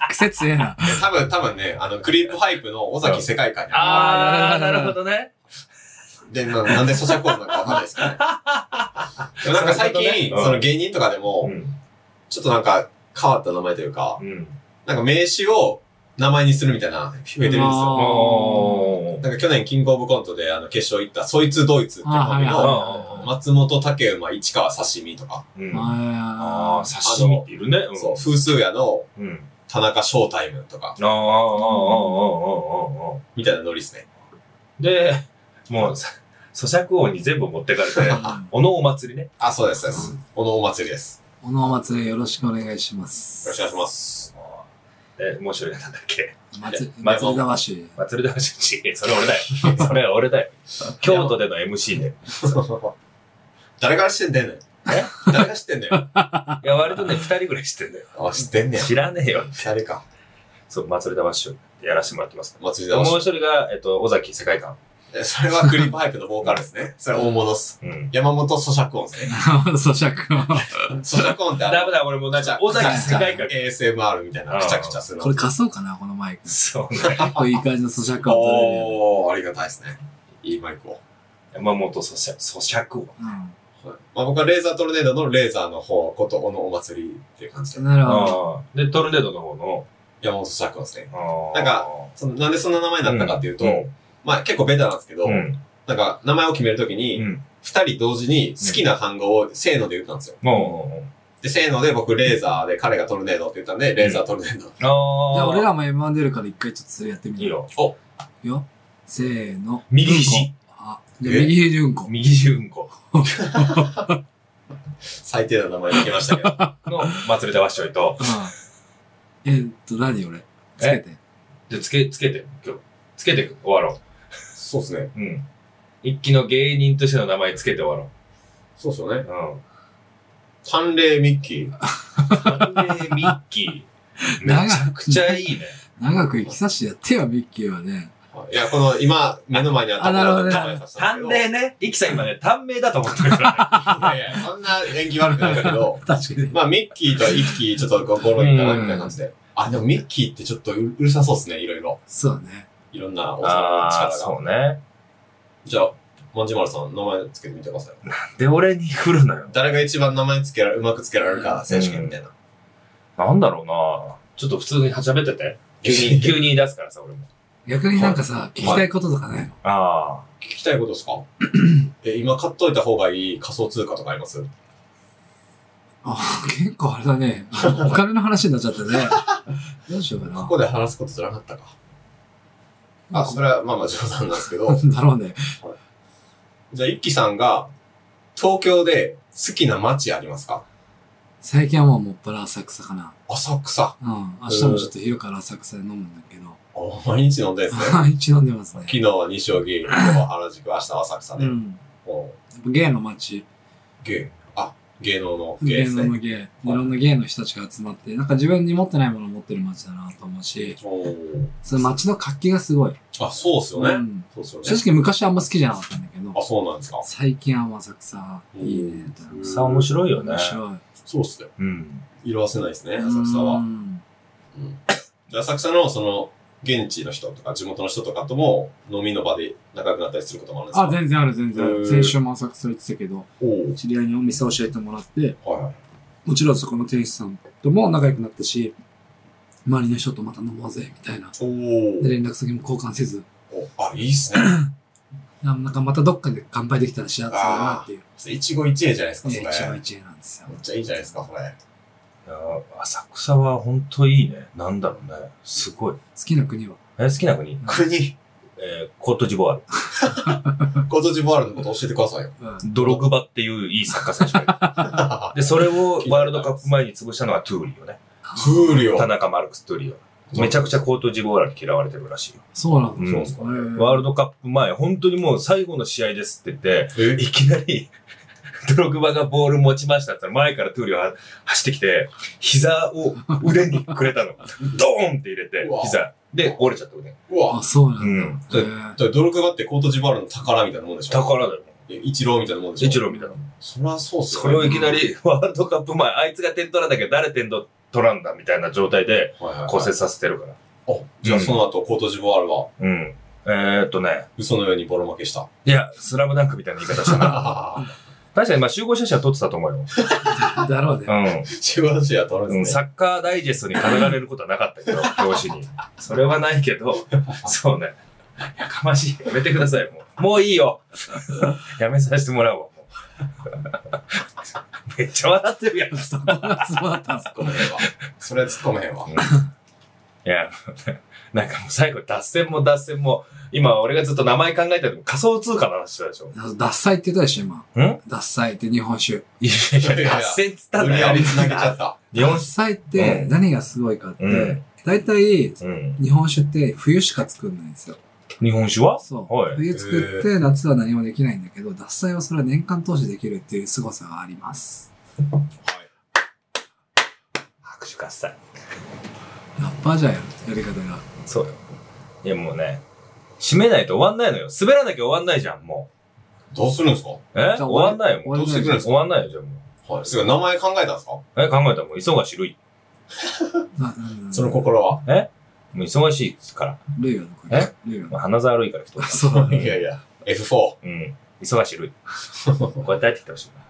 [SPEAKER 2] 癖強えな。
[SPEAKER 3] で多分、多分ね、あの、クリープハイプの尾崎世界観に
[SPEAKER 1] あ
[SPEAKER 2] あ
[SPEAKER 1] ー、
[SPEAKER 2] ー
[SPEAKER 1] な
[SPEAKER 2] なる
[SPEAKER 1] る
[SPEAKER 2] ほ
[SPEAKER 1] ほどね。
[SPEAKER 3] で、ななんで咀嚼音なのかわかんないですけどね。でもなんか最
[SPEAKER 1] そういうこと
[SPEAKER 3] 近、
[SPEAKER 1] ねうん
[SPEAKER 3] その芸人とかで
[SPEAKER 1] う
[SPEAKER 3] も、
[SPEAKER 1] ん。
[SPEAKER 3] ちょっとなんか変わった名前というか、
[SPEAKER 1] うん。
[SPEAKER 3] なんか名刺を名前にするみたいな、増えてるんで
[SPEAKER 2] あ
[SPEAKER 3] すよ。
[SPEAKER 1] おー。
[SPEAKER 3] なんか去年キングオブコントであの決勝行った、そいつドイツっていうコンビ
[SPEAKER 2] あはい
[SPEAKER 1] あ
[SPEAKER 3] の、
[SPEAKER 1] ー
[SPEAKER 3] 松本竹馬市川刺身とか、
[SPEAKER 1] うんあ
[SPEAKER 2] あ
[SPEAKER 1] あ、刺身っているね。うん
[SPEAKER 3] そう、風数屋の
[SPEAKER 1] うん。
[SPEAKER 3] 田中ショータイムとか、
[SPEAKER 1] あーあー、あーあー、あーあー、あ
[SPEAKER 3] みたいなノリですね。
[SPEAKER 1] ー。で、もう、さ 咀嚼音に全部持ってかれて、
[SPEAKER 2] あ。
[SPEAKER 1] おのお祭りね。
[SPEAKER 3] あ、そうです、そうです。おのお祭りです。
[SPEAKER 2] おのお祭りよろしくお願いしま
[SPEAKER 3] よろし
[SPEAKER 2] す。
[SPEAKER 3] くお願いします。
[SPEAKER 1] え、面白いな、なんだっけ。
[SPEAKER 2] 祭り、
[SPEAKER 1] まあ
[SPEAKER 2] 祭り魂。
[SPEAKER 1] 祭りだし、それ俺だよ。それ俺だよ。京都での MC ね。
[SPEAKER 3] 誰から知ってんだよ。
[SPEAKER 1] え
[SPEAKER 3] 誰が知ってんだよ。
[SPEAKER 1] いや、割とね、二人ぐらい知ってんだよ。
[SPEAKER 3] あ、知ってんねや。
[SPEAKER 1] 知らねえよ。
[SPEAKER 3] 誰か。
[SPEAKER 1] そう、祭りだわしをやらせてもらってます。
[SPEAKER 3] 祭りだ
[SPEAKER 1] もう
[SPEAKER 3] わ
[SPEAKER 1] 一人が、えっと、尾崎世界観。
[SPEAKER 3] えそれはクリープハイプのボーカルですね。それ大物っす。
[SPEAKER 1] うん。
[SPEAKER 3] 山本咀嚼音ですね。
[SPEAKER 2] 咀嚼
[SPEAKER 3] 咀嚼音ってあ
[SPEAKER 1] ダ
[SPEAKER 3] の
[SPEAKER 1] メだ、俺もうなんか、尾崎世界観。
[SPEAKER 3] ASMR みたいな、くちゃくちゃす
[SPEAKER 2] を。
[SPEAKER 3] るの
[SPEAKER 2] これ貸そうかな、この マイク。結
[SPEAKER 1] そうね。
[SPEAKER 2] 構いい感じの咀嚼音取れるよね。
[SPEAKER 3] おー、ありがたいですね。いいマイクを。
[SPEAKER 1] 山本咀嚼音。
[SPEAKER 2] う
[SPEAKER 3] はいまあ、僕はレーザートルネードのレーザーの方こと、おのお祭りっていう感じで
[SPEAKER 2] ん。。なるほ
[SPEAKER 1] あ
[SPEAKER 2] ど。
[SPEAKER 1] あ。で、トルネードの方の、
[SPEAKER 3] 山本咀嚼音ですね。
[SPEAKER 1] ああ
[SPEAKER 3] なんか、そのなんでそんな名前になったかっていうと、
[SPEAKER 1] うん
[SPEAKER 3] まあ結構ベタなんですけど、
[SPEAKER 1] うん。
[SPEAKER 3] なんか名前を決めるとき
[SPEAKER 1] う
[SPEAKER 3] に、
[SPEAKER 1] ん。
[SPEAKER 3] 二、人同時に好きな単語をせーので言ったんですよ。
[SPEAKER 1] も
[SPEAKER 3] で、せーので僕レーザーで彼がトルネードって言ったんで、レーザートルネード。
[SPEAKER 1] う、ああ。
[SPEAKER 2] じゃあ俺らも M1 出るから一回ちょっとそれやってみ
[SPEAKER 1] い
[SPEAKER 2] て
[SPEAKER 1] い。よ。
[SPEAKER 2] よ。せーの。
[SPEAKER 1] 右肘。
[SPEAKER 2] あ、で右肘うんこ。
[SPEAKER 1] 右肘うんこ
[SPEAKER 3] 最低な名前できましたけど。
[SPEAKER 1] の祭りだわしょいと。
[SPEAKER 2] うんえっと、何俺つけて。
[SPEAKER 1] で、つけ、つけて、今日。つけて終わろ
[SPEAKER 3] そうですね。
[SPEAKER 1] う。うん。一期の芸人としての名前つけて終わ
[SPEAKER 3] そうっすよね。
[SPEAKER 1] ろ
[SPEAKER 3] 寒冷ミッキー。
[SPEAKER 1] う。うん。なんで、ミッ キー。めちゃくちゃいいね。
[SPEAKER 2] 長く生きさしてやってよ、ミッキーはね。
[SPEAKER 3] いや、この今、目の前にあった
[SPEAKER 2] あなるほどね
[SPEAKER 3] 名前させてもらった
[SPEAKER 1] 短
[SPEAKER 3] んです
[SPEAKER 1] 命ね。イキさん今ね、短命だと思ってるから
[SPEAKER 3] けど。いやいや、そんな演技悪くないです けど。
[SPEAKER 2] 確かに。
[SPEAKER 3] まあ、ミッキーと一キーちょっとゴロいかな、みたいな感じで。あ、でもミッキーってちょっとううるさそうっすね、いろいろ。
[SPEAKER 2] そうね。
[SPEAKER 3] いろんな
[SPEAKER 1] ね。
[SPEAKER 3] お皿の力が。
[SPEAKER 1] そうね。
[SPEAKER 3] じゃあ、マンジマルさん、名前つけてみてください。
[SPEAKER 1] で、俺に来るのよ。
[SPEAKER 3] 誰が一番名前つけられ、うまくつけられるか、選手権みたいな。
[SPEAKER 1] なんだろうなちょっと普通にはしゃべってて。急に、 急に言い出すからさ、俺も。
[SPEAKER 2] 逆になんかさ、聞きたいこととかないの
[SPEAKER 1] あ
[SPEAKER 3] 聞きたいことです かえ、今買っといた方がいい仮想通貨とかあります
[SPEAKER 2] あ結構あれ だね。お金の話になっちゃったね。どうしようか
[SPEAKER 3] こ
[SPEAKER 2] な。
[SPEAKER 3] こで話すことじゃなかったか。あ、それはまあまあ冗談なんですけど。
[SPEAKER 2] だろうね。
[SPEAKER 3] じゃあ、一輝さんが、東京で好きな街ありますか
[SPEAKER 2] 最近はもうもっぱら浅草かな。
[SPEAKER 3] 浅草。
[SPEAKER 2] うん。明日もちょっと昼から浅草で飲むんだけど。
[SPEAKER 3] お毎日飲んでるんです ね。
[SPEAKER 2] 毎日飲んでますね
[SPEAKER 3] 昨。日は二将棋、今日は原宿、明日は浅草
[SPEAKER 2] う
[SPEAKER 3] で。
[SPEAKER 2] ん。
[SPEAKER 3] お
[SPEAKER 2] やっぱ芸の街。
[SPEAKER 3] 芸。あ、芸能の芸で
[SPEAKER 2] 芸
[SPEAKER 3] す
[SPEAKER 2] 能
[SPEAKER 3] ね。
[SPEAKER 2] の芸。いろんな芸の人たちが集まって、なんか自分に持ってないものを持ってる街だなと思うし、
[SPEAKER 3] おー
[SPEAKER 2] その街の活気がすごい。
[SPEAKER 3] あ、そうっすよ
[SPEAKER 2] う
[SPEAKER 3] ね。
[SPEAKER 2] ん。
[SPEAKER 3] そうっすよ
[SPEAKER 2] 正
[SPEAKER 3] ね。
[SPEAKER 2] 直昔あんま好きじゃなかったんだけど
[SPEAKER 3] あ、、そうなんですか。
[SPEAKER 2] 最近は浅草、いいね。
[SPEAKER 1] あ。さあ、面白いよね
[SPEAKER 2] 面。白い。
[SPEAKER 3] そうっすよ。
[SPEAKER 1] うん。
[SPEAKER 3] 色褪せないですね、浅草
[SPEAKER 2] う
[SPEAKER 3] は。
[SPEAKER 2] ん
[SPEAKER 3] うんで浅草の、その、現地の人とか、地元の人とかとも、飲みの場で仲良くなったりすることもあるんですか
[SPEAKER 2] あ、全然ある、全然あ
[SPEAKER 3] へー
[SPEAKER 2] る。先週も浅草行ってたけど、
[SPEAKER 3] おー
[SPEAKER 2] 知り合いにお店教えてもらって、
[SPEAKER 3] はいはい。
[SPEAKER 2] もちろんそこの店主さんとも仲良くなったし、周りの人とまた飲もうぜ、みたいな。
[SPEAKER 3] お
[SPEAKER 2] で、
[SPEAKER 3] ー
[SPEAKER 2] 連絡先も交換せず、
[SPEAKER 3] お。あ、いいっすね。
[SPEAKER 2] ななんかまたどっかで乾杯できたら幸せだなっていう。
[SPEAKER 3] 一期一会じゃないですか、それ。
[SPEAKER 2] 一
[SPEAKER 3] めっ
[SPEAKER 2] 応一円なんですよ。
[SPEAKER 3] ちゃいいじゃないですか、それ。
[SPEAKER 1] いや浅草は本当いいね。なんだろうね。すごい。
[SPEAKER 2] 好きな国は
[SPEAKER 1] え好きな国
[SPEAKER 3] 国、
[SPEAKER 1] えー、コートジボワール。
[SPEAKER 3] コートジボワールのこと教えてくだ さいよ。
[SPEAKER 1] ドログバっていういいサッカー選手がい る。で、それをワールドカップ前に潰したのがトゥーリオね。
[SPEAKER 3] プールよ。
[SPEAKER 1] 田中マルクス・トゥーリオ。めちゃくちゃコートジボワールに嫌われてるらしいよ。
[SPEAKER 2] そうなん
[SPEAKER 1] う
[SPEAKER 2] だ。
[SPEAKER 1] ん
[SPEAKER 3] そうっすか。
[SPEAKER 1] ワールドカップ前、本当にもう最後の試合ですって言って、
[SPEAKER 3] え
[SPEAKER 1] いきなり ドログバがボール持ちましたって言ったら前からトゥーリオは走ってきて、膝を腕にくれた の。ドーンって入れて
[SPEAKER 3] う、わ
[SPEAKER 1] 膝。で、折れちゃった腕。
[SPEAKER 3] うわ
[SPEAKER 2] あ、。そうな
[SPEAKER 1] うんん。
[SPEAKER 2] だ。へ
[SPEAKER 3] う
[SPEAKER 2] ー
[SPEAKER 3] だからドルクバってコートジボワールの宝みたいなもんでしょ
[SPEAKER 1] 宝だよ。
[SPEAKER 3] 一郎みたいなもんでしょ
[SPEAKER 1] 一郎みたいな。
[SPEAKER 3] そりゃそうっす
[SPEAKER 1] そ
[SPEAKER 3] よ
[SPEAKER 1] れ
[SPEAKER 3] ね。
[SPEAKER 1] をいきなりワールドカップ前、あいつが点取らなきゃ誰点取らんだみたいな状態で
[SPEAKER 3] はいはいはい
[SPEAKER 1] 骨折させてるから。
[SPEAKER 3] あ、じゃあ
[SPEAKER 1] うん
[SPEAKER 3] その後コートジボワールは
[SPEAKER 1] うん。えー、っとね、
[SPEAKER 3] 嘘のようにボロ負 けした。
[SPEAKER 1] いや、スラムダンクみたいな言い方した な。確かにまあ集合写真は撮ってたと思うよ。
[SPEAKER 2] だろうね。
[SPEAKER 3] 中央シェア取
[SPEAKER 1] うん。
[SPEAKER 3] るんです
[SPEAKER 1] サ
[SPEAKER 3] ね。
[SPEAKER 1] ッカーダイジェストに掲げられることはなかった けど、表紙に。それはないけど、そうね。やかましい。やめてください、もう。もういい よ。やめさせてもらうわ、も う。めっちゃ笑ってるやん。い
[SPEAKER 2] そこがそうだったんす
[SPEAKER 3] ごめんわ。それは突っ込めへんわ。
[SPEAKER 1] や、なんかもう最後、脱線も脱線も、今俺がずっと名前考えたけど、仮想通貨の話してたでしょ。
[SPEAKER 2] あの脱菜って言ったでしょ、今。
[SPEAKER 1] ん
[SPEAKER 2] 脱菜って日本酒。
[SPEAKER 1] いやいや、脱線っつったん
[SPEAKER 3] 無
[SPEAKER 1] だ
[SPEAKER 3] 理
[SPEAKER 1] よ
[SPEAKER 3] や。り繋げちゃった。
[SPEAKER 1] 日本
[SPEAKER 2] 脱菜って
[SPEAKER 1] うん
[SPEAKER 2] 何がすごいかって、
[SPEAKER 1] うん
[SPEAKER 2] 大体
[SPEAKER 1] うん。
[SPEAKER 2] 日本酒って冬しか作んないんですよ。
[SPEAKER 1] 日本酒は
[SPEAKER 2] そう。
[SPEAKER 1] はい
[SPEAKER 2] 冬作って夏は何もできないんだけど、脱菜はそれは年間通してできるっていう凄さがあります。
[SPEAKER 1] 拍手喝采。
[SPEAKER 2] ラッパーじゃんやり方が。
[SPEAKER 1] そうよ。いや、もうね、締めないと終わんないのよ。滑らなきゃ終わんないじゃん、も
[SPEAKER 3] どうするんですか
[SPEAKER 1] う。え
[SPEAKER 2] じゃあ
[SPEAKER 1] 終わんないよ、もう。
[SPEAKER 2] 終わ
[SPEAKER 3] どうしてくれるんです
[SPEAKER 1] 終わんないよ、じゃあも
[SPEAKER 3] はい。すごい、名前考えたんですか
[SPEAKER 1] う。え、考えたらもう忙しいるい。
[SPEAKER 2] ななんだ
[SPEAKER 3] その心は。
[SPEAKER 1] もう忙しいから。
[SPEAKER 2] ルイはどこ
[SPEAKER 1] え
[SPEAKER 2] ルイは
[SPEAKER 1] まあ、花沢るいから人が。
[SPEAKER 2] そうだね。
[SPEAKER 3] いやいや、F4。
[SPEAKER 1] うん。忙 しいるい。こうやって入ってきてほしいな。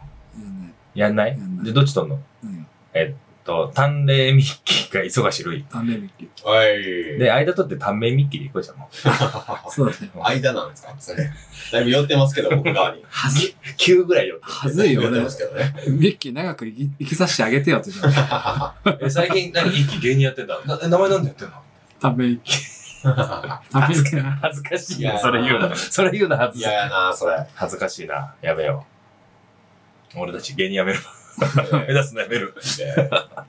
[SPEAKER 2] やんない
[SPEAKER 1] やんない
[SPEAKER 2] やんない
[SPEAKER 1] じゃあどっちとんの
[SPEAKER 2] 何よ。
[SPEAKER 1] と、淡麗ミッキーが忙しいるい。
[SPEAKER 2] アンレミッキー。
[SPEAKER 3] はい。
[SPEAKER 1] で、間取って短命ミッキーで行こうじゃん、 もう。
[SPEAKER 2] そうだね。
[SPEAKER 3] 間なんですかそれ。だいぶ寄ってますけど、僕側に。
[SPEAKER 2] はず、
[SPEAKER 1] 9ぐらいよ。
[SPEAKER 2] はずいよ、
[SPEAKER 3] 寄って
[SPEAKER 2] 俺
[SPEAKER 3] ま。すけど ね。
[SPEAKER 2] ミッキー長く生き生きさせてあげてよって言ったの。
[SPEAKER 1] え、最近何一気芸人やってたなえ名前なんでやってんの
[SPEAKER 2] ため息。ため息な。
[SPEAKER 1] 恥ずかしい
[SPEAKER 3] いや
[SPEAKER 1] な。それ言うな。それ言うな、恥ず
[SPEAKER 3] 嫌やな、 それ。
[SPEAKER 1] 恥ずかしいな。やめよう。俺たち芸人やめる。 目指すのやめる。
[SPEAKER 3] えーあ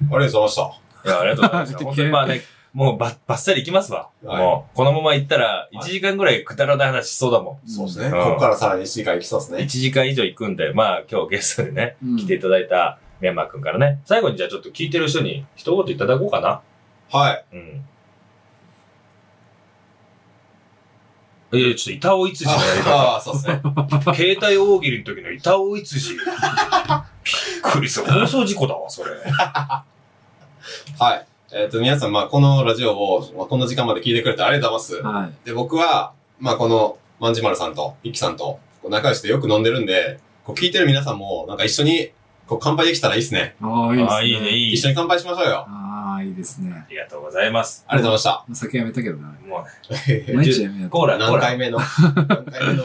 [SPEAKER 3] りがとうございました。
[SPEAKER 1] いや、ありがとうございました。 本当にまあね、もうばばっさりいきますわ。
[SPEAKER 3] はい
[SPEAKER 1] もう、このまま行ったら、1時間ぐらいくだらない話しそうだも
[SPEAKER 3] そうです
[SPEAKER 1] う
[SPEAKER 3] ね。
[SPEAKER 1] ん
[SPEAKER 3] ここからさらに1時間いきそうです
[SPEAKER 1] ん。1
[SPEAKER 3] ね。
[SPEAKER 1] 時間以上行くんで、まあ今日ゲストでね、
[SPEAKER 2] うん。
[SPEAKER 1] 来ていただいたミャンマー君からね、最後にじゃあちょっと聞いてる人に一言いただこうかな。
[SPEAKER 3] はい。
[SPEAKER 1] うん。いや、ちょっと板尾いつじのやり方。
[SPEAKER 3] ああ、そうですね。
[SPEAKER 1] 携帯大喜利の時の板尾いつじ。びっくりする。放送事故だわ、それ。
[SPEAKER 3] はい。えっ、と、皆さん、まあ、このラジオを、まあ、この時間まで聞いてくれてありがとうございます。
[SPEAKER 2] はい。
[SPEAKER 3] で、僕は、まあ、この、まんじまるさんと、いきさんと、こう仲良しでよく飲んでるんで、こう、聞いてる皆さんも、なんか一緒に、こう、乾杯できたらいいですね。
[SPEAKER 2] あ
[SPEAKER 1] ああ
[SPEAKER 2] あ、
[SPEAKER 1] ー、
[SPEAKER 2] いい
[SPEAKER 1] いい
[SPEAKER 2] ですね。
[SPEAKER 1] ね、いい
[SPEAKER 3] 一。緒に乾杯しましょうよ。
[SPEAKER 2] ああ、いいですね
[SPEAKER 1] あ。りがとうございます。
[SPEAKER 3] ありがとうござ
[SPEAKER 2] お酒やめたけどな。
[SPEAKER 1] も
[SPEAKER 3] いました。
[SPEAKER 2] 毎日やめようと
[SPEAKER 1] コーラ、コー
[SPEAKER 3] 何
[SPEAKER 1] ラ。
[SPEAKER 3] 回
[SPEAKER 1] い
[SPEAKER 3] 目の何回目 の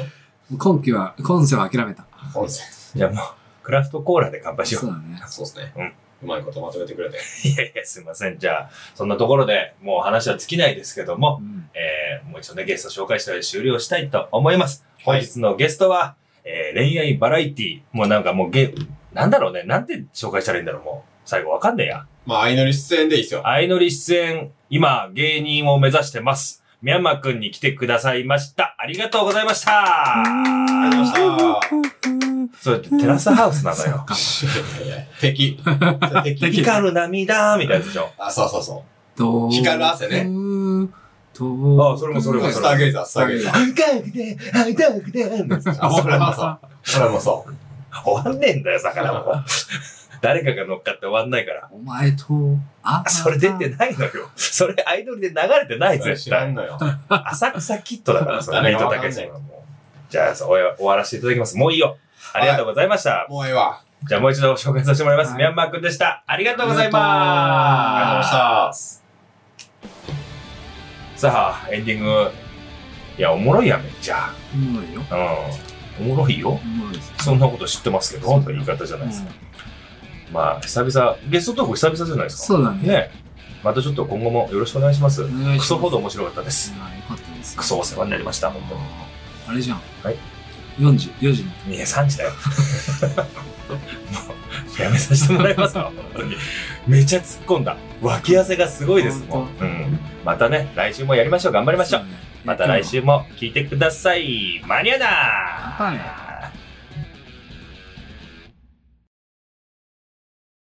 [SPEAKER 2] 今期は、今世は諦めた。
[SPEAKER 3] 音声。
[SPEAKER 1] や、もう、クラフトコーラで乾杯しよ
[SPEAKER 2] そう
[SPEAKER 1] う。
[SPEAKER 2] だね。
[SPEAKER 3] そうですね。
[SPEAKER 1] うん
[SPEAKER 3] うまいことまとめてくれて。
[SPEAKER 1] いやいや、すいません。じゃあ、そんなところでもう話は尽きないですけども、
[SPEAKER 2] うん。
[SPEAKER 1] えー、もう一度ね、ゲスト紹介して終了したいと思います。
[SPEAKER 3] は
[SPEAKER 1] 本
[SPEAKER 3] い
[SPEAKER 1] 日のゲストは、えー、恋愛バラエティ、もうなんかもうゲ、なんだろうね、なんて紹介したらいいんだろう、もう。最後わかんねえや。
[SPEAKER 3] まあ、相乗り出演でいいですよ。
[SPEAKER 1] 相乗り出演、今、芸人を目指してます。ミャンマーくんに来てくださいました。ありがとうございました。
[SPEAKER 3] ありがとうございました。
[SPEAKER 1] それってテラスハウスなのよ。
[SPEAKER 3] いやいや敵。敵。
[SPEAKER 1] 光る涙みたいなやつでしょ。
[SPEAKER 3] あ、そうそうそ
[SPEAKER 2] と
[SPEAKER 3] 光る汗ね。
[SPEAKER 2] と
[SPEAKER 1] あそれもそれ
[SPEAKER 3] う。
[SPEAKER 1] も
[SPEAKER 3] ス
[SPEAKER 1] そ
[SPEAKER 3] タ
[SPEAKER 1] れ
[SPEAKER 3] ーゲイザー、スターゲイザー。
[SPEAKER 1] 会いたくて、会いたくて。終
[SPEAKER 3] あ、それもそう。それもそう。
[SPEAKER 1] わんねえんだよ、魚も。誰かが乗っかって終わんないから。
[SPEAKER 2] お前と、あ、
[SPEAKER 1] それ出てないのよ。それアイドルで流れてない、絶
[SPEAKER 3] 知ら
[SPEAKER 1] 対。
[SPEAKER 3] んのよ。
[SPEAKER 1] 浅草キットだから、それ。
[SPEAKER 3] 誰
[SPEAKER 1] メイ
[SPEAKER 3] が
[SPEAKER 1] ト
[SPEAKER 3] わか
[SPEAKER 1] た
[SPEAKER 3] ん
[SPEAKER 1] け
[SPEAKER 3] ない
[SPEAKER 1] しはもう。じゃあ、そう終わ終わらせていただきます。もういいよ。ありがとうございました。
[SPEAKER 3] もうええわ。
[SPEAKER 1] じゃあもう一度紹介させてもらいます。
[SPEAKER 2] はい
[SPEAKER 1] ミャンマーくんでした。ありがとうござい
[SPEAKER 2] ありがと
[SPEAKER 1] ま
[SPEAKER 2] う
[SPEAKER 3] ご
[SPEAKER 1] す。
[SPEAKER 3] ざいま
[SPEAKER 1] さあ、エンディング。いや、おもろいやん、めっちゃ。
[SPEAKER 2] おもろいよ。
[SPEAKER 1] うん。おもろいよ
[SPEAKER 2] お。もろいです。
[SPEAKER 1] そんなこと知ってますけど、
[SPEAKER 2] そう
[SPEAKER 1] とか言い方じゃないですか。
[SPEAKER 2] うん
[SPEAKER 1] まあ、久々、ゲストトーク久々じゃないですか。
[SPEAKER 2] そうだね。
[SPEAKER 1] ねまたちょっと今後もよろしくお願いします。
[SPEAKER 2] お願いします
[SPEAKER 1] クソほど面白かったです。
[SPEAKER 2] ああよかったです。
[SPEAKER 1] クソお世話になりました、本当に。
[SPEAKER 2] あれじゃん。
[SPEAKER 1] はい。
[SPEAKER 2] 4時、4時に。
[SPEAKER 1] いや、3時だよ。も う、やめさせてもらいますわ、本当に。めちゃ突っ込んだ。脇汗がすごいです、も
[SPEAKER 2] 本
[SPEAKER 1] う。うん。またね、来週もやりましょう。頑張りましょう。
[SPEAKER 2] そうね
[SPEAKER 1] また来。週も聞いてください。マニアだ
[SPEAKER 2] 乾杯。